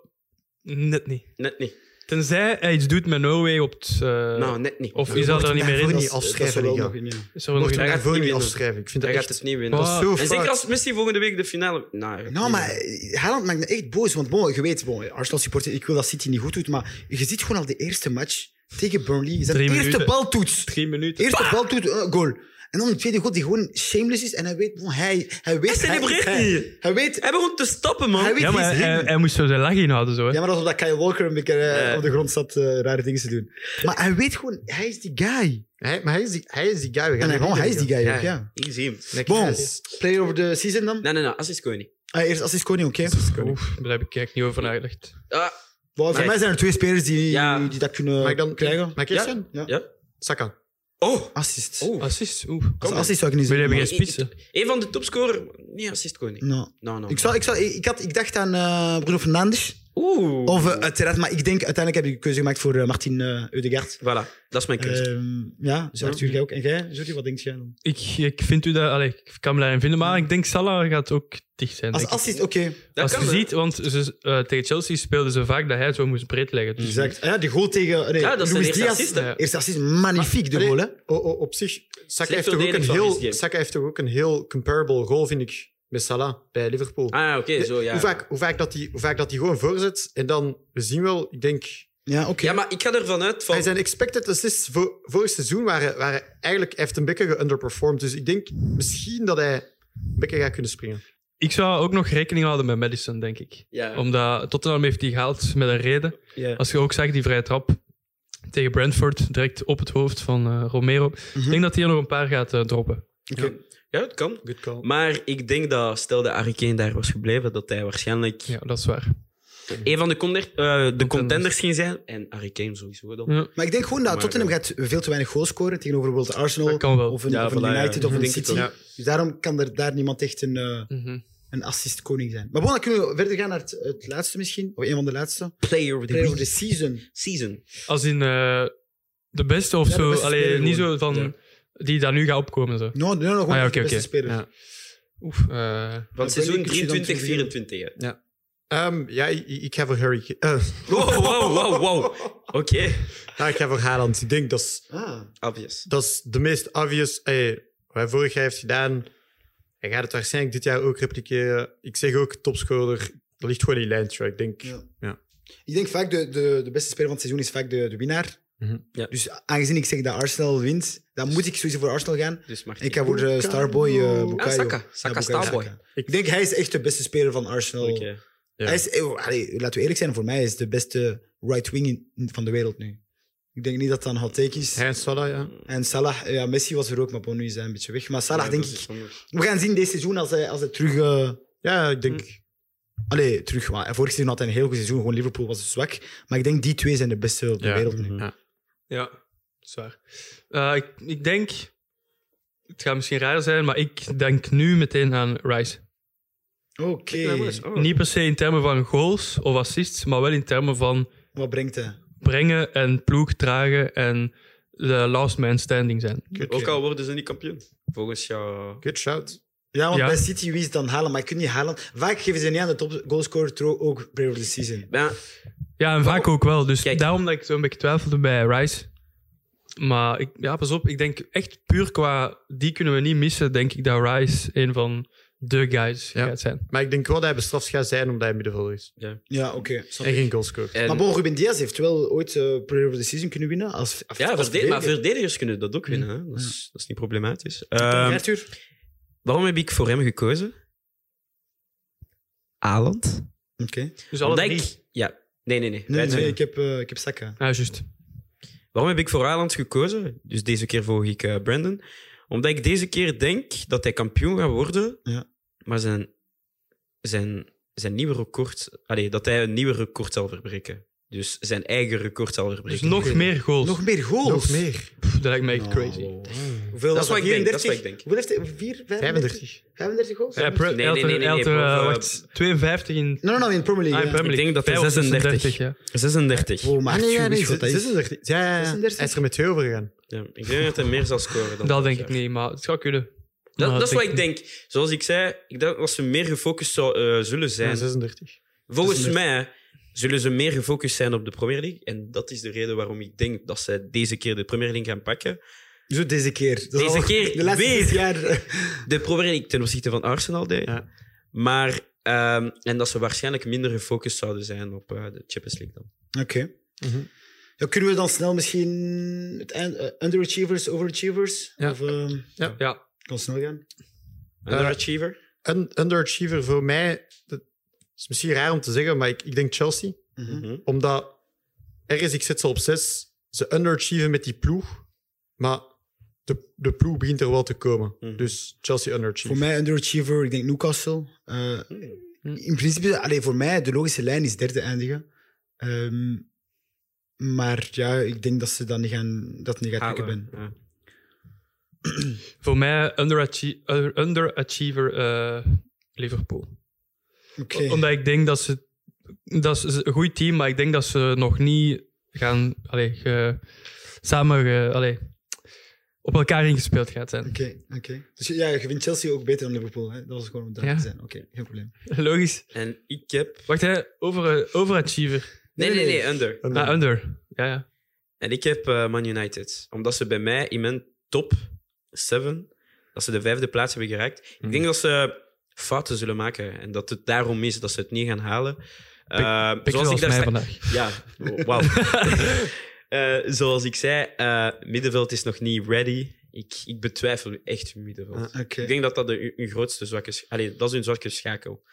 Speaker 1: net niet.
Speaker 4: Net niet.
Speaker 1: Tenzij hij iets doet met Noorwegen op het... eh,
Speaker 4: Nou, net niet.
Speaker 1: of is dat er niet meer
Speaker 3: daarvoor
Speaker 1: in?
Speaker 3: niet afschrijven, Liga.
Speaker 1: Is er wel nog
Speaker 3: Mocht
Speaker 1: in?
Speaker 3: hem
Speaker 4: gaat
Speaker 3: daarvoor
Speaker 4: niet
Speaker 3: niet
Speaker 4: winnen.
Speaker 3: afschrijven. Ik vind
Speaker 4: Hij
Speaker 3: dat
Speaker 4: gaat
Speaker 3: echt...
Speaker 4: het niet winnen.
Speaker 3: Dat is zo
Speaker 4: En
Speaker 3: fout.
Speaker 4: zeker als Messi volgende week de finale... Nou,
Speaker 2: Nou, maar eh, Haaland maakt me echt boos. Want bon, je weet, bon, Arsenal supporter, ik wil dat City niet goed doet, maar je ziet gewoon al de eerste match tegen Burnley. Zijn
Speaker 1: Drie
Speaker 2: eerste
Speaker 1: minuten.
Speaker 2: baltoets.
Speaker 1: Drie minuten.
Speaker 2: Eerste baltoets, eh, goal. En dan een tweede god die gewoon shameless is en hij weet, bon, hij, hij weet...
Speaker 4: Hij celebreert niet.
Speaker 2: Hij weet,
Speaker 4: Hij begon te stappen, man.
Speaker 2: hij weet
Speaker 1: Ja,
Speaker 2: wie
Speaker 1: maar
Speaker 2: is
Speaker 1: hij,
Speaker 2: him.
Speaker 1: hij moest zo zijn lach inhouden. Zo, hè.
Speaker 2: Ja, maar dat is omdat Kyle Walker een beetje eh, op de grond zat eh, rare dingen te doen. Maar hij weet gewoon, hij is die guy.
Speaker 3: Hij, maar hij is, die, hij is die guy. We
Speaker 2: En
Speaker 3: gaan
Speaker 2: hij,
Speaker 3: die
Speaker 2: oh, hij is die guy
Speaker 3: Ja,
Speaker 2: ook, ja.
Speaker 4: Ik zie hem.
Speaker 3: Nick
Speaker 2: Bon,
Speaker 3: Harris.
Speaker 2: player of the season dan?
Speaker 4: Nee, nee, nee. Assist kon je niet.
Speaker 2: Ah, eerst Assis Koning, oké.
Speaker 1: Oef, daar heb ik eigenlijk niet over nagedacht.
Speaker 4: Ah,
Speaker 2: Wow, voor
Speaker 4: Nee.
Speaker 2: mij zijn er twee spelers die,
Speaker 4: Ja.
Speaker 2: die dat kunnen
Speaker 3: Mag ik dan
Speaker 2: krijgen.
Speaker 3: Mag ik
Speaker 4: Ja.
Speaker 3: eerst zijn?
Speaker 2: Ja.
Speaker 4: ja.
Speaker 3: Saka.
Speaker 4: Oh.
Speaker 2: Assist.
Speaker 4: Oh.
Speaker 1: Assist, oeh.
Speaker 2: Als assist zou ik niet
Speaker 1: Jullie
Speaker 2: zeggen.
Speaker 1: hebben
Speaker 2: maar-
Speaker 1: geen spitsen.
Speaker 4: Een van de topscorer. Nee, assist kon je niet.
Speaker 2: Nou,
Speaker 4: Nou, nou.
Speaker 2: Ik, zou, ik, zou, ik, ik had, ik dacht aan eh, Bruno Fernandes.
Speaker 4: Oeh.
Speaker 2: Of eh, uiteraard, maar ik denk uiteindelijk heb ik de keuze gemaakt voor eh, Martin eh Eudegaard.
Speaker 4: Voilà, dat is mijn keuze.
Speaker 2: Ehm, ja, zo Arthur, jij ook. En jij, Jordi, wat denk jij dan?
Speaker 1: Ik, ik vind u dat... Allee, ik kan me daarin vinden, maar ik denk Salah gaat ook dicht zijn.
Speaker 2: Als
Speaker 1: denk ik.
Speaker 2: assist, oké.
Speaker 4: dat
Speaker 1: Als
Speaker 4: kan
Speaker 1: je
Speaker 4: hè.
Speaker 1: ziet, want ze, eh, tegen Chelsea speelden ze vaak dat hij het zo moest breed leggen. Dus
Speaker 2: Exact. Ah Ja, die goal tegen... Nee,
Speaker 4: Ja, dat is de
Speaker 2: Luis
Speaker 4: eerste
Speaker 2: Diaz.
Speaker 4: assist, hè.
Speaker 2: Eerste assist, magnifiek de
Speaker 4: Ah,
Speaker 3: Allee,
Speaker 2: goal, hè.
Speaker 3: o- o- op zich, Saka heeft,
Speaker 4: Slecht
Speaker 3: toch ook een
Speaker 4: verdedigd van PSG.
Speaker 3: heel, Saka heeft toch ook een heel comparable rol, vind ik, met Salah bij Liverpool.
Speaker 4: Ah, oké, zo ja.
Speaker 3: hoe, vaak, hoe, vaak dat die, hoe vaak dat die gewoon voorzet en dan, we zien wel, ik denk...
Speaker 2: Ja, oké.
Speaker 4: Ja, maar ik ga ervan uit van.
Speaker 3: Hij zijn expected assists voor, vorig seizoen waren, waren eigenlijk, hij heeft een beetje geunderperformed. Dus ik denk misschien dat hij een beetje gaat kunnen springen.
Speaker 1: Ik zou ook nog rekening houden met Madison, denk ik.
Speaker 2: Oh,
Speaker 4: Ja.
Speaker 1: Omdat Tottenham heeft die gehaald met een reden.
Speaker 4: Ja.
Speaker 1: Als je ook zag, die vrije trap tegen Brentford, direct op het hoofd van eh, Romero.
Speaker 2: Mhm.
Speaker 1: Ik denk dat hij er nog een paar gaat eh, droppen.
Speaker 4: ja, het kan.
Speaker 3: Good call.
Speaker 4: Maar ik denk dat, stel dat Harry Kane daar was gebleven, dat hij waarschijnlijk
Speaker 1: Ja, dat is waar.
Speaker 4: een van de, conder- eh, de contenders ging zijn. En Harry Kane sowieso dan.
Speaker 1: Ja.
Speaker 2: Maar ik denk gewoon dat
Speaker 4: Maar,
Speaker 2: Tottenham gaat veel te weinig goals scoren tegenover bijvoorbeeld
Speaker 1: Dat
Speaker 2: Arsenal
Speaker 1: kan wel.
Speaker 2: of een,
Speaker 4: Ja,
Speaker 2: of een
Speaker 4: voilà, ja.
Speaker 2: United
Speaker 4: Ik
Speaker 2: of een
Speaker 4: denk het
Speaker 2: City.
Speaker 4: ook.
Speaker 2: Dus daarom kan er daar niemand echt een, eh,
Speaker 1: Mhm.
Speaker 2: een assist-koning zijn. Maar bon, dan kunnen we verder gaan naar het, het laatste misschien. Of een van de laatste.
Speaker 4: Player of the,
Speaker 2: Player of the
Speaker 4: week.
Speaker 2: season.
Speaker 4: season.
Speaker 1: Als in eh, de beste of
Speaker 2: Ja, de
Speaker 1: zo.
Speaker 2: beste
Speaker 1: Allee,
Speaker 2: speler
Speaker 1: niet
Speaker 2: gewoon.
Speaker 1: zo van
Speaker 4: Ja.
Speaker 1: die daar nu gaat opkomen. Zo.
Speaker 2: No, no, no, gewoon
Speaker 1: Ah, ja,
Speaker 2: de
Speaker 1: oké,
Speaker 2: beste
Speaker 1: oké.
Speaker 2: speler.
Speaker 3: Ja.
Speaker 1: Oef. eh,
Speaker 4: Van
Speaker 2: Ja,
Speaker 4: seizoen
Speaker 2: Burnley kun je dan
Speaker 4: 23, 24. hè.
Speaker 3: Ehm, ja, ik, ik ga voor Harry... Ki- eh,
Speaker 4: Wow, wow, wow, wow. Oké,
Speaker 3: ja, ik ga voor Haaland. Ik denk dat is
Speaker 2: Ah.
Speaker 4: obvious.
Speaker 3: dat is de meest obvious. Hey, wat hij vorig jaar heeft gedaan, hij gaat het waarschijnlijk dit jaar ook repliceren. Ik zeg ook topscorer. Dat ligt gewoon in lijntje. Ik denk,
Speaker 2: Ja.
Speaker 3: Ja.
Speaker 2: Ik denk vaak de, de, de beste speler van het seizoen is vaak de, de winnaar.
Speaker 3: Mhm.
Speaker 4: Ja.
Speaker 2: Dus aangezien ik zeg dat Arsenal wint, dan moet ik sowieso voor Arsenal gaan.
Speaker 4: Dus Martin.
Speaker 2: Ik ga voor de Starboy eh Bukayo.
Speaker 4: Ah, Saka.
Speaker 2: Ja,
Speaker 4: Saka
Speaker 2: Bukayo
Speaker 4: Starboy.
Speaker 2: Saka. Ik denk hij is echt de beste speler van Arsenal.
Speaker 4: Oké.
Speaker 3: Ja.
Speaker 2: Hij is, eh, allee, laten we eerlijk zijn, voor mij is de beste right wing in- van de wereld nu. Ik denk niet dat dat een hot take is.
Speaker 3: hij en Salah, ja.
Speaker 2: En Salah, ja, Messi was er ook, maar bon, nu is hij een beetje weg. Maar Salah,
Speaker 4: Ja,
Speaker 2: denk
Speaker 4: dat is
Speaker 2: ik.
Speaker 4: iets anders.
Speaker 2: We gaan zien dit seizoen als hij, als hij terug. eh,
Speaker 3: Ja, ik denk...
Speaker 2: Allee, terug. Maar vorig seizoen had hij een heel goed seizoen. Gewoon Liverpool was zwak. Maar ik denk die twee zijn de beste op de
Speaker 1: Ja.
Speaker 2: wereld nu.
Speaker 3: Mhm.
Speaker 1: Ja, dat is waar. Eh, ik, ik denk, het gaat misschien raar zijn, maar ik denk nu meteen aan Rice.
Speaker 2: Oké.
Speaker 4: Oh.
Speaker 1: Niet per se in termen van goals of assists, maar wel in termen van
Speaker 2: Wat brengt hij?
Speaker 1: brengen en ploeg dragen en de last man standing zijn.
Speaker 4: Ook al worden ze niet kampioen. Volgens jou.
Speaker 3: Good shout.
Speaker 2: Ja, want
Speaker 1: Ja.
Speaker 2: bij City wie is het dan halen, maar je kunt niet halen. Vaak geven ze niet aan de top goalscorer tro- ook player of the season.
Speaker 4: Ja,
Speaker 1: Ja, en vaak ook wel. Dus
Speaker 4: Kijk.
Speaker 1: daarom dat ik zo'n beetje twijfelde bij Rice. Maar ik, ja, pas op, ik denk echt puur qua die kunnen we niet missen, denk ik dat Rice een van de guys
Speaker 3: Ja.
Speaker 1: gaat zijn.
Speaker 3: Maar ik denk wel dat hij bestraft gaat zijn omdat hij middenvelder is.
Speaker 2: Ja, oké. snap
Speaker 3: En
Speaker 2: ik.
Speaker 3: geen goal scoort.
Speaker 4: en,
Speaker 2: Maar bon, Ruben Diaz heeft wel ooit eh player of the season kunnen winnen. Als, als, als
Speaker 4: ja verde- maar
Speaker 2: verdediger.
Speaker 4: verdedigers kunnen dat ook winnen. Hè? Dat, is, dat is niet problematisch.
Speaker 2: Ja,
Speaker 4: Ehm,
Speaker 2: Arthur?
Speaker 4: waarom heb ik voor hem gekozen? Aland.
Speaker 2: Oké.
Speaker 1: Dus alle
Speaker 4: Omdat
Speaker 1: drie.
Speaker 4: ik- Ja. Nee, nee, nee.
Speaker 2: Nee,
Speaker 4: Wij
Speaker 2: nee,
Speaker 4: twee.
Speaker 2: ik heb, eh, ik heb Saka.
Speaker 1: Ja, juist. Dus
Speaker 4: Waarom heb ik voor Haaland gekozen? Dus deze keer volg ik eh, Brandon. Omdat ik deze keer denk dat hij kampioen gaat worden.
Speaker 2: Ja.
Speaker 4: Maar zijn, zijn, zijn nieuwe record... Allee, dat hij een nieuwe record zal verbreken. Dus zijn eigen record zal
Speaker 1: Dus
Speaker 4: verbreken.
Speaker 1: nog meer goals.
Speaker 2: Nog meer goals.
Speaker 3: Nog meer.
Speaker 1: Pff, dat lijkt me echt
Speaker 2: Nou,
Speaker 1: crazy.
Speaker 2: Hoeveel
Speaker 4: Dat
Speaker 2: was
Speaker 4: is wat ik denk, dat is wat ik
Speaker 2: 34?
Speaker 4: denk.
Speaker 2: Hoeveel heeft hij? 4, 35?
Speaker 3: 35.
Speaker 2: 35 goals?
Speaker 1: Ja,
Speaker 2: nee,
Speaker 1: Pre-
Speaker 4: nee,
Speaker 1: Elter-
Speaker 4: nee, nee, nee,
Speaker 1: Elter, eh,
Speaker 4: boven-
Speaker 1: wacht, 52 in
Speaker 2: nee, nee, in de Premier
Speaker 1: ah,
Speaker 2: League.
Speaker 1: in
Speaker 2: ja.
Speaker 1: Premier
Speaker 4: Ik
Speaker 1: League.
Speaker 4: denk dat hij
Speaker 1: 35,
Speaker 4: 36.
Speaker 1: ja.
Speaker 4: 36.
Speaker 2: Wow, maar
Speaker 3: Ah, nee, ja,
Speaker 2: Arthur,
Speaker 3: nee,
Speaker 2: wist je wat dat is?
Speaker 3: 36. Ja, ja, ja.
Speaker 2: 36.
Speaker 3: Hij is er met twee over gegaan.
Speaker 4: Ja, ik denk dat hij meer zal scoren
Speaker 1: Dat
Speaker 4: dan vorig
Speaker 1: denk ik
Speaker 4: jaar.
Speaker 1: niet, maar het zou kunnen.
Speaker 4: Dat,
Speaker 1: Maar
Speaker 4: dat is wat ik
Speaker 1: denk-
Speaker 4: denk. Zoals ik zei, ik denk dat ze meer gefocust zou, eh, zullen
Speaker 3: Ja,
Speaker 4: zijn.
Speaker 3: 36.
Speaker 4: Volgens mij zullen ze meer gefocust zijn op de Premier League. En dat is de reden waarom ik denk dat ze deze keer de Premier League gaan pakken.
Speaker 2: Zo deze keer. Dat is
Speaker 4: Deze
Speaker 2: al-
Speaker 4: keer
Speaker 2: De laatste
Speaker 4: weer.
Speaker 2: zes jaar.
Speaker 4: De Premier League ten opzichte van Arsenal deed.
Speaker 3: Ja.
Speaker 4: Maar, ehm, en dat ze waarschijnlijk minder gefocust zouden zijn op eh, de Champions League dan.
Speaker 2: Oké.
Speaker 3: Mhm.
Speaker 2: Ja, kunnen we dan snel misschien het eind, eh, underachievers, overachievers?
Speaker 3: Ja.
Speaker 2: Of, ehm,
Speaker 1: Ja.
Speaker 2: kan snel gaan.
Speaker 4: Underachiever.
Speaker 3: Een underachiever voor mij, dat is misschien raar om te zeggen, maar ik, ik denk Chelsea.
Speaker 4: Mhm.
Speaker 3: Omdat ergens, ik zit ze op zes, ze underachieven met die ploeg, maar de, de ploeg begint er wel te komen.
Speaker 4: Mhm.
Speaker 3: Dus Chelsea underachieven.
Speaker 2: Voor mij underachiever, ik denk Newcastle. Eh, In principe, allee, voor mij, de logische lijn is derde eindigen. Ehm, maar ja, ik denk dat ze dat niet gaan, dat niet gaan lukken. Ben.
Speaker 4: Ja.
Speaker 1: Voor mij underachie- eh, underachiever eh, Liverpool.
Speaker 2: Oké.
Speaker 1: Omdat ik denk dat ze... Dat is een goed team, maar ik denk dat ze nog niet gaan... Allee, ge- samen... ge- allee, op elkaar ingespeeld gaat zijn.
Speaker 2: Oké, oké. Dus ja, je vindt Chelsea ook beter dan Liverpool. Hè? Dat was gewoon om duidelijk
Speaker 1: Ja.
Speaker 2: te zijn. Oké, geen probleem.
Speaker 1: Logisch.
Speaker 4: En ik heb...
Speaker 1: Wacht, hè. Over, eh, overachiever.
Speaker 4: Nee, nee, nee, under.
Speaker 1: Ah, under. Ja, ja.
Speaker 4: En ik heb eh, Man United. Omdat ze bij mij in mijn top 7, dat ze de vijfde plaats hebben geraakt.
Speaker 2: Mhm.
Speaker 4: Ik denk dat ze fouten zullen maken. En dat het daarom is dat ze het niet gaan halen. Eh,
Speaker 1: Pik zoals mij
Speaker 4: sta-
Speaker 1: vandaag.
Speaker 4: Ja, oh, wauw. Eh, zoals ik zei, eh, middenveld is nog niet ready. Ik, ik betwijfel echt hun middenveld.
Speaker 2: Ah, oké.
Speaker 4: Nou, Ik denk dat dat de, hun- hun grootste zwakke... sch- Allee, dat is hun zwakke schakel.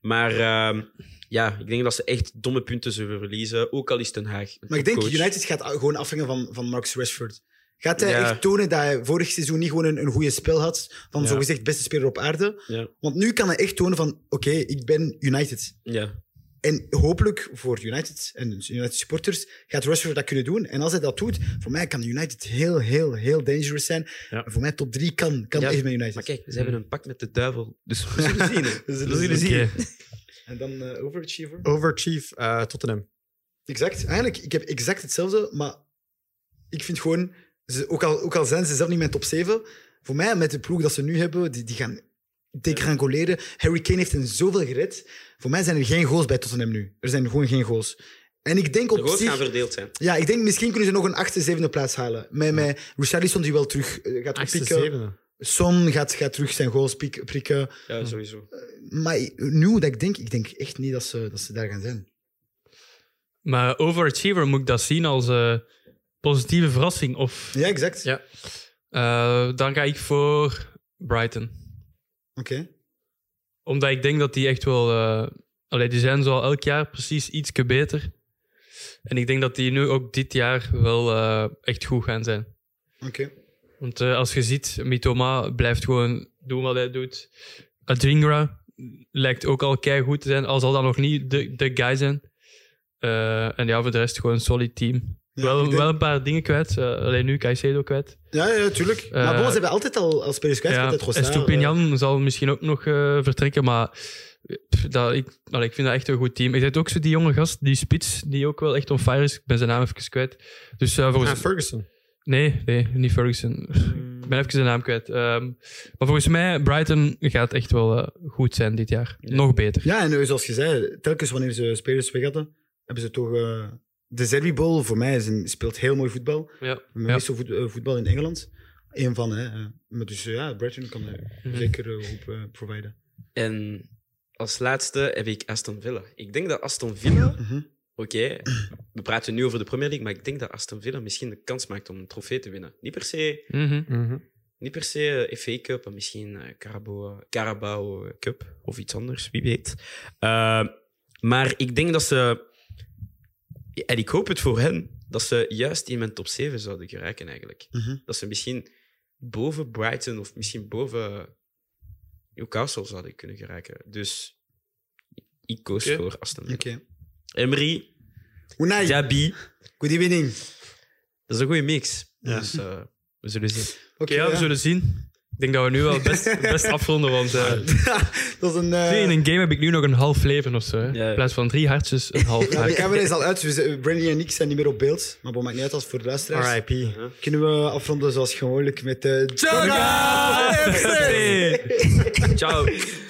Speaker 4: Maar ehm, ja, ik denk dat ze echt domme punten zullen verliezen. Ook al is Ten Haag een
Speaker 2: Maar ik denk,
Speaker 4: topcoach.
Speaker 2: United gaat gewoon afhangen van, van Marcus Rashford. Gaat hij
Speaker 4: Ja.
Speaker 2: echt tonen dat hij vorig seizoen niet gewoon een, een goede spel had van
Speaker 4: Ja.
Speaker 2: zogezegd beste speler op aarde?
Speaker 4: Ja.
Speaker 2: Want nu kan hij echt tonen van, oké, ik ben United.
Speaker 4: Ja.
Speaker 2: En hopelijk voor United en dus United supporters gaat Rashford dat kunnen doen. En als hij dat doet, voor mij kan United heel, heel, heel dangerous zijn.
Speaker 4: Ja.
Speaker 2: En voor mij top 3 kan, kan
Speaker 4: Ja,
Speaker 2: echt met
Speaker 4: Maar
Speaker 2: United.
Speaker 4: kijk, ze hebben een pact met de duivel. Dus we zullen zien. hè.
Speaker 2: Dus
Speaker 4: We zullen zien.
Speaker 2: En dan eh, overachiever.
Speaker 3: Overachieve eh, Tottenham.
Speaker 2: Exact. Eigenlijk, ik heb exact hetzelfde, maar ik vind gewoon, ze, ook, al, ook al zijn ze zelf niet mijn top 7, voor mij met de ploeg dat ze nu hebben, die, die gaan degrancoleren. Harry Kane heeft hen zoveel gered. Voor mij zijn er geen goals bij Tottenham nu. Er zijn gewoon geen goals. En ik denk
Speaker 4: De
Speaker 2: op
Speaker 4: goals gaan
Speaker 2: zich...
Speaker 4: verdeeld zijn.
Speaker 2: Ja, ik denk misschien kunnen ze nog een achtste, zevende plaats halen. Met, met Richarlison die wel terug eh, gaat
Speaker 3: Achtste,
Speaker 2: oppikken.
Speaker 3: zevende.
Speaker 2: Son gaat, gaat terug zijn goals piek- prikken.
Speaker 4: Ja, sowieso.
Speaker 2: Maar nu dat ik denk, ik denk echt niet dat ze, dat ze daar gaan zijn.
Speaker 1: Maar overachiever moet ik dat zien als eh, positieve verrassing. Of,
Speaker 2: Ja, exact.
Speaker 1: Ja. Eh, dan ga ik voor Brighton.
Speaker 2: Oké.
Speaker 1: Omdat ik denk dat die echt wel... eh allee, die zijn zo al elk jaar precies ietsje beter. En ik denk dat die nu ook dit jaar wel eh, echt goed gaan zijn.
Speaker 2: Oké.
Speaker 1: Want eh, als je ziet, Mitoma blijft gewoon doen wat hij doet. Adingra lijkt ook al goed te zijn, al zal dat nog niet de, de guy zijn. Eh, en ja, voor de rest gewoon een solid team.
Speaker 2: Ja,
Speaker 1: wel,
Speaker 2: ik denk-
Speaker 1: wel een paar dingen kwijt. eh, alleen nu Caicedo kwijt.
Speaker 2: Ja, ja, tuurlijk. maar
Speaker 1: Eh,
Speaker 2: bon, ze hebben altijd al als spelers kwijt.
Speaker 1: Ja,
Speaker 2: altijd
Speaker 1: en
Speaker 2: Rossard,
Speaker 1: Stupinian zal misschien ook nog eh, vertrekken, maar pff, dat, ik, allee, ik vind dat echt een goed team. Ik zit ook zo die jonge gast, die spits, die ook wel echt on fire is. Ik ben zijn naam even kwijt. Dus eh, volgens
Speaker 3: Ah, Ferguson.
Speaker 1: Nee, nee, niet Ferguson. Ik ben even zijn naam kwijt. Ehm, maar volgens mij, Brighton gaat echt wel eh, goed zijn dit jaar. Nog beter.
Speaker 2: eh. Ja, en eh, zoals je zei, telkens wanneer ze spelers weg hadden, hebben ze toch... eh, de Zerbi Bowl voor mij is een- speelt heel mooi voetbal.
Speaker 1: Ja.
Speaker 2: Mijn meeste voet- eh, voetbal in Engeland. Eén van, hè. eh. Maar dus eh, ja, Brighton kan er
Speaker 1: Mhm.
Speaker 2: zeker eh, hoop eh, providen.
Speaker 4: En als laatste heb ik Aston Villa. Ik denk dat Aston Villa...
Speaker 2: Mhm.
Speaker 4: Oké, we praten nu over de Premier League, maar ik denk dat Aston Villa misschien de kans maakt om een trofee te winnen. Niet per se,
Speaker 1: Mhm.
Speaker 4: niet per se eh, FA Cup, maar misschien eh, Carabao, Carabao eh, Cup of iets anders, wie weet. Eh, maar ik denk dat ze... En ik hoop het voor hen, dat ze juist in mijn top 7 zouden geraken eigenlijk.
Speaker 2: Mhm.
Speaker 4: Dat ze misschien boven Brighton of misschien boven Newcastle zouden kunnen geraken. Dus ik koos
Speaker 1: Oké.
Speaker 4: voor Aston Villa.
Speaker 2: Oké.
Speaker 4: Emery,
Speaker 2: Unai,
Speaker 4: Jabi...
Speaker 2: good evening.
Speaker 4: Dat is een goede mix.
Speaker 3: Ja.
Speaker 4: Dus eh, we zullen zien.
Speaker 1: Oké, ja, we zullen zien. Ik denk dat we nu wel best, best afronden, want eh,
Speaker 2: dat is een... eh,
Speaker 1: zie, in een game heb ik nu nog een half leven of zo. hè.
Speaker 4: Ja.
Speaker 1: In plaats van drie hartjes, een half
Speaker 2: ja, de
Speaker 1: hart.
Speaker 2: camera is al uit, dus eh, Brandy en ik zijn niet meer op beeld. Maar bon, maakt niet uit als voor de luisteraars.
Speaker 3: RIP.
Speaker 2: Kunnen we afronden zoals gewoonlijk met... eh,
Speaker 1: Ciao! Ciao!